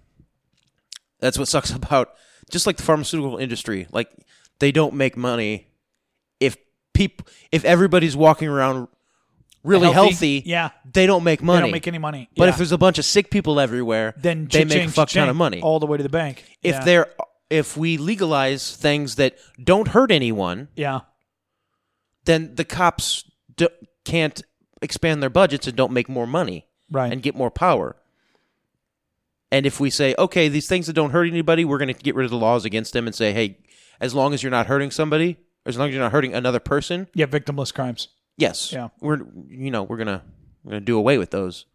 B: that's what sucks about just like the pharmaceutical industry. Like they don't make money if people if everybody's walking around really healthy.
A: Yeah.
B: they don't make money.
A: They don't make any money.
B: But
A: Yeah.
B: if there's a bunch of sick people everywhere,
A: then
B: they make
A: cha-ching,
B: a fuck ton
A: cha-ching,
B: of money.
A: all the way to the bank.
B: if
A: yeah.
B: they're if we legalize things that don't hurt anyone,
A: yeah,
B: then the cops d- can't expand their budgets and don't make more money
A: right,
B: and get more power. And if we say, okay, these things that don't hurt anybody, we're going to get rid of the laws against them and say, hey, as long as you're not hurting somebody, or as long as you're not hurting another person,
A: yeah, victimless crimes.
B: yes,
A: Yeah.
B: we're you know we're gonna we're gonna do away with those.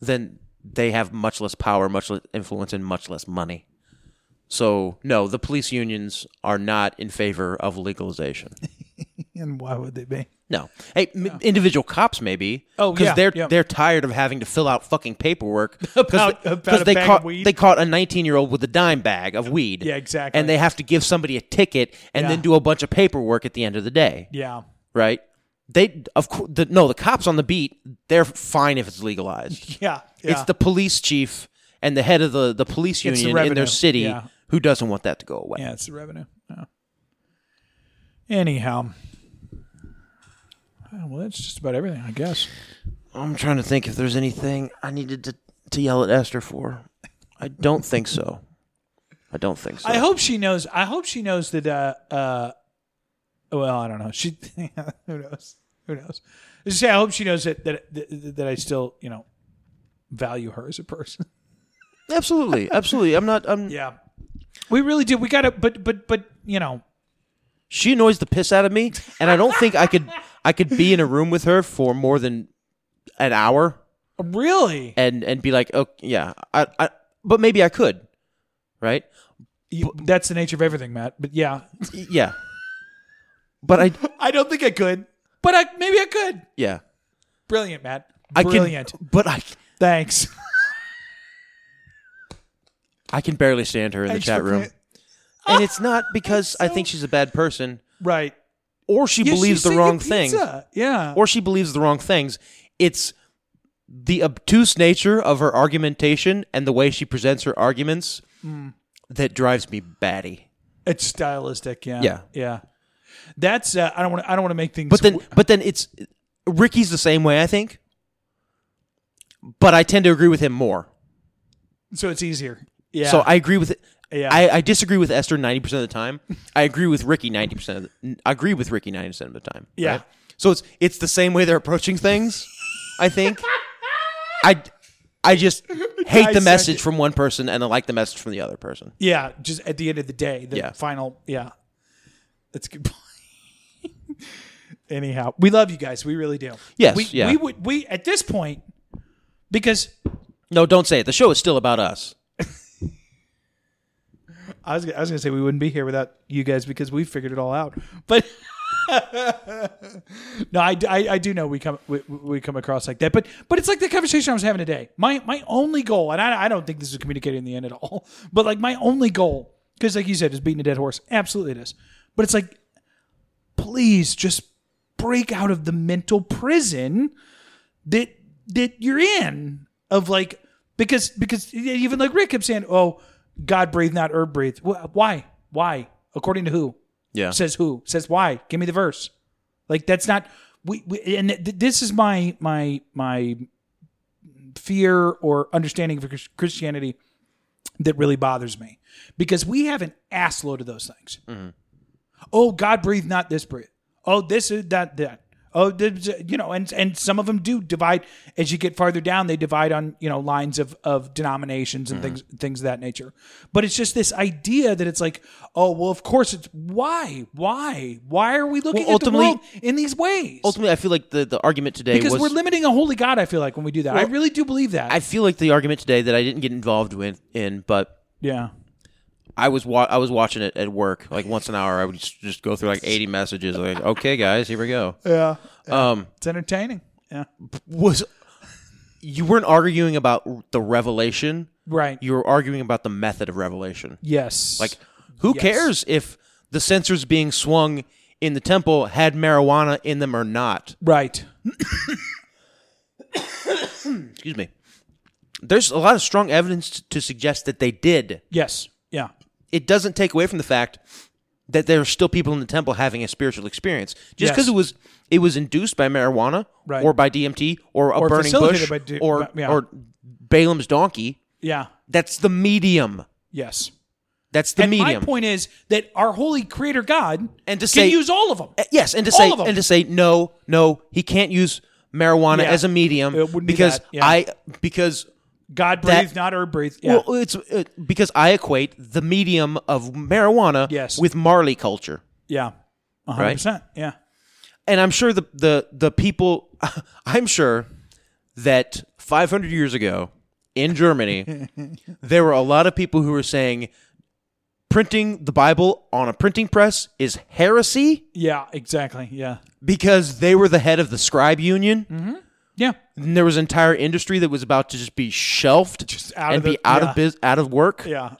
B: Then they have much less power, much less influence, and much less money. So no, the police unions are not in favor of legalization.
A: And why would they be?
B: No. Hey, m- individual cops maybe.
A: Oh, yeah,
B: they're
A: yeah.
B: they're tired of having to fill out fucking paperwork because
A: About- about a
B: they
A: bag of
B: caught
A: weed.
B: they caught a 19 year old with a dime bag of weed.
A: Yeah, exactly.
B: And they have to give somebody a ticket and
A: Yeah.
B: then do a bunch of paperwork at the end of the day,
A: Yeah,
B: right? They of course the, no, the cops on the beat they're fine if it's legalized.
A: yeah, yeah.
B: It's the police chief and the head of the, the police
A: It's the
B: union in
A: revenue,
B: their city
A: yeah.
B: who doesn't want that to go away.
A: yeah, it's the revenue. Yeah. Anyhow, Uh, well, that's just about everything, I guess.
B: I'm trying to think if there's anything I needed to, to yell at Esther for. I don't think so. I don't think so.
A: I hope she knows. I hope she knows that. Uh, uh, well, I don't know. She who knows? Who knows? Just say I hope she knows that that that, that I still you know value her as a person.
B: absolutely, absolutely. I'm not. I'm.
A: Yeah. We really do. We gotta, but but but you know,
B: She annoys the piss out of me, and I don't think I could. I could be in a room with her for more than an hour
A: really,
B: and and be like, oh yeah, I. I but maybe I could, right?
A: You- that's the nature of everything, Matt. But yeah,
B: Y- Yeah. But I.
A: I don't think I could. But I maybe I could.
B: Yeah.
A: Brilliant, Matt.
B: I
A: Brilliant.
B: Can, but I.
A: Thanks.
B: I can barely stand her in the
A: Thanks
B: chat
A: for
B: room,
A: clear-
B: and it's not because I think she's a bad person.
A: Right.
B: or she
A: Yeah,
B: believes
A: she's
B: the
A: thinking
B: wrong things
A: pizza. Yeah.
B: or she believes the wrong things it's the obtuse nature of her argumentation and the way she presents her arguments
A: Hmm.
B: that drives me batty
A: it's stylistic. Yeah.
B: Yeah.
A: Yeah. That's. Uh, I don't want. I don't want to make things.
B: but then but then it's ricky's the same way i think but i tend to agree with him more
A: so it's easier. Yeah.
B: so i agree with
A: Yeah.
B: I, I disagree with Esther ninety percent of the time. I agree with Ricky ninety percent. I agree with Ricky ninety percent of the time.
A: Yeah.
B: right? So it's it's the same way they're approaching things. I think. I I just hate the
A: Dissect
B: message
A: it.
B: from one person and I like the message from the other person.
A: Yeah. Just at the end of the day, the
B: Yeah.
A: final. Yeah. That's a good point. Anyhow, we love you guys. We really do.
B: Yes,
A: We,
B: yeah.
A: we would. We at this point because
B: No, don't say it. The show is still about us.
A: I was, I was gonna say we wouldn't be here without you guys because we figured it all out. But no, I, I, I do know we come we, we come across like that. But but it's like the conversation I was having today. My my only goal, and I, I don't think this is communicated in the end at all. But like my only goal, because like you said, is beating a dead horse. Absolutely, it is. But it's like, please just break out of the mental prison that that you're in of like because because even like Rick kept saying, "Oh, God breathe, not herb breathe." Wh- Why? Why? According to who?
B: Yeah.
A: Says who? Says why? Give me the verse. Like that's not we, we and th- this is my my my fear or understanding of Chris- Christianity that really bothers me because we have an ass load of those things.
B: Mm-hmm.
A: Oh, God breathed not this breath. Oh, this is that that. Oh, this, you know, and and some of them do divide as you get farther down. They divide on you know lines of of denominations and
B: Mm-hmm.
A: things things of that nature. But it's just this idea that it's like, oh well, of course it's why why why are we looking
B: Well,
A: at the
B: ultimately-
A: world in these ways?
B: Ultimately, I feel like the, the argument today
A: because
B: was
A: we're limiting a holy God. I feel like when we do that, I really do believe that.
B: I feel like the argument today that I didn't get involved with in, but
A: yeah,
B: I was wa- I was watching it at work like once an hour. I would just, just go through like eighty messages. Like, okay, guys, here we go.
A: yeah,
B: Um,
A: it's entertaining. Yeah,
B: was you weren't arguing about the revelation?
A: right.
B: You were arguing about the method of revelation.
A: yes,
B: Like, who cares if the censers being swung in the temple had marijuana in them or not?
A: right.
B: Excuse me. There's a lot of strong evidence to suggest that they did.
A: Yes, yeah.
B: It doesn't take away from the fact that there are still people in the temple having a spiritual experience. Just
A: Yes.
B: because it was it was induced by marijuana
A: Right.
B: or by DMT or a
A: Or
B: burning
A: facilitated
B: bush
A: by d-
B: or
A: by- yeah.
B: or Balaam's donkey.
A: Yeah.
B: That's the medium.
A: Yes.
B: That's the
A: and
B: medium.
A: my point is that our holy creator God
B: And to
A: can
B: say-
A: use all of them.
B: Uh, Yes, and to
A: All
B: say
A: of 'em.
B: and to say no, no, he can't use marijuana
A: Yeah.
B: as a medium
A: It wouldn't be
B: because
A: that, yeah.
B: I because
A: God
B: that-
A: breathed, not herb breathed. Yeah.
B: well it's uh because I equate the medium of marijuana
A: Yes.
B: with Marley culture.
A: yeah. 100%. Yeah.
B: and I'm sure the the the people I'm sure that 500 years ago in Germany there were a lot of people who were saying printing the Bible on a printing press is heresy
A: Yeah, exactly. Yeah.
B: because they were the head of the scribe union
A: Yeah.
B: and there was an entire industry that was about to just be shelved
A: Just out
B: and
A: of
B: be
A: the-
B: out
A: yeah.
B: of biz, out of work
A: Yeah.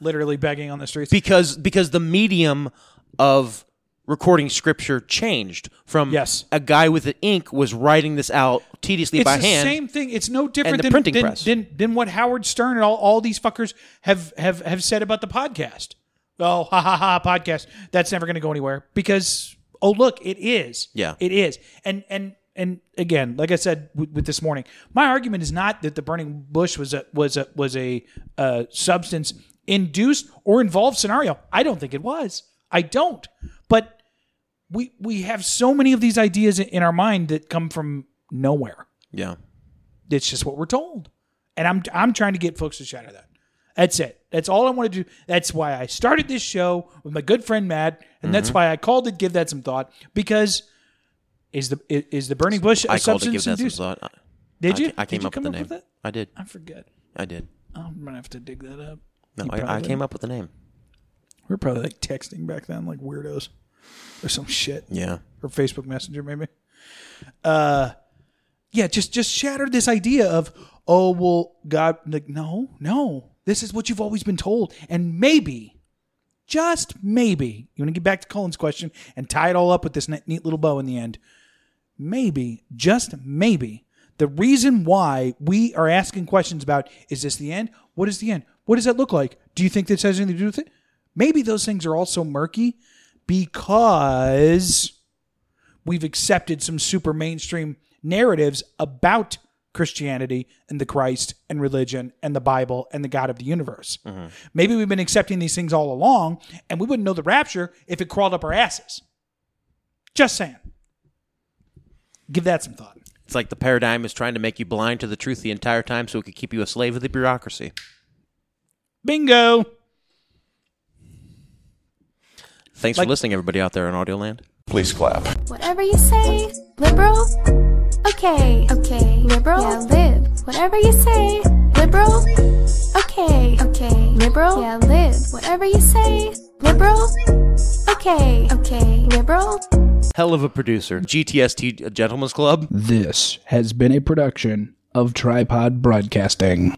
A: Literally begging on the streets.
B: because because the medium of recording scripture changed from
A: Yes.
B: a guy with an ink was writing this out tediously
A: it's
B: by
A: the
B: hand
A: same thing. It's no different
B: the
A: than,
B: printing
A: than,
B: press.
A: than than what Howard Stern and all, all these fuckers have, have have said about the podcast. Oh, ha ha ha! Podcast that's never going to go anywhere because oh look, it is.
B: Yeah.
A: it is. And and and again, like I said with, with this morning, my argument is not that the burning bush was a was a was a uh, substance induced or involved scenario. I don't think it was. I don't. But we we have so many of these ideas in our mind that come from nowhere.
B: Yeah.
A: It's just what we're told. And I'm I'm trying to get folks to shatter that. That's it. That's all I want to do. That's why I started this show with my good friend Matt, and that's
B: Mm-hmm.
A: why I called it "Give That Some Thought" because is the i- is the burning bush a
B: I called
A: substance
B: it give that some
A: induced?
B: thought. I-
A: Did
B: I,
A: you?
B: I came
A: Did you
B: up with
A: come
B: the
A: up
B: name.
A: with it?
B: I did.
A: I forget.
B: I did.
A: I'm gonna have to dig that up.
B: No,
A: You
B: I, I
A: probably
B: came up with the name.
A: didn't. We were probably like texting back then, like weirdos, or some shit.
B: Yeah.
A: or Facebook Messenger maybe. Uh yeah, just just shatter this idea of oh well God like no, no. This is what you've always been told and maybe just maybe you want to get back to Colin's question and tie it all up with this ne- neat little bow in the end. Maybe, just maybe, the reason why we are asking questions about is this the end? What is the end? What does that look like? Do you think this has anything to do with it? Maybe those things are all so murky because we've accepted some super mainstream narratives about Christianity and the Christ and religion and the Bible and the God of the universe. Maybe we've been accepting these things all along and we wouldn't know the rapture if it crawled up our asses. Just saying. Give that some thought.
B: It's like the paradigm is trying to make you blind to the truth the entire time so it could keep you a slave of the bureaucracy.
A: Bingo.
B: Thanks
A: Like-
B: for listening, everybody out there in Audio Land.
C: Please clap.
E: Whatever you say, liberal. Okay, okay, liberal. Yeah, live. Whatever you say, liberal. Okay, okay, liberal. Yeah, live. Whatever you say, liberal. Okay, okay, liberal.
B: Hell of a producer. GTST Gentlemen's uh, Club.
F: This has been a production of Tripod Broadcasting.